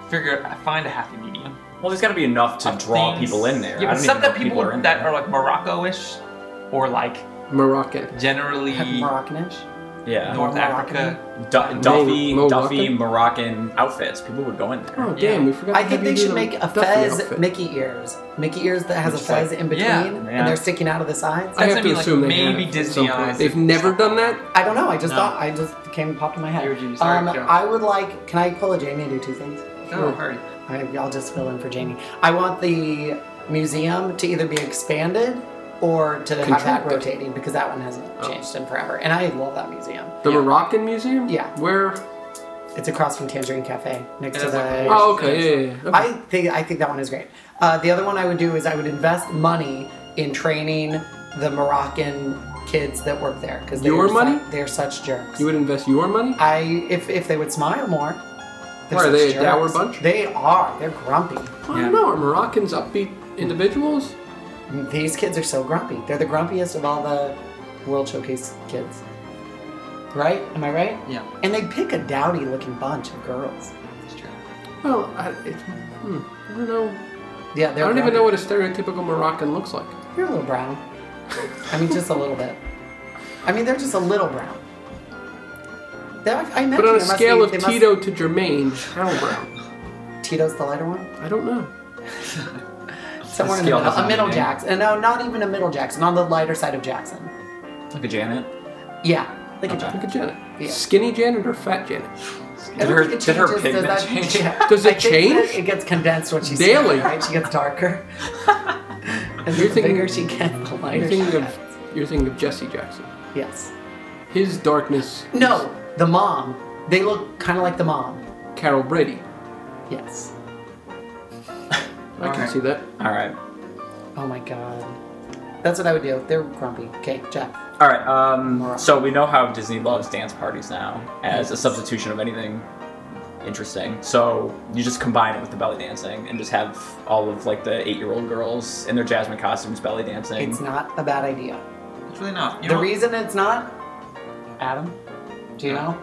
B: figure find a happy medium.
D: Well, there's got to be enough to
B: of
D: draw
B: things.
D: people in there.
B: Yeah,
D: I
B: but
D: don't
B: some
D: even know
B: that
D: if
B: people
D: are in
B: that
D: there.
B: are like Morocco-ish, or like
F: Moroccan.
B: generally
A: Moroccanish.
D: yeah.
B: North
A: Moroccan.
B: Africa.
D: Du- Duffy,
F: Mo- Mo
D: Duffy,
F: Walken?
D: Moroccan outfits. People would go in there.
F: Oh,
B: Yeah.
F: damn, we forgot.
A: I
F: to
A: think
F: have
A: they
F: you
A: should
F: do
A: make a
F: Duffy
A: fez
F: outfit.
A: Mickey ears. Mickey ears that has a
D: Which, like,
A: fez in between,
B: yeah,
D: yeah.
A: and they're sticking out of the sides.
F: I
B: That's
F: have
B: gonna
F: to
B: be, like,
F: assume they
B: maybe
F: have at
B: Disney
F: some point.
B: eyes.
F: They've never done that.
A: I don't know. I just
B: No.
A: thought I just came popped in my head.
B: You were genius. Sorry,
A: um,
B: Joe.
A: I would like. Can I pull a Jamie and do two things?
B: Oh, hurry.
A: I, I'll just fill in for Jamie. I want the museum to either be expanded or to have that
F: Contracted. Oh.
A: rotating because that one hasn't changed in forever. And I love that museum.
F: The Moroccan Museum?
A: Yeah.
F: Where?
A: It's across from Tangerine Cafe next
B: It
A: to
B: is
A: the.
B: like the-
F: Oh, okay, yeah, yeah, yeah. Okay.
A: I think I think that one is great. Uh, the other one I would do is I would invest money in training the Moroccan kids that work there because
F: Your money?
A: they're such jerks.
F: You would invest your money?
A: I if if they would smile more. they're
F: Why,
A: such
F: are they a
A: jerks.
F: dour bunch?
A: They are. They're grumpy.
F: I don't know. Are Moroccans upbeat individuals?
A: These kids are so grumpy. They're the grumpiest of all the World Showcase kids. Right? Am I right?
B: Yeah.
A: And they pick a dowdy looking bunch of girls.
B: That's true.
F: Well, I, it's, hmm, I don't know.
A: Yeah, they're
F: I don't even
A: grumpy.
F: know what a stereotypical Moroccan looks like.
A: You're a little brown. I mean, just a little bit. I mean, they're just a little brown. They're- I imagine
F: But on
A: they
F: a
A: must
F: scale
A: be-
F: of
A: they must-
F: Tito to Jermaine, how brown?
A: Tito's the lighter one.
F: I don't know.
A: Somewhere in the middle,
D: scale doesn't
A: a
D: mean
A: middle
D: anything.
A: Jackson. And no, not even a middle Jackson. On the lighter side of Jackson.
D: Like a Janet.
A: Yeah, like a
F: Look
A: Jackson.
F: at Janet.
A: Yeah.
F: Skinny Janet or fat Janet?
A: I
D: Did
A: don't
D: her,
A: think it
D: did her
A: changes,
D: pigment
A: that-
D: change?
A: yeah.
F: Does it
A: I think
F: change?
A: that It gets condensed when she's
F: Daily.
A: skinnier, right? She gets darker. and
F: You're
A: the
F: thinking-
A: bigger she gets, the
F: You're
A: lighter she
F: thinking
A: gets.
F: of you're thinking of Jesse Jackson.
A: Yes.
F: His darkness. is
A: No, the mom. They look kind of like the mom.
F: Carol Brady.
A: Yes.
F: I can
B: Alright.
F: see that.
D: All right.
A: Oh my god. That's what I would do. They're grumpy. Okay, Jack.
D: All right. Um, so we know how Disney loves dance parties now as a substitution of anything interesting. So you just combine it with the belly dancing and just have all of like the eight-year-old girls in their jasmine costumes belly dancing.
A: It's not a bad idea.
B: It's really not. You
A: the
B: know,
A: reason it's not, Adam, do you know?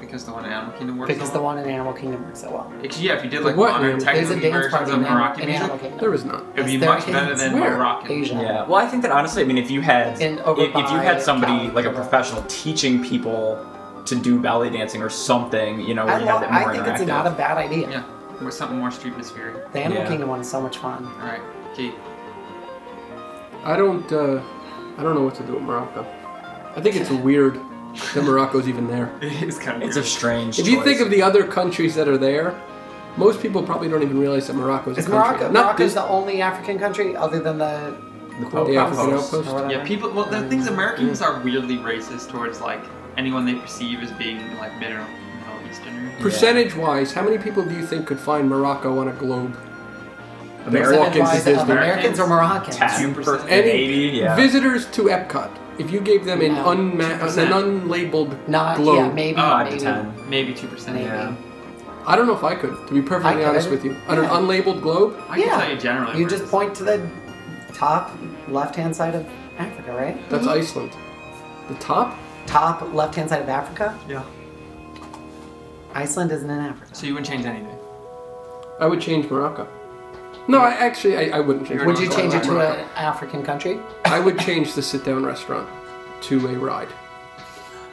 B: because the one in Animal Kingdom works.
A: because
B: so
A: the
B: well.
A: one in Animal Kingdom works so well.
B: Actually, yeah, if you did like
F: What?
B: modern
F: There's
A: There's
B: techno
A: a dance
B: versions
A: party
B: of
A: in, Anim-
B: Moroccan
A: in
B: music,
A: Animal Kingdom.
F: There is not.
B: it'd be
A: Yes, there
B: much better
A: is.
B: than
F: Where?
B: Moroccan.
A: Asia.
D: Yeah. Well, I think that honestly, I mean, if you had
A: In-
D: if,
A: over
D: if you
A: by
D: had somebody
A: Cal-
D: like a professional teaching people to do belly dancing or something, you know, where
A: I,
D: you
A: love,
D: have that more
A: I think
D: interactive.
A: it's not a bad idea.
B: Yeah, with something more street atmospheric.
A: The Animal
D: Yeah.
A: Kingdom one is so much fun.
B: All right, Kate.
F: I don't. Uh, I don't know what to do with Morocco. I think it's weird that Morocco's even there.
B: It's kind of
D: It's a strange.
F: If you
D: choice.
F: think of the other countries that are there, most people probably don't even realize that Morocco's
A: Is
F: a country.
A: Morocco
F: Not
A: Morocco's
F: this,
A: the only African country other than the
D: the
F: the African
D: outpost.
A: or
F: outpost.
A: whatever?
B: Yeah, people. Well, the
A: Mm-hmm.
B: things Americans are weirdly racist towards like anyone they perceive as being like Middle Middle Easterner.
F: Percentage-wise, how many people do you think could find Morocco on a globe?
A: Percentage-wise
F: Americans
A: of
F: is Disney.
A: Americans or Moroccans?
D: Ten
B: 10%.
D: percent,
F: Any
D: maybe, yeah.
F: visitors to Epcot, if you gave them an,
A: No.
F: unma-
B: 2%.
F: an unlabeled
A: Not
F: globe,
A: yeah, maybe
D: Oh, up to
A: maybe.
D: ten.
B: Maybe two percent.
A: Maybe.
D: Yeah.
F: I don't know if I could, to be perfectly
A: I
F: honest
A: could.
F: with you. On an
A: Yeah.
F: unlabeled globe,
B: I can tell you generally.
A: You
B: where it
A: just
B: is.
A: point to the top left hand side of Africa, right?
F: that's Iceland. The top?
A: Top left hand side of Africa?
B: Yeah.
A: Iceland isn't in Africa.
B: So you wouldn't change anything.
F: I would change Morocco. No, I actually I, I wouldn't change.
B: You're
A: Would
F: Morocco.
A: you
B: Morocco,
A: change it to
B: Morocco.
A: an African country?
F: I would change the sit-down restaurant to a ride.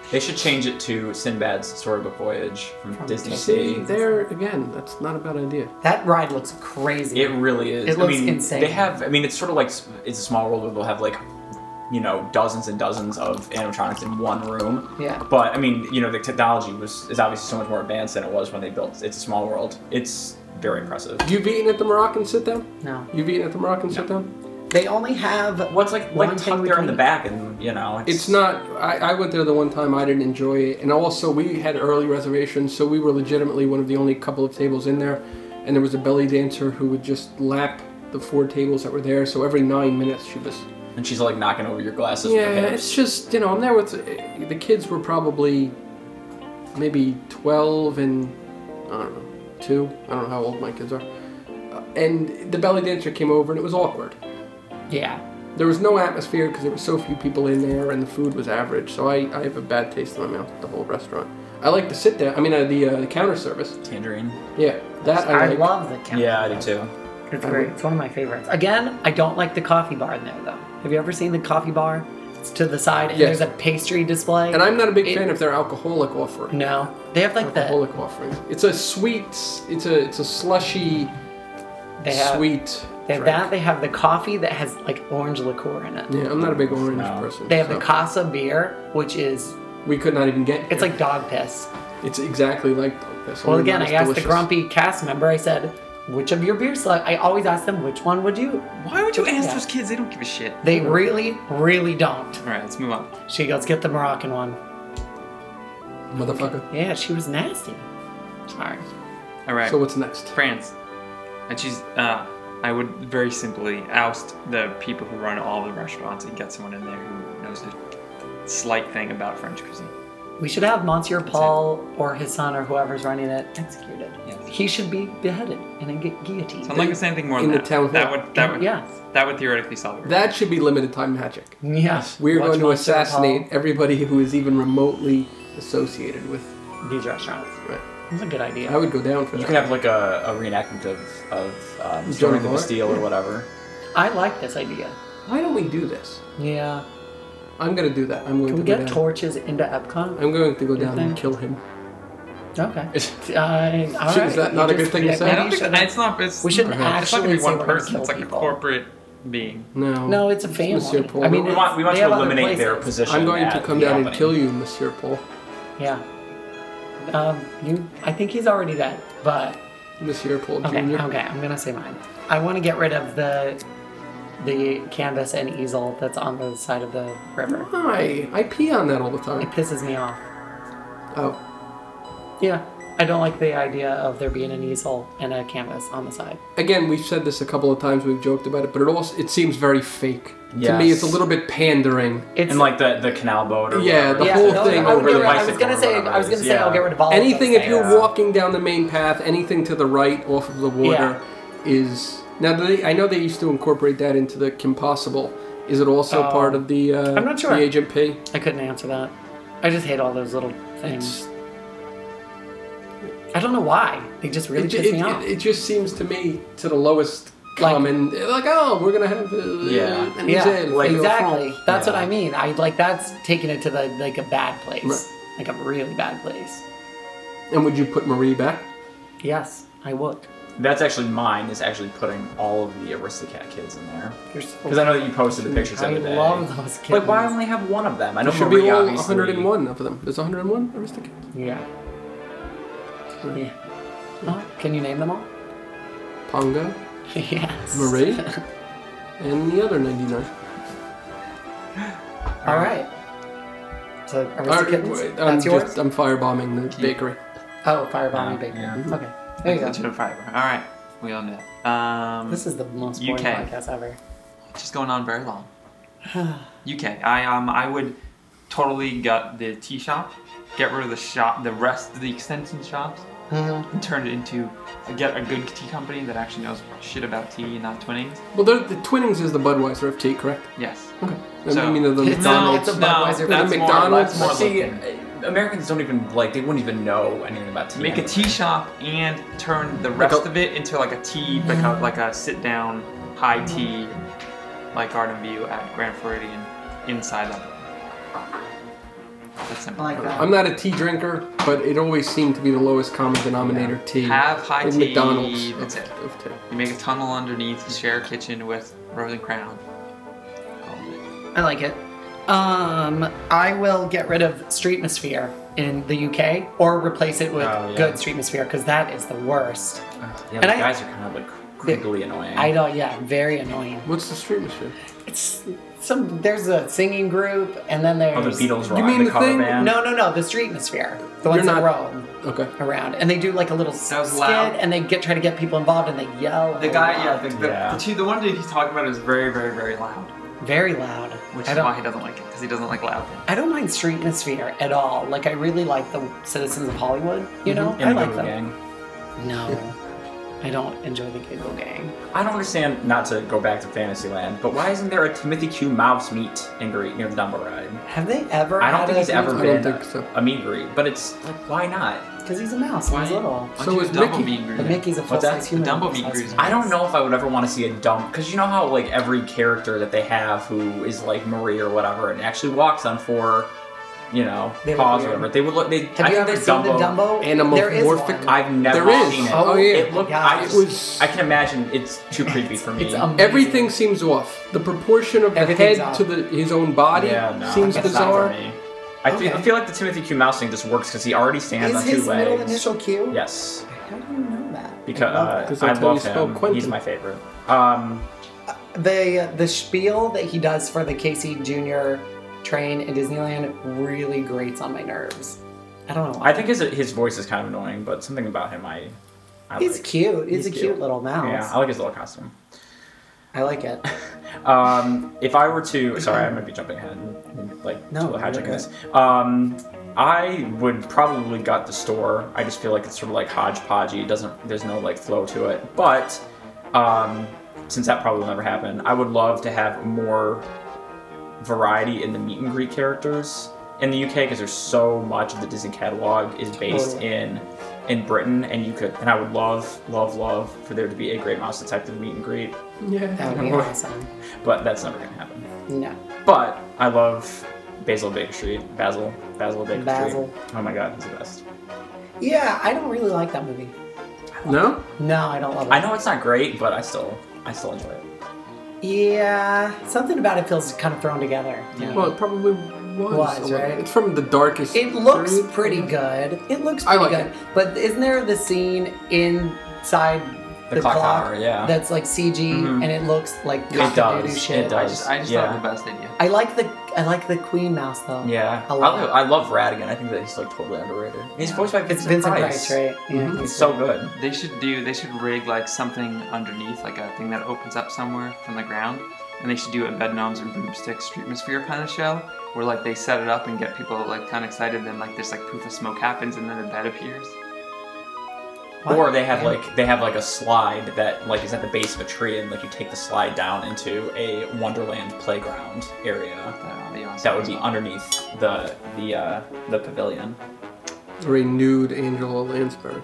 D: They should change it to Sinbad's Storybook Voyage from, Disney
F: See,
D: Sea.
F: there again, that's not a bad idea.
A: That ride looks crazy.
D: It really is.
A: It
D: I
A: looks
D: mean,
A: insane.
D: They have. I mean, it's sort of like s- it's a small world where they'll have like, you know, dozens and dozens of animatronics in one room.
A: Yeah.
D: But I mean, you know, the technology was is obviously so much more advanced than it was when they built. It's a small world. It's very impressive.
F: You've eaten at the Moroccan sit-down?
A: no.
F: You've eaten at the Moroccan sit-down?
A: They only have
D: What's like
A: One
D: like
A: thing
D: tucked
A: we
D: there
A: can
D: in the
A: eat.
D: back, and you know, it's,
F: It's not. I, I went there the one time. I didn't enjoy it, and also we had early reservations, so we were legitimately one of the only couple of tables in there. And there was a belly dancer who would just lap the four tables that were there. So every nine minutes she was.
D: And she's like knocking over your glasses. with her
F: Yeah,
D: hips.
F: it's just you know I'm there with the kids were probably maybe 12 and I don't know two. I don't know how old my kids are. Uh, And the belly dancer came over, and it was awkward.
A: Yeah.
F: There was no atmosphere because there were so few people in there, and the food was average. So I, I have a bad taste in my mouth at the whole restaurant. I like to sit down. I mean, uh, the uh, the counter service.
D: tangerine.
F: Yeah, that I,
A: I
F: like.
A: love the counter.
D: Yeah, I do too.
A: It's great. It's one of my favorites. Again, I don't like the coffee bar in there though. Have you ever seen the coffee bar? It's to the side and
F: Yes.
A: there's a pastry display.
F: and I'm not a big
A: It-
F: fan of their alcoholic offering.
A: No. They have like the
F: Alcoholic offering. It's a sweet. It's a it's a slushy
A: they have
F: sweet.
A: They have
F: drink.
A: that. They have the coffee that has like orange liqueur in it.
F: Yeah, I'm not a big orange
D: No.
F: person.
A: They have the
F: so
A: Casa beer, which is
F: We could not even get.
A: it's
F: here.
A: like dog piss.
F: it's exactly like dog piss.
A: Well,
F: only
A: again,
F: not
A: I
F: as
A: asked
F: delicious.
A: the grumpy cast member. I said, "Which of your beer select?" I always ask them, "Which one would you?"
B: Why would you ask
A: Yeah.
B: those kids? They don't give a shit. All
A: They really, really don't.
B: right, let's move on.
A: She goes, "Get the Moroccan one."
F: motherfucker.
A: Yeah, she was nasty.
B: All right. All right.
F: So what's next?
B: France. And she's, uh, I would very simply oust the people who run all the restaurants and get someone in there who knows a slight thing about French cuisine.
A: We should have Monsieur Paul or his son or whoever's running it executed.
B: Yes.
A: He should be beheaded and then gu- guillotined.
B: So I'm not gonna say anything more
F: In
B: than
F: the
B: that.
F: town
B: that
F: hall.
B: would that would
A: Yes.
B: that would theoretically solve it.
F: That should be limited time magic.
A: Yes.
F: We're
A: Watch
F: going
A: Monsieur
F: to
A: Paul
F: assassinate everybody who is even remotely associated with.
A: these restaurants.
F: Right.
A: That's a good idea.
F: I would go down for
D: You
F: that.
D: could have like a, a reenactment of of um,
F: Joan
D: Story
F: of
D: of the
F: Arc?
D: Bastille or whatever.
A: I like this idea.
F: Why don't we do this?
A: Yeah.
F: I'm gonna do that. I'm going
A: Can we
F: to go
A: get
F: down.
A: torches into Epcot?
F: I'm going to go down and
A: think?
F: kill him.
A: Okay.
F: Is-
A: Uh, all
F: Shoot, is
A: right.
F: that not
A: You
F: a good thing to
A: yeah,
F: say?
A: maybe
B: I don't
A: you
B: think
A: shouldn't.
B: it's not. It's,
A: we shouldn't
B: it's not gonna be
A: actually
B: one
A: say we're gonna
B: person.
A: kill
B: It's like
A: people.
B: a corporate being.
F: No.
A: No, it's a family.
F: Monsieur Paul.
A: I mean,
D: We want, we want
A: they
D: to
A: have other
D: eliminate their
A: places.
D: position.
F: I'm going to
D: at
F: come
D: the
F: down and
D: opening.
F: kill you, Monsieur Paul.
A: Yeah. Um, you, I think he's already dead, but
F: Monsieur Paul
A: okay,
F: Jr.
A: okay, I'm gonna say mine. I want to get rid of the the canvas and easel that's on the side of the river.
F: Hi. I pee on that all the
A: It
F: time.
A: pisses me off.
F: Oh.
A: Yeah, I don't like the idea of there being an easel and a canvas on the side.
F: Again, we've said this a couple of times. We've joked about it, but it also it seems very fake. To me,
D: Yes.
F: it's a little bit pandering.
A: It's
D: And like the, the canal boat or
F: Yeah,
D: whatever.
F: the whole
A: no,
F: thing
A: I, would
F: over
A: get
F: the
A: rid- I was
D: bicycle
A: gonna
D: or
A: say
D: whatever
A: I was
D: it
A: gonna
D: is,
A: say I'll
D: yeah.
A: get rid of all of
F: anything
A: those
F: if you're
A: things.
D: Yeah.
F: walking down the main path anything to the right off of the water is now do they, i know they used to incorporate that into the kimpossible is it also
A: Oh.
F: part of the uh
A: I'm not sure.
F: the agent p
A: I couldn't answer that. I just hate all those little things.
F: it's
A: I don't know why. They just really
F: It,
A: piss
F: it,
A: me
F: it,
A: off.
F: it just seems to me to the lowest
A: Like-
F: common. Like, oh, we're gonna have uh,
D: Yeah.
F: an
A: yeah,
F: museum for your
A: exactly.
F: phone.
A: That's what I
D: Yeah.
A: mean. I like that's taking it to the like a bad place,
F: Right.
A: like a really bad place.
F: And would you put Marie back?
A: Yes, I would.
D: That's actually mine. Is actually putting all of the Aristocat kids in there
A: You're
D: because I know that you posted the pictures
A: I
D: every day.
A: love those kids.
D: Like, why only have one of them? I know
F: There should
D: Marie
F: be all
D: obviously-
F: 101 of them. There's 101 Aristocats.
A: Yeah. Yeah. Huh? Can you name them all?
F: Ponga,
A: yes.
F: Marie, and the other 99.
A: all right. So, are we
F: Uh-huh. All
A: still
F: right,
A: kittens?
F: wait, I'm
A: That's yours?
F: just- I'm firebombing the bakery.
A: Oh, firebombing baby.
D: Yeah.
A: Okay. There you go.
B: Legit fiber. All right, we own it. Um,
A: This is the most boring
B: UK.
A: podcast ever.
B: just going on very long. UK. I um I would totally gut the tea shop, get rid of the shop, the rest of the extension shops,
A: Mm-hmm.
B: and turn it into get a good tea company that actually knows shit about tea and not twinnings.
F: Well, they're- the Twinnings is the Budweiser of tea, correct?
B: Yes.
F: Okay. I
B: So-
F: mean, they're the
A: It's-
F: McDonald's.
A: it's a
B: No,
A: Budweiser.
B: that's
F: The
B: more,
F: McDonald's?
B: that's more
D: See,
B: looking.
D: uh, Americans don't even like. They wouldn't even know anything about tea.
B: Make a
D: anyway.
B: tea shop and turn the rest
F: a-
B: of it into like a tea, like a like a sit down high tea, like Garden View at Grand Floridian inside level. That's simple.
A: I like that.
F: I'm not a tea drinker, but it always seemed to be the lowest common denominator tea.
B: Have high
F: in
B: tea.
F: McDonald's
B: That's
F: of,
B: it.
F: of tea.
B: You make a tunnel underneath. You share a kitchen with Rose and Crown. Called it.
A: I like it. Um, I will get rid of Streetmosphere in the UK or replace it with
D: Oh, yeah.
A: good Streetmosphere because that is the worst.
D: Oh, Yeah,
A: And
D: the
A: I-
D: guys are kind of like cr- crinkly annoying.
A: I don't. Yeah, very annoying.
F: What's the street machine?
A: It's some. There's a singing group, and then there's
D: oh, the Beatles were
F: You
D: on
F: mean
D: the,
F: the
D: cover
F: thing-
D: band.
A: No, no, no. The Streetmosphere, the ones
F: You're
A: that
F: not-
A: roam
F: Okay.
A: around, and they do like a little skit,
B: was loud.
A: and they get try to get people involved, and they yell.
B: The
A: a
B: guy, yeah,
A: lot.
B: the, the,
D: Yeah.
B: the two, the one that he's talking about is very, very, very loud,
A: very loud.
B: which
A: I
B: is
A: don't-
B: why he doesn't like it because he doesn't like loud things.
A: I don't mind Streetmosphere at all. Like I really like the Citizens of Hollywood. You know,
D: Mm-hmm. And
A: I
D: the
A: like
D: Goo
A: them.
D: Gang.
A: No, I don't enjoy the Giggle Gang.
D: I don't understand. Not to go back to Fantasyland, but why isn't there a Timothy Q. Mouse meet and greet near the Dumbo ride?
A: Have they ever?
D: I don't think he's ever
F: I
D: been
F: don't think so.
D: a meet and greet, but it's like why not?
A: Because he's a mouse. and He's little.
B: Why
F: So
B: do
F: is
B: a Dumbo
F: Mickey.
B: meet and greet?
A: But Mickey's a full
D: What's
A: size
D: that?
A: human.
B: Dumbo
A: full-size
B: meet and
A: human.
D: I don't know if I would ever want to see a dump because you know how like every character that they have who is like Marie or whatever and actually walks on four, you know,
A: They look
D: paws or
A: weird.
D: whatever. They would look. They
A: Have
D: I
A: you
D: think
A: ever
D: the
A: seen
D: Dumbo,
A: the Dumbo? There is
F: Anamorphic
A: one.
D: I've never
F: There is.
D: seen it.
F: Oh, yeah.
D: It looked.
A: Yeah.
D: I,
A: It
D: just-
F: was-
D: I can imagine it's too creepy for me.
A: It's amazing.
F: Everything seems off. The proportion of the
A: Everything's
F: head
A: off.
F: to the his own body
D: yeah, no,
F: seems
D: that's Not
F: bizarre.
D: for me. I, feel,
A: Okay.
D: I feel like the Timothy Q. Mouse thing just works because he already stands
A: Is
D: on two
A: his
D: legs.
A: middle initial Q?
D: Yes,
A: How do you know that?
D: because
A: love
D: uh,
F: 'Cause
D: I
F: that's how you
D: love
F: spell
D: him. He's
F: Quentin.
D: my favorite. Um,
A: the the spiel that he does for the Casey Junior train in Disneyland really grates on my nerves. I don't know. Why.
D: I think his his voice is kind of annoying, but something about him I. I
A: he's
D: like.
A: cute. He's, a
D: He's
A: cute,
D: cute.
A: little mouse.
D: Yeah, I like his little costume.
A: I like it.
D: Um, if I were to, sorry, I might be jumping ahead, and, like
A: No,
D: totally
A: you're
D: hijacking
A: good.
D: this. Um, I would probably gut the store. I just feel like it's sort of like hodgepodgey. It doesn't there's no like flow to it. But um, since that probably will never happen, I would love to have more variety in the meet and greet characters in the UK because there's so much of the Disney catalog is based
A: Totally.
D: in in Britain, and you could and I would love love love for there to be a great mouse detective meet and greet,
A: That would be
D: Boy.
A: awesome.
D: but that's never gonna happen.
A: No.
D: But I love Basil Baker Street. Basil. Basil Baker
A: Basil.
D: Street. Oh my god, it's the best.
A: Yeah, I don't really like that movie.
F: No?
A: No, I don't love it.
D: I know it's not great, but I still I still enjoy it.
A: Yeah, something about it feels kind of thrown together.
F: Well, it probably was.
A: Was,
F: a little-
A: right?
F: It's from the darkest.
A: It looks
F: period.
A: pretty good. It looks
F: I
A: pretty
F: like
A: good. But isn't there the scene inside
D: The clock tower, yeah. Mm-hmm.
A: That's like CG and it looks like
D: It
A: cock-a-doodoo
D: does.
A: shit.
D: It
B: I
D: does.
B: just, I just
D: yeah.
B: thought of the best idea.
A: I like the I like the Queen Mouse though.
D: Yeah. I
A: A lot.
D: love, I love Radigan. I think that he's like totally underrated. And he's voiced by
A: It's
D: Vincent,
A: Vincent
D: Price.
A: Price, right? Yeah, he's
D: He's Mm-hmm. so good.
B: They should do. They should rig like something underneath, like a thing that opens up somewhere from the ground, and they should do a bedknobs or broomsticks streetmosphere kind of show, where like they set it up and get people like kind of excited. Then like there's like poof of smoke happens, and then the bed appears.
A: What?
D: Or they have like they have like a slide that like is at the base of a tree and like you take the slide down into a Wonderland playground area.
B: That would be awesome.
D: That would be underneath the the uh, the pavilion.
F: Or a nude Angela Lansbury.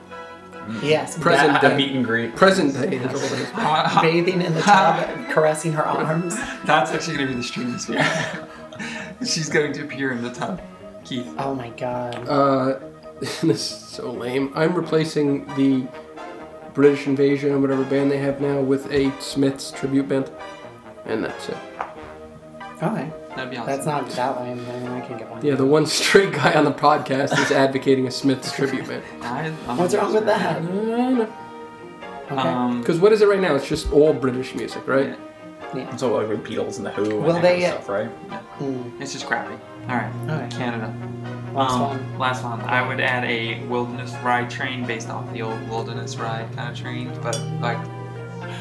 A: Yes.
F: Present
D: That-
F: day.
D: a meet and greet.
F: Present day. is all it is.
A: ba- Bathing in the tub, caressing her arms.
B: That's actually gonna be the stream this year. She's going to appear in the tub. Keith.
A: Oh my god.
F: Uh, this is so lame. I'm replacing the British Invasion or whatever band they have now with a Smiths tribute band, and that's it.
A: Okay.
B: That'd be awesome.
A: That's not that lame. I mean, I can get one.
F: Yeah, the one straight guy on the podcast is advocating a Smiths tribute band.
B: I, I'm
A: What's wrong with that? Okay.
B: Um,
F: Because what is it right now? It's just all British music, right?
B: yeah,
A: yeah.
D: So like with Beatles and the Who
A: Will
D: and that
A: they-
D: kind of stuff, right?
A: Mm.
B: it's just crappy. All right,
A: Alright.
B: Canada.
A: Last
B: um,
A: one.
B: Last one. I would add a wilderness ride train based off the old wilderness ride kind of train, but like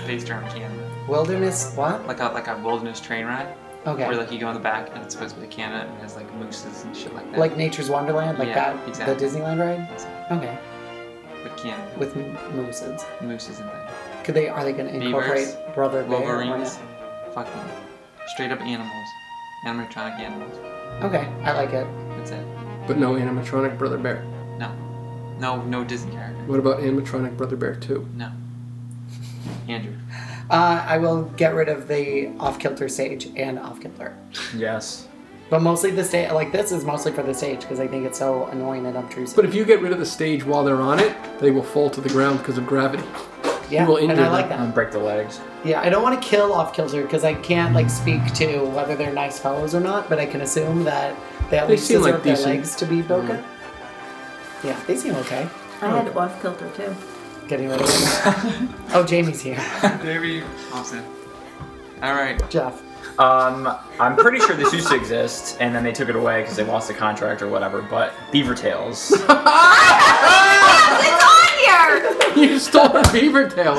B: based around Canada,
A: Wilderness. What?
B: like a like a wilderness train ride
A: Okay.
B: where like you go in the back and it's supposed to be Canada and it has like mooses and shit like that.
A: Like Nature's Wonderland, like
B: Yeah,
A: that,
B: exactly.
A: the Disneyland ride.
B: Exactly.
A: Okay,
B: with Canada
A: with m- mooses.
B: with mooses and things.
A: Could they? Are they going to incorporate
B: Beavers,
A: Brother Bear? or
B: Wolverines,
A: not?
B: fuck them. Straight up animals, animatronic animals.
A: Okay, I like it.
B: That's it.
F: But no animatronic Brother Bear.
B: No, no, no Disney character.
F: What about animatronic Brother Bear 2?
B: No. Andrew.
A: Uh, I will get rid of the off kilter sage and off kilter,
D: Yes.
A: but mostly the stage. Like this is mostly for the stage because I think it's so annoying and obtrusive.
F: But if you get rid of the stage while they're on it, they will fall to the ground because of gravity.
A: yeah,
F: will
A: and
F: injure
A: I like that.
F: them.
D: And Um, break the legs.
A: Yeah, I don't want to kill off kilter because I can't like speak to whether they're nice fellows or not, but I can assume that they at
F: They
A: least
F: seem
A: deserve
F: like
A: their
F: decent. Mm-hmm.
A: legs to be broken. Yeah, they seem okay.
C: I had off kilter too.
A: Getting rid of them. oh, Jamie's here.
B: Maybe. Awesome. All right.
A: Jeff.
D: Um, I'm pretty sure this used to exist, and then they took it away because they lost the contract or whatever. But Beaver Tails.
C: It's on here.
F: you stole her beaver tail.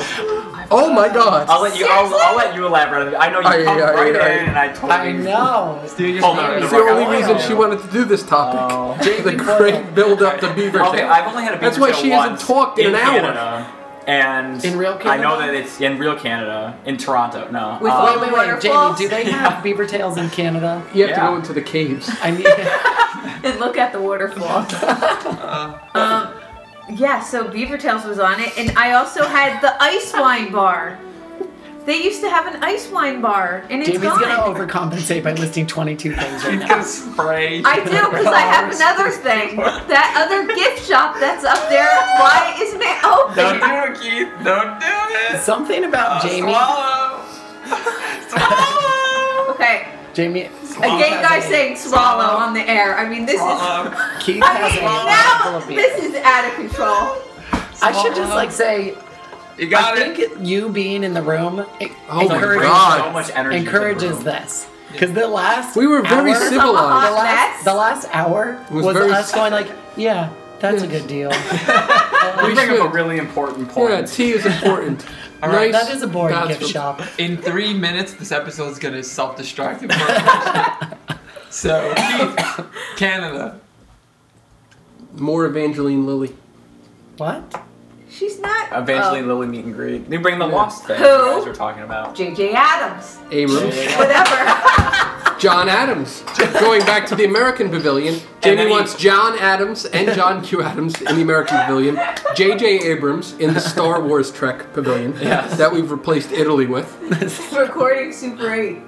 F: Oh my god.
D: I'll let you. I'll, I'll let you elaborate. on it. I know you
F: Aye,
D: come
F: aye,
D: right
F: aye,
D: in,
F: aye.
D: and I totally.
A: I know.
B: Steal your
D: Hold on,
B: story.
F: It's the
D: Right,
F: only
D: I like
F: reason
D: it.
F: she wanted to do this topic.
D: Oh.
F: the
A: Jamie Foyle.
F: great build up to beaver
D: Okay,
F: tail.
D: I've only had a beaver
F: That's why
D: tail
F: she hasn't
D: once
F: talked in an hour.
D: Canada, and
A: In real
D: I know
A: Canada?
D: that it's in real Canada, in Toronto. No.
C: With
D: Um,
C: all the
A: Wait, wait, Jamie,
C: waterfalls
A: do they have beaver tails in Canada?
F: You have to
D: Yeah.
F: go into the caves.
A: I mean,
C: and look at the waterfall. um, yeah, so Beaver Tails was on it, and I also had the ice wine bar. They used to have an ice wine bar, and it's
A: Jamie's
C: gone.
A: gonna overcompensate by listing 22 things right
B: He's
A: now.
B: gonna spray.
C: I do because I have another thing. That other gift shop that's up there. Why isn't it
B: Don't do
C: open?
B: it, Keith. Don't do it.
A: Something about
C: Oh,
A: Jamie.
B: Swallow. swallow.
C: Okay,
A: Jamie.
C: a gay guy
A: Keith
C: saying swallow on the air. I mean, this is.
B: Swallow.
A: Keith
C: I
A: has
C: mean,
A: a mouthful
C: now
A: of beer.
C: this is out of control.
A: I should just like say,
B: You
A: I
B: got it.
A: think you being in the room it
F: Oh my
A: encourages,
F: God.
D: so much energy. to the
A: encourages
D: room.
A: this. Because the last
F: We were very
A: hour,
F: civilized.
A: The last, the last hour
F: was
A: was,
F: very
A: us
F: civil.
A: going like, yeah, that's a good deal.
D: You
F: We
D: bring
F: should.
D: up a really important point.
F: Yeah, tea is important.
B: All right,
A: that is a boring
F: bathroom.
A: gift shop.
B: In three minutes, this episode is gonna self-destruct. and burn. so, Keith, Canada.
F: More Evangeline Lilly.
A: What?
C: She's not.
D: Eventually,
C: oh,
D: Lily meet and greet. They bring the
F: Yeah.
D: lost thing.
C: Who?
D: You guys were talking about.
C: JJ Adams.
F: Abrams.
C: Whatever.
F: John Adams. Going back to the American Pavilion,
D: then
F: Jamie
D: he-
F: wants John Adams and John Q. Adams in the American Pavilion, J.J. Abrams in the Star Wars Trek Pavilion
D: Yes.
F: that we've replaced Italy with.
C: Recording Super 8.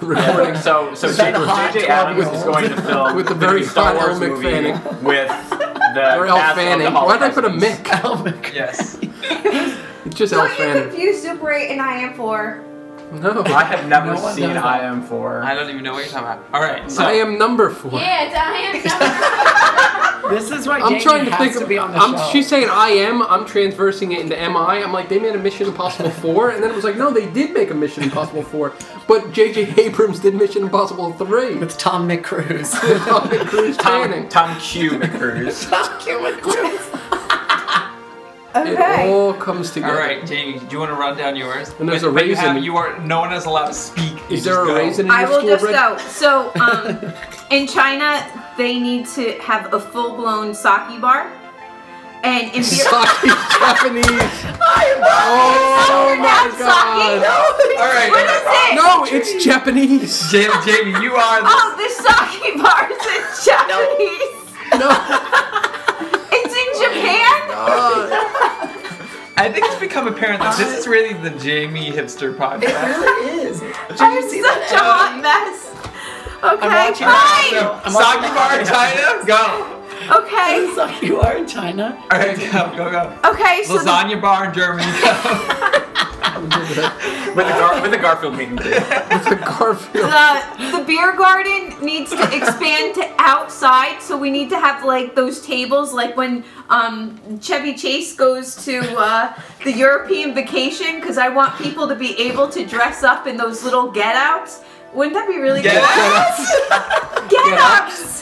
F: Recording.
D: So, so
A: that
D: J-
A: hot
D: J.J.
A: 12
D: Adams is
A: years
D: going to film
F: With the
D: the
F: very
D: new Star
F: hot
D: Wars
F: Elle
D: movie
F: McFanning.
D: with the
F: Or El
D: cast of the
F: Fanning.
D: Hall
F: Why did I put a
D: Presidents.
F: Mick?
A: Oh my god.
B: Yes.
F: It's just El
C: Don't you
F: Fanning.
C: confuse Super 8 and I Am 4.
F: No.
D: I have never
A: No one
D: seen
A: does that.
D: I Am 4.
B: I don't even know what you're talking about. All right. So,
F: I am number four.
G: it's I am.
A: This is why
F: I'm
A: Jamie
F: trying to
A: has
F: think.
A: to be on the
F: I'm,
A: show.
F: She's saying I am. I'm transversing it into MI. I'm like, they made a Mission Impossible 4, and then it was like, no, they did make a Mission Impossible 4, but J.J. Abrams did Mission Impossible 3.
A: with Tom McCruise.
F: Tom Cruise
D: Tom,
F: Fanning.
D: Tom Q. McCruise.
F: It
C: Okay.
F: all comes together.
B: all right, Jamie, do you want to run down yours?
F: And there's
B: But-
F: a
B: but you
F: raisin.
B: have- you are. No one is allowed to speak. You
F: Is there
B: just
F: a
B: go.
F: raisin in
C: I
F: your
C: will
F: school
C: just
F: bread?
C: go. So, um, in China, they need to have a full blown sake bar. And in Vietnam.
F: Sake Japanese.
C: Oh
F: Oh my god.
C: Sake?
B: All right.
C: What is it?
F: No, it's Japanese.
B: Jamie, Jamie, you are the.
C: Oh, the sake bar is in Japanese.
F: No.
C: It's in Japan?
F: Uh,
B: I think it's become apparent that this is really the Jamie hipster
A: It
B: podcast.
A: really is. Did
C: I'm
A: you
C: such
A: see
C: a
A: that?
C: hot mess. Okay,
A: watching
C: fine.
A: I'm
B: Saki
A: watching-
B: bar in China, go.
C: Okay,
A: Saki bar in China.
B: All right, go, go, go.
C: okay. So the,
B: Lasagna bar in Germany, go.
D: with the, Gar- with the Garfield meeting.
F: It's a Garfield.
C: the the beer garden needs to expand to outside, so we need to have like those tables, like when um, Chevy Chase goes to uh, the European vacation, because I want people to be able to dress up in those little get-outs. Wouldn't that be really
B: Get
C: cool? Get-ups.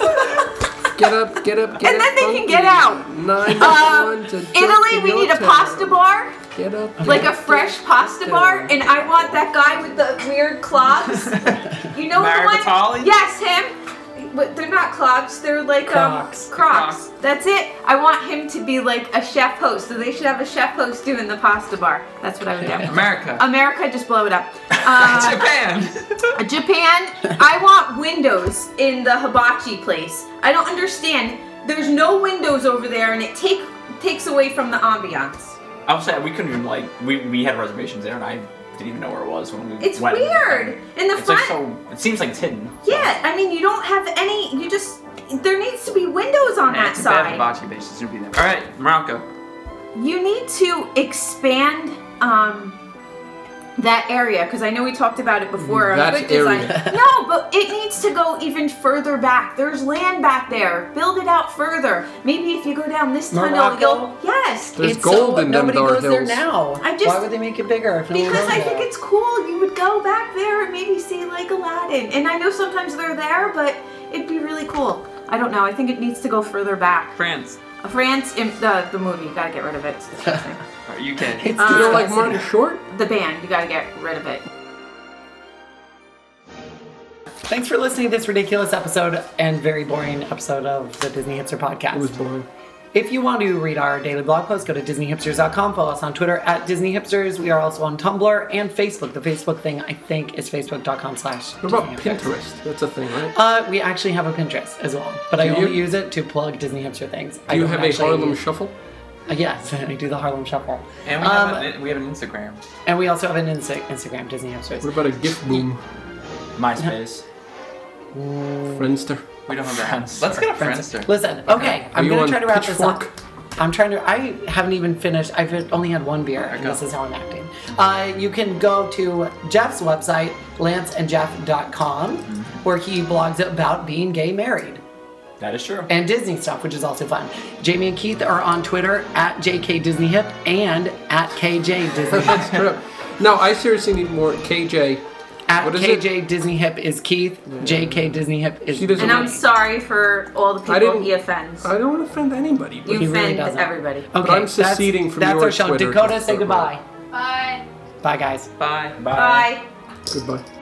F: Get up, get up, get
C: And
F: up.
C: then they can
F: monkey.
C: get out.
F: Nine to
C: Um,
F: one to jump
C: Italy,
F: in
C: we
F: your
C: need a
F: town.
C: pasta bar.
F: Get up. get
C: like a
F: up,
C: fresh
F: get
C: pasta
F: up.
C: bar, and I want that guy with the weird clogs. You know
B: Mario
C: the one?
B: Batali?
C: Yes, him. But they're not clogs. They're like
A: Crocs.
C: um Crocs. That's it. I want him to be like a chef host. So they should have a chef host doing the pasta bar. That's what I would do.
B: America,
C: America, just blow it up. Uh,
B: Japan.
C: Japan, I want windows in the hibachi place. I don't understand. There's no windows over there, and it take takes away from the ambiance.
D: I'm saying we couldn't even like we, we had reservations there, and I didn't even know where it was when we
C: It's
D: went.
C: weird. In the
D: It's
C: front,
D: like so. It seems like it's hidden.
C: Yeah, I mean, you don't have any. You just there needs to be windows on
B: Man,
C: that
B: it's a bad
C: side.
B: hibachi base. It shouldn't be there. All right, Morocco.
C: You need to expand um, that area because I know we talked about it before. on
F: That
C: good design.
F: area.
C: no, but it needs to go even further back. There's land back there. Build it out further. Maybe if you go down this tunnel,
A: Morocco?
C: you'll yes.
F: There's
A: It's
F: gold
A: so-
F: in them
A: nobody
F: Dar
A: goes there
F: Hills.
A: now.
C: I just-
A: Why would they make it bigger? If no one
C: Because
A: goes
C: I
A: there?
C: think it's cool. You would go back there and maybe see like Aladdin. And I know sometimes they're there, but it'd be really cool. I don't know. I think it needs to go further back.
B: France.
C: France, in the, the movie, you gotta get rid of it. It's disgusting.
B: Or UK.
A: It's
C: Uh,
F: You
A: still
F: don't like Martin Short?
C: the band, you gotta get rid of it.
A: Thanks for listening to this ridiculous episode and very boring episode of the Disney Hipster Podcast.
F: It was boring.
A: If you want to read our daily blog post, go to DisneyHipsters.com. Follow us on Twitter at DisneyHipsters. We are also on Tumblr and Facebook. The Facebook thing, I think, is Facebook.com slash
F: What about
A: DisneyHipsters.
F: Pinterest? That's a thing, right?
A: Uh, we actually have a Pinterest as well, but I
F: Do
A: only
F: you?
A: use it to plug Disney Hipster things. I
F: Do you
A: don't
F: have a
A: actually-
F: Harlem Shuffle?
A: Uh, Yes, I do the Harlem Shuffle.
B: And we
A: Um,
B: have, an, we have an Instagram.
A: And we also have an Insta- Instagram, Disney Hipsters.
F: What about a gift boom?
D: MySpace.
F: Friendster.
B: We don't have that.
D: Friendster.
B: Let's get a Friendster.
A: Listen, okay, I'm
F: you
A: gonna
F: on
A: try to wrap this up.
F: Pitchfork?
A: I'm trying to. I haven't even finished. I've only had one beer, and
B: Okay.
A: this is how I'm acting. Uh, you can go to Jeff's website, lanceandjeff.com,
F: Mm-hmm.
A: where he blogs about being gay married
D: That is true.
A: and Disney stuff, which is also fun. Jamie and Keith are on Twitter at JKDisneyHip and at KJDisneyHip.
F: That's true. No, I seriously need more KJ.
A: at
F: What is it?
A: KJDisneyHip is Keith. JK JKDisneyHip is
F: She doesn't
C: And I'm sorry for all the
F: I
C: people
F: didn't-
C: he offends.
F: I don't want to offend anybody. But
C: you
A: He
C: offend
A: really doesn't.
C: everybody.
A: Okay,
F: I'm
A: that's-
F: seceding from
A: that's
F: your
A: our show.
F: Twitter
A: Dakota,
F: to
A: say
F: start with.
A: goodbye.
G: Bye.
A: Bye, guys.
B: Bye.
D: Bye.
C: Bye.
F: Goodbye.